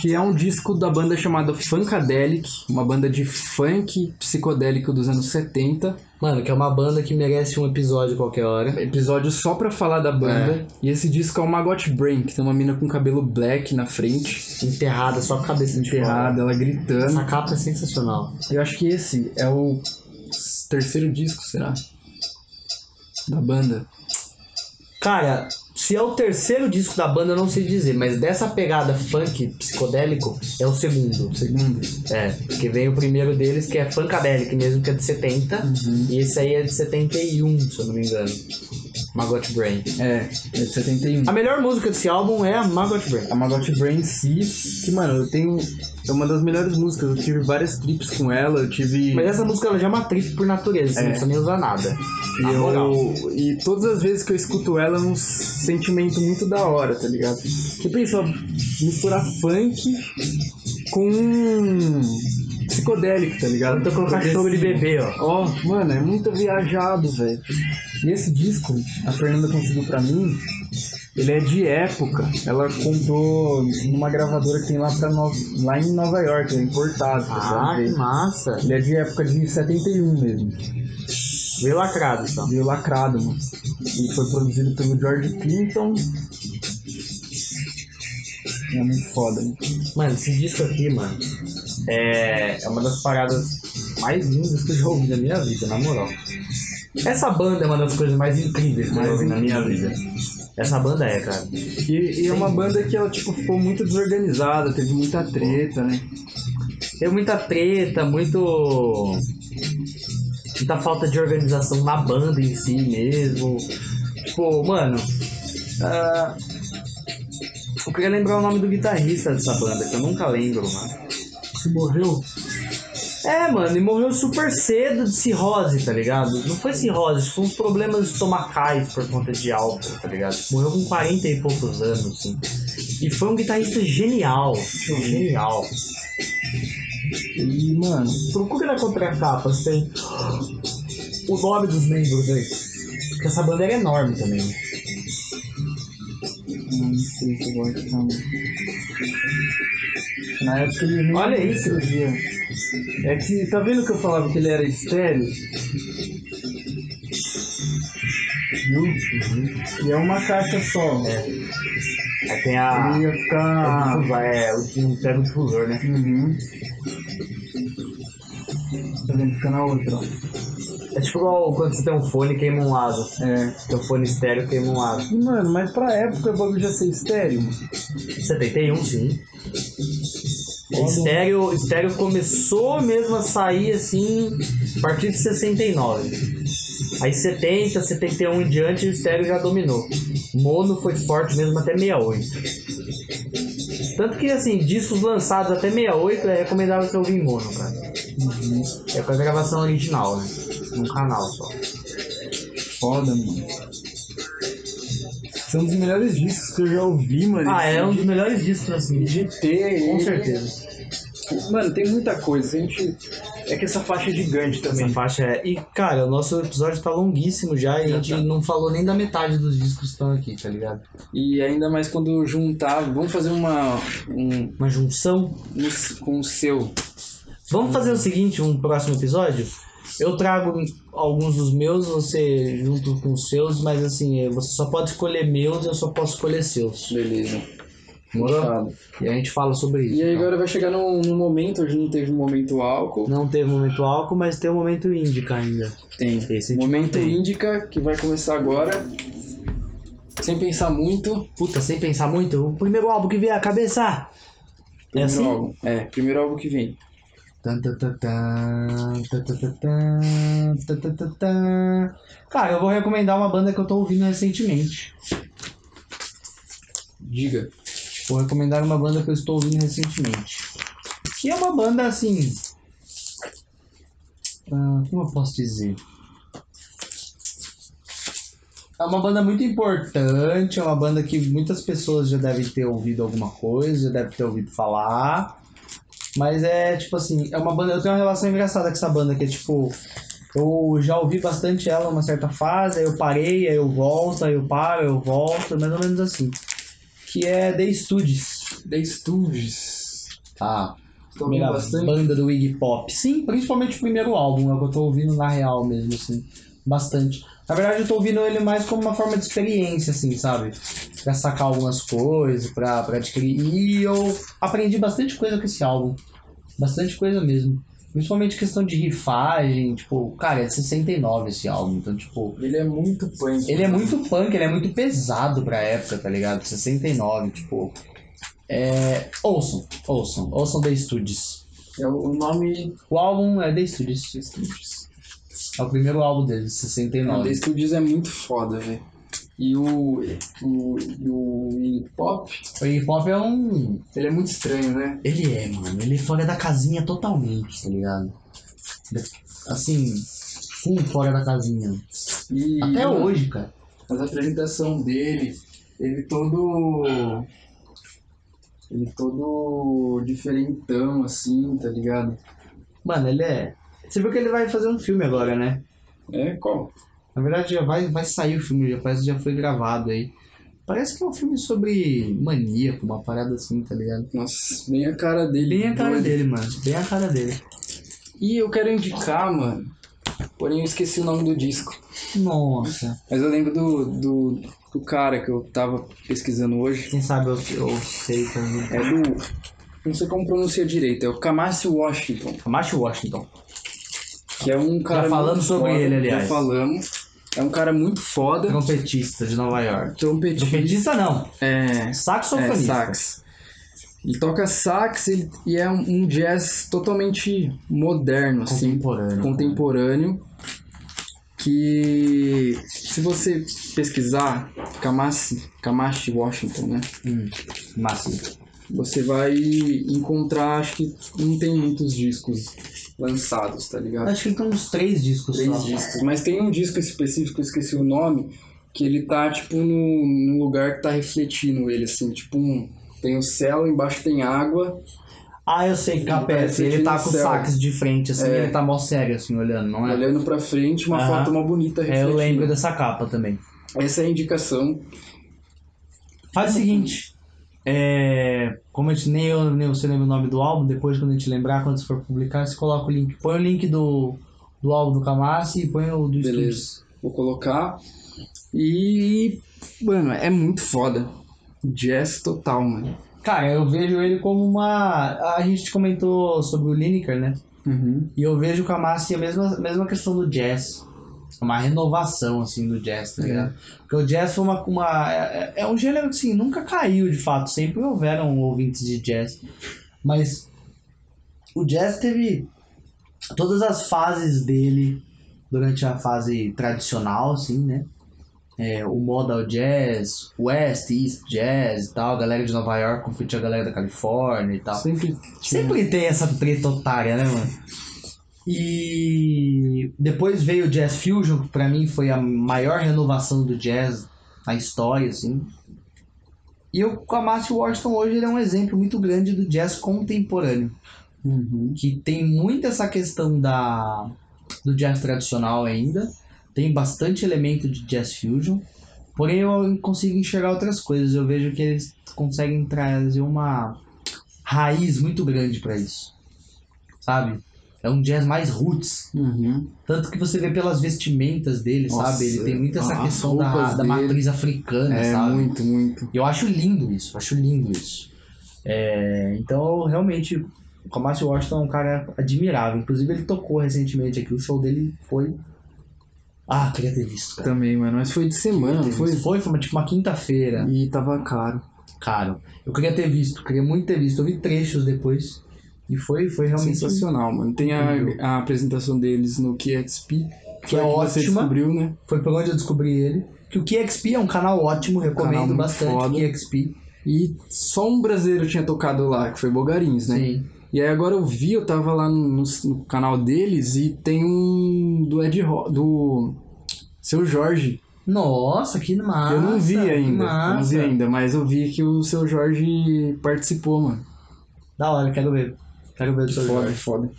Que é um disco da banda chamada Funkadelic, uma banda de funk psicodélico dos anos 70. Mano, que é uma banda que merece um episódio qualquer hora. Episódio só pra falar da banda. E esse disco é o Magot Brain, que tem uma mina com cabelo black na frente, Enterrada, só com a cabeça de ferrada, ela gritando. Essa capa é sensacional. Eu acho que esse é o terceiro disco, será? Da banda. Cara, se é o terceiro disco da banda, eu não sei dizer, mas dessa pegada funk psicodélico, é o segundo. Segundo. É, porque vem o primeiro deles, que é Funkadelic mesmo, que é de 70. E esse aí é de 71, se eu não me engano. Magot Brain. É, é de 71. A melhor música desse álbum é a Magot Brain. A Magot Brain em si, que, mano, eu tenho. É uma das melhores músicas. Eu tive várias trips com ela, eu tive. Mas essa música ela já é uma trip por natureza, você É. não precisa nem usar nada. E, Na é moral. eu, e todas as vezes que eu escuto ela é um sentimento muito da hora, tá ligado? Porque pensa, misturar funk com psicodélico, tá ligado? assim, Tô com cachorro de bebê, ó. Ó, mano, é muito viajado, velho. E esse disco, a Fernanda conseguiu pra mim, ele é de época. Ela comprou numa gravadora que tem lá, pra no... lá em Nova York, é importado, pra Ah, saber. que massa. Ele é de época de 71 mesmo. Veio lacrado, então. Veio lacrado, mano. E foi produzido pelo George Clinton. E É muito foda, né? Mano, esse disco aqui, mano, é, é uma das paradas mais lindas que eu já ouvi na minha vida, na moral. Essa banda é uma das coisas mais incríveis que eu já ouvi na minha vida. Essa banda é, cara. E, e é uma banda que ela, tipo, ficou muito desorganizada, teve muita treta, né? Tem muita treta, muito. muita falta de organização na banda em si mesmo. Tipo, mano. ah, eu queria lembrar o nome do guitarrista dessa banda, que eu nunca lembro, mano. Você morreu? É, mano, e morreu super cedo de cirrose, tá ligado? Não foi cirrose, foi uns problemas estomacais por conta de álcool, tá ligado? Morreu com 40 e poucos anos, assim. E foi um guitarrista genial, tipo, genial. E, mano, Procura na contracapa se tem o nome dos membros aí. Porque essa banda era enorme também. não sei se eu gosto tanto. Na época ele nem Olha isso. escrevia. É que, tá vendo que eu falava que ele era estéreo? Viu? E é uma caixa só. Aí tem a. Ele ia É, ficar. o difusor, é, o pega o difusor, né? Uhum. Tá vendo? Fica na outra. ó. É tipo igual quando você tem um fone e queima um lado. É. Tem um fone estéreo e queima um lado. E, mano, mas pra época o bagulho já ser estéreo, mano. 71, sim. um? Estéreo, estéreo começou mesmo a sair assim a partir de 69. Aí 70, 71 em diante o estéreo já dominou. Mono foi forte mesmo até 68. Tanto que assim, discos lançados até 68 é recomendável você ouvir em mono, cara. É com a gravação original, né? Num canal só. Foda, mano. São dos melhores discos que eu já ouvi, mano. Ah, é um dos melhores discos assim. De ter Com ele- certeza. Mano, tem muita coisa. A gente. É que essa faixa é gigante também. Essa faixa é. E, cara, o nosso episódio tá longuíssimo já e a gente não falou nem da metade dos discos que estão aqui, tá ligado? E ainda mais quando juntar, vamos fazer uma. Um, Uma junção. um- com o seu. Vamos fazer o seguinte, um próximo episódio? Eu trago alguns dos meus, você junto com os seus, mas assim, você só pode escolher meus, eu só posso escolher seus. Beleza. Morou? Fechado. E a gente fala sobre isso. E aí então. agora vai chegar num, num momento, hoje não teve um momento álcool. Não teve momento álcool, mas tem o momento índica ainda. Tem. Esse tipo Momento tem. Índica, que vai começar agora. Sem pensar muito. Puta, sem pensar muito, o primeiro álbum que vier a cabeça. É primeiro assim? álbum. É, primeiro álbum que vem. Tan, tan, tan, tan, tan, tan, tan, tan, tan, tan, tan, tan. Cara, eu vou recomendar uma banda que eu tô ouvindo recentemente. Diga. Vou recomendar uma banda que eu estou ouvindo recentemente. Que é uma banda assim. ah, como eu posso dizer? É uma banda muito importante, é uma banda que muitas pessoas já devem ter ouvido alguma coisa, já devem ter ouvido falar. Mas é tipo assim, é uma banda. Eu tenho uma relação engraçada com essa banda, que é tipo. Eu já ouvi bastante ela uma certa fase, aí eu parei, aí eu volto, aí eu paro, eu volto, mais ou menos assim. Que é The Studies. The Stooges. Tá. Estou ouvindo Primeira bastante. banda do Iggy Pop. Sim, principalmente o primeiro álbum, é o que eu tô ouvindo na real mesmo, assim. Bastante. Na verdade, eu tô ouvindo ele mais como uma forma de experiência, assim, sabe? Pra sacar algumas coisas, pra, pra adquirir. E eu aprendi bastante coisa com esse álbum. Bastante coisa mesmo. Principalmente questão de rifagem, tipo, cara, é de 69 esse álbum, então, tipo, Ele é muito punk. ele é muito punk, ele é muito pesado pra época, tá ligado? 69, tipo. É. Ouçam, ouçam, ouçam The Studios. É o o nome O álbum é The Studios. É o primeiro álbum deles, 69. Não, The Studios é muito foda, velho. E o, o, e o Iggy Pop, O hip hop é um. ele é muito estranho, né? Ele é, mano. Ele é fora da casinha totalmente, tá ligado? Assim, full fora da casinha. E Até mano, hoje, cara. As apresentação dele, ele todo. Ele todo diferentão, assim, tá ligado? Mano, ele é. Você viu que ele vai fazer um filme agora, né? É, qual? Na verdade, já vai, vai sair o filme, já parece que já foi gravado aí. Parece que é um filme sobre maníaco, uma parada assim, tá ligado? Nossa, bem a cara dele. Bem a cara doido. dele, mano. Bem a cara dele. E eu quero indicar, mano. Porém, eu esqueci o nome do disco. Nossa. Mas eu lembro do, do, do cara que eu tava pesquisando hoje. Quem sabe eu, eu sei também. É do. Não sei como pronuncia direito. É o Kamasi Washington. Camacho Washington. Que é um cara. falamos muito sobre foda, ele, aliás. Já falamos. É um cara muito foda. Trompetista de Nova York. Trompetista. Trompetista não. É. É, Saxofonista. sax. Ele toca sax ele- e é um, um jazz totalmente É, moderno, assim, Contemporâneo. contemporâneo. Que se você pesquisar Kamashi, Kamashi Washington, né? Massa. Você vai encontrar, acho que não tem muitos discos lançados, tá ligado? Acho que ele tem uns três discos três só. discos. Mas tem um disco específico, eu esqueci o nome, que ele tá, tipo, no, no lugar que tá refletindo ele, assim, tipo um... Tem o céu, embaixo tem água. Ah, eu sei, KPS. Ele Ele tá tá com o sentindo o sax de frente, assim. É. Ele tá mó sério, assim, olhando, não é? Olhando pra frente, uma Aham. foto uma bonita É, refletindo. eu lembro dessa capa também. Essa é a indicação. Faz o seguinte. É, como a gente, nem eu nem você lembra o nome do álbum, depois quando a gente lembrar, quando você for publicar, você coloca o link. Põe o link do, do álbum do Camassi e põe o do Estúdio. Beleza. Vou colocar. E... Mano, é muito foda. Jazz total, mano. Cara, eu vejo ele como uma. A gente comentou sobre o Lineker, né? Uhum. E eu vejo o Camassi a mesma, mesma questão do jazz. Uma renovação, assim, do jazz, tá ligado? Porque o jazz foi uma. uma é, é um gênero que, assim, nunca caiu de fato. Sempre houveram ouvintes de jazz. Mas o jazz teve todas as fases dele durante a fase tradicional, assim, né? É, o modal jazz, west, east jazz e tal. A galera de Nova York competiu a galera da Califórnia e tal. Sempre Sempre tem essa treta otária, né, mano? E depois veio o Jazz Fusion, que pra mim foi a maior renovação do jazz na história, assim. E eu, com a Matthew Washington hoje, ele é um exemplo muito grande do jazz contemporâneo. uhum, que tem muito essa questão da do jazz tradicional ainda, tem bastante elemento de jazz fusion, porém eu consigo enxergar outras coisas, eu vejo que eles conseguem trazer uma raiz muito grande para isso, sabe? É um jazz mais roots, uhum. tanto que você vê pelas vestimentas dele, Nossa, sabe? Ele tem muito essa as questão da, roupas da dele. matriz africana, É, sabe? muito, muito. E Eu acho lindo isso, acho lindo isso. É, então, realmente, o Kamasi Washington é um cara admirável. Inclusive, ele tocou recentemente aqui, o show dele foi. Ah, queria ter visto, cara. Também, mano. Mas foi de semana, não foi? Foi, foi uma, tipo uma quinta-feira. E tava caro. Caro. Eu queria ter visto, queria muito ter visto. Eu vi trechos depois. E foi, foi realmente. É assim. Sensacional, mano. Tem Incrível. a, a apresentação deles no KXP. Que é aí ótima. Você descobriu, né? Foi por onde eu descobri ele. Que o KXP é um canal ótimo, recomendo Canal muito bastante. foda. KXP. E só um brasileiro tinha tocado lá, que foi Bogarins, né? Sim. E aí agora eu vi, eu tava lá no, no- no canal deles e tem um do Ed Ro do Seu Jorge. Nossa, que massa. eu não vi que ainda, eu não vi massa. ainda, mas eu vi que o Seu Jorge participou, mano. Da hora, quero ver. Quero ver do seu Foda, Jorge. é foda.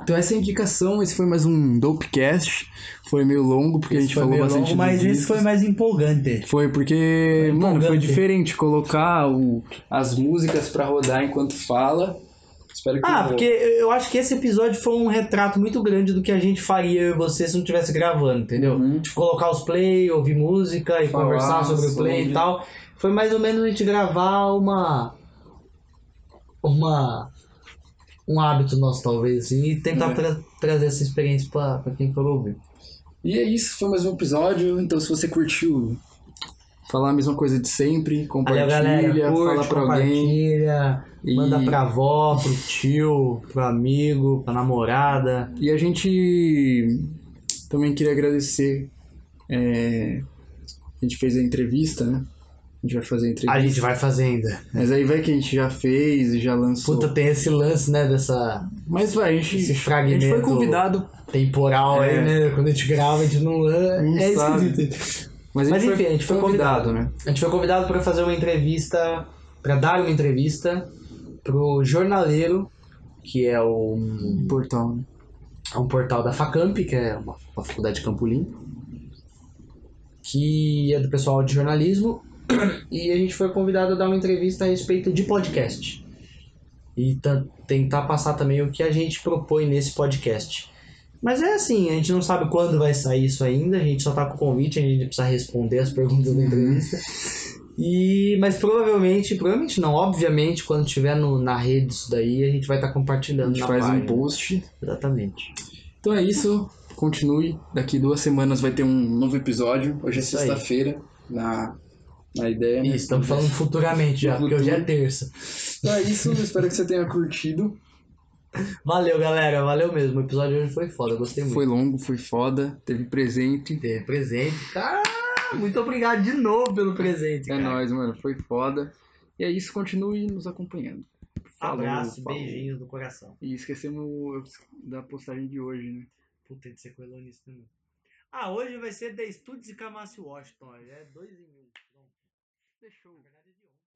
Então essa é a indicação, esse foi mais um Dopecast. Foi meio longo, porque a Esse gente foi falou meio bastante longo, dos mas esse discos. foi mais empolgante. Foi porque, mano, foi empolgante. diferente colocar o- as músicas pra rodar enquanto fala. Espero que Ah, não- porque eu acho que esse episódio foi um retrato muito grande do que a gente faria eu e você se não tivesse gravando, entendeu? Uhum. De colocar os play, ouvir música e Falar conversar sobre o sobre. play e tal. Foi mais ou menos a gente gravar uma. Uma. Um hábito nosso, talvez, assim, e tentar É. tra- trazer essa experiência pra, pra quem for ouvir. E é isso, foi mais um episódio. Então, se você curtiu, falar a mesma coisa de sempre, compartilha, Valeu, galera. Curte, fala pra alguém. compartilha, E, manda pra avó, pro tio, pro amigo, pra namorada. e a gente também queria agradecer. é, a gente fez a entrevista, né? A gente vai fazer a A entrevista. gente vai fazer ainda. Mas aí vai que a gente já fez e já lançou. Puta, tem esse lance, né, dessa Mas vai, a gente, esse a fragmento gente foi convidado. temporal É. aí, né? Quando a gente grava, a gente não lança. Não É sabe. esquisito. Mas, Mas a gente enfim, foi a gente foi convidado, né? A gente foi convidado pra fazer uma entrevista, pra dar uma entrevista pro Jornaleiro, que é um, Portal. né? é um portal da Facamp, que é uma, uma faculdade de Campo Limpo, que é do pessoal de jornalismo, e a gente foi convidado a dar uma entrevista a respeito de podcast. E ta- tentar passar também o que a gente propõe nesse podcast. Mas é assim, a gente não sabe quando vai sair isso ainda, a gente só tá com o convite, a gente precisa responder as perguntas da entrevista. E, mas provavelmente, provavelmente não, obviamente, quando tiver no, na rede isso daí, a gente vai estar A compartilhando. gente na né? faz um página. post. Exatamente. Então é isso. Continue. Daqui duas semanas vai ter um novo episódio. Hoje é Isso aí. sexta-feira. Na, na ideia, né? Isso, estamos falando futuramente já, porque hoje é terça. Então é isso. Espero que você tenha curtido. Valeu, galera. Valeu mesmo. O episódio de hoje foi foda. Gostei muito. Foi longo, foi foda. Teve presente. Teve presente. Cara, Ah, muito obrigado de novo pelo presente. É cara. nóis, mano. Foi foda. E é isso. Continue nos acompanhando. Falou, Abraço, falou. beijinhos do coração. E esquecemos da postagem de hoje, né? Puta, de sequelou nisso também. Ah, hoje vai ser The Studios e Kamasi Washington. É dois em um. Pronto. Fechou. Na verdade, é de ontem.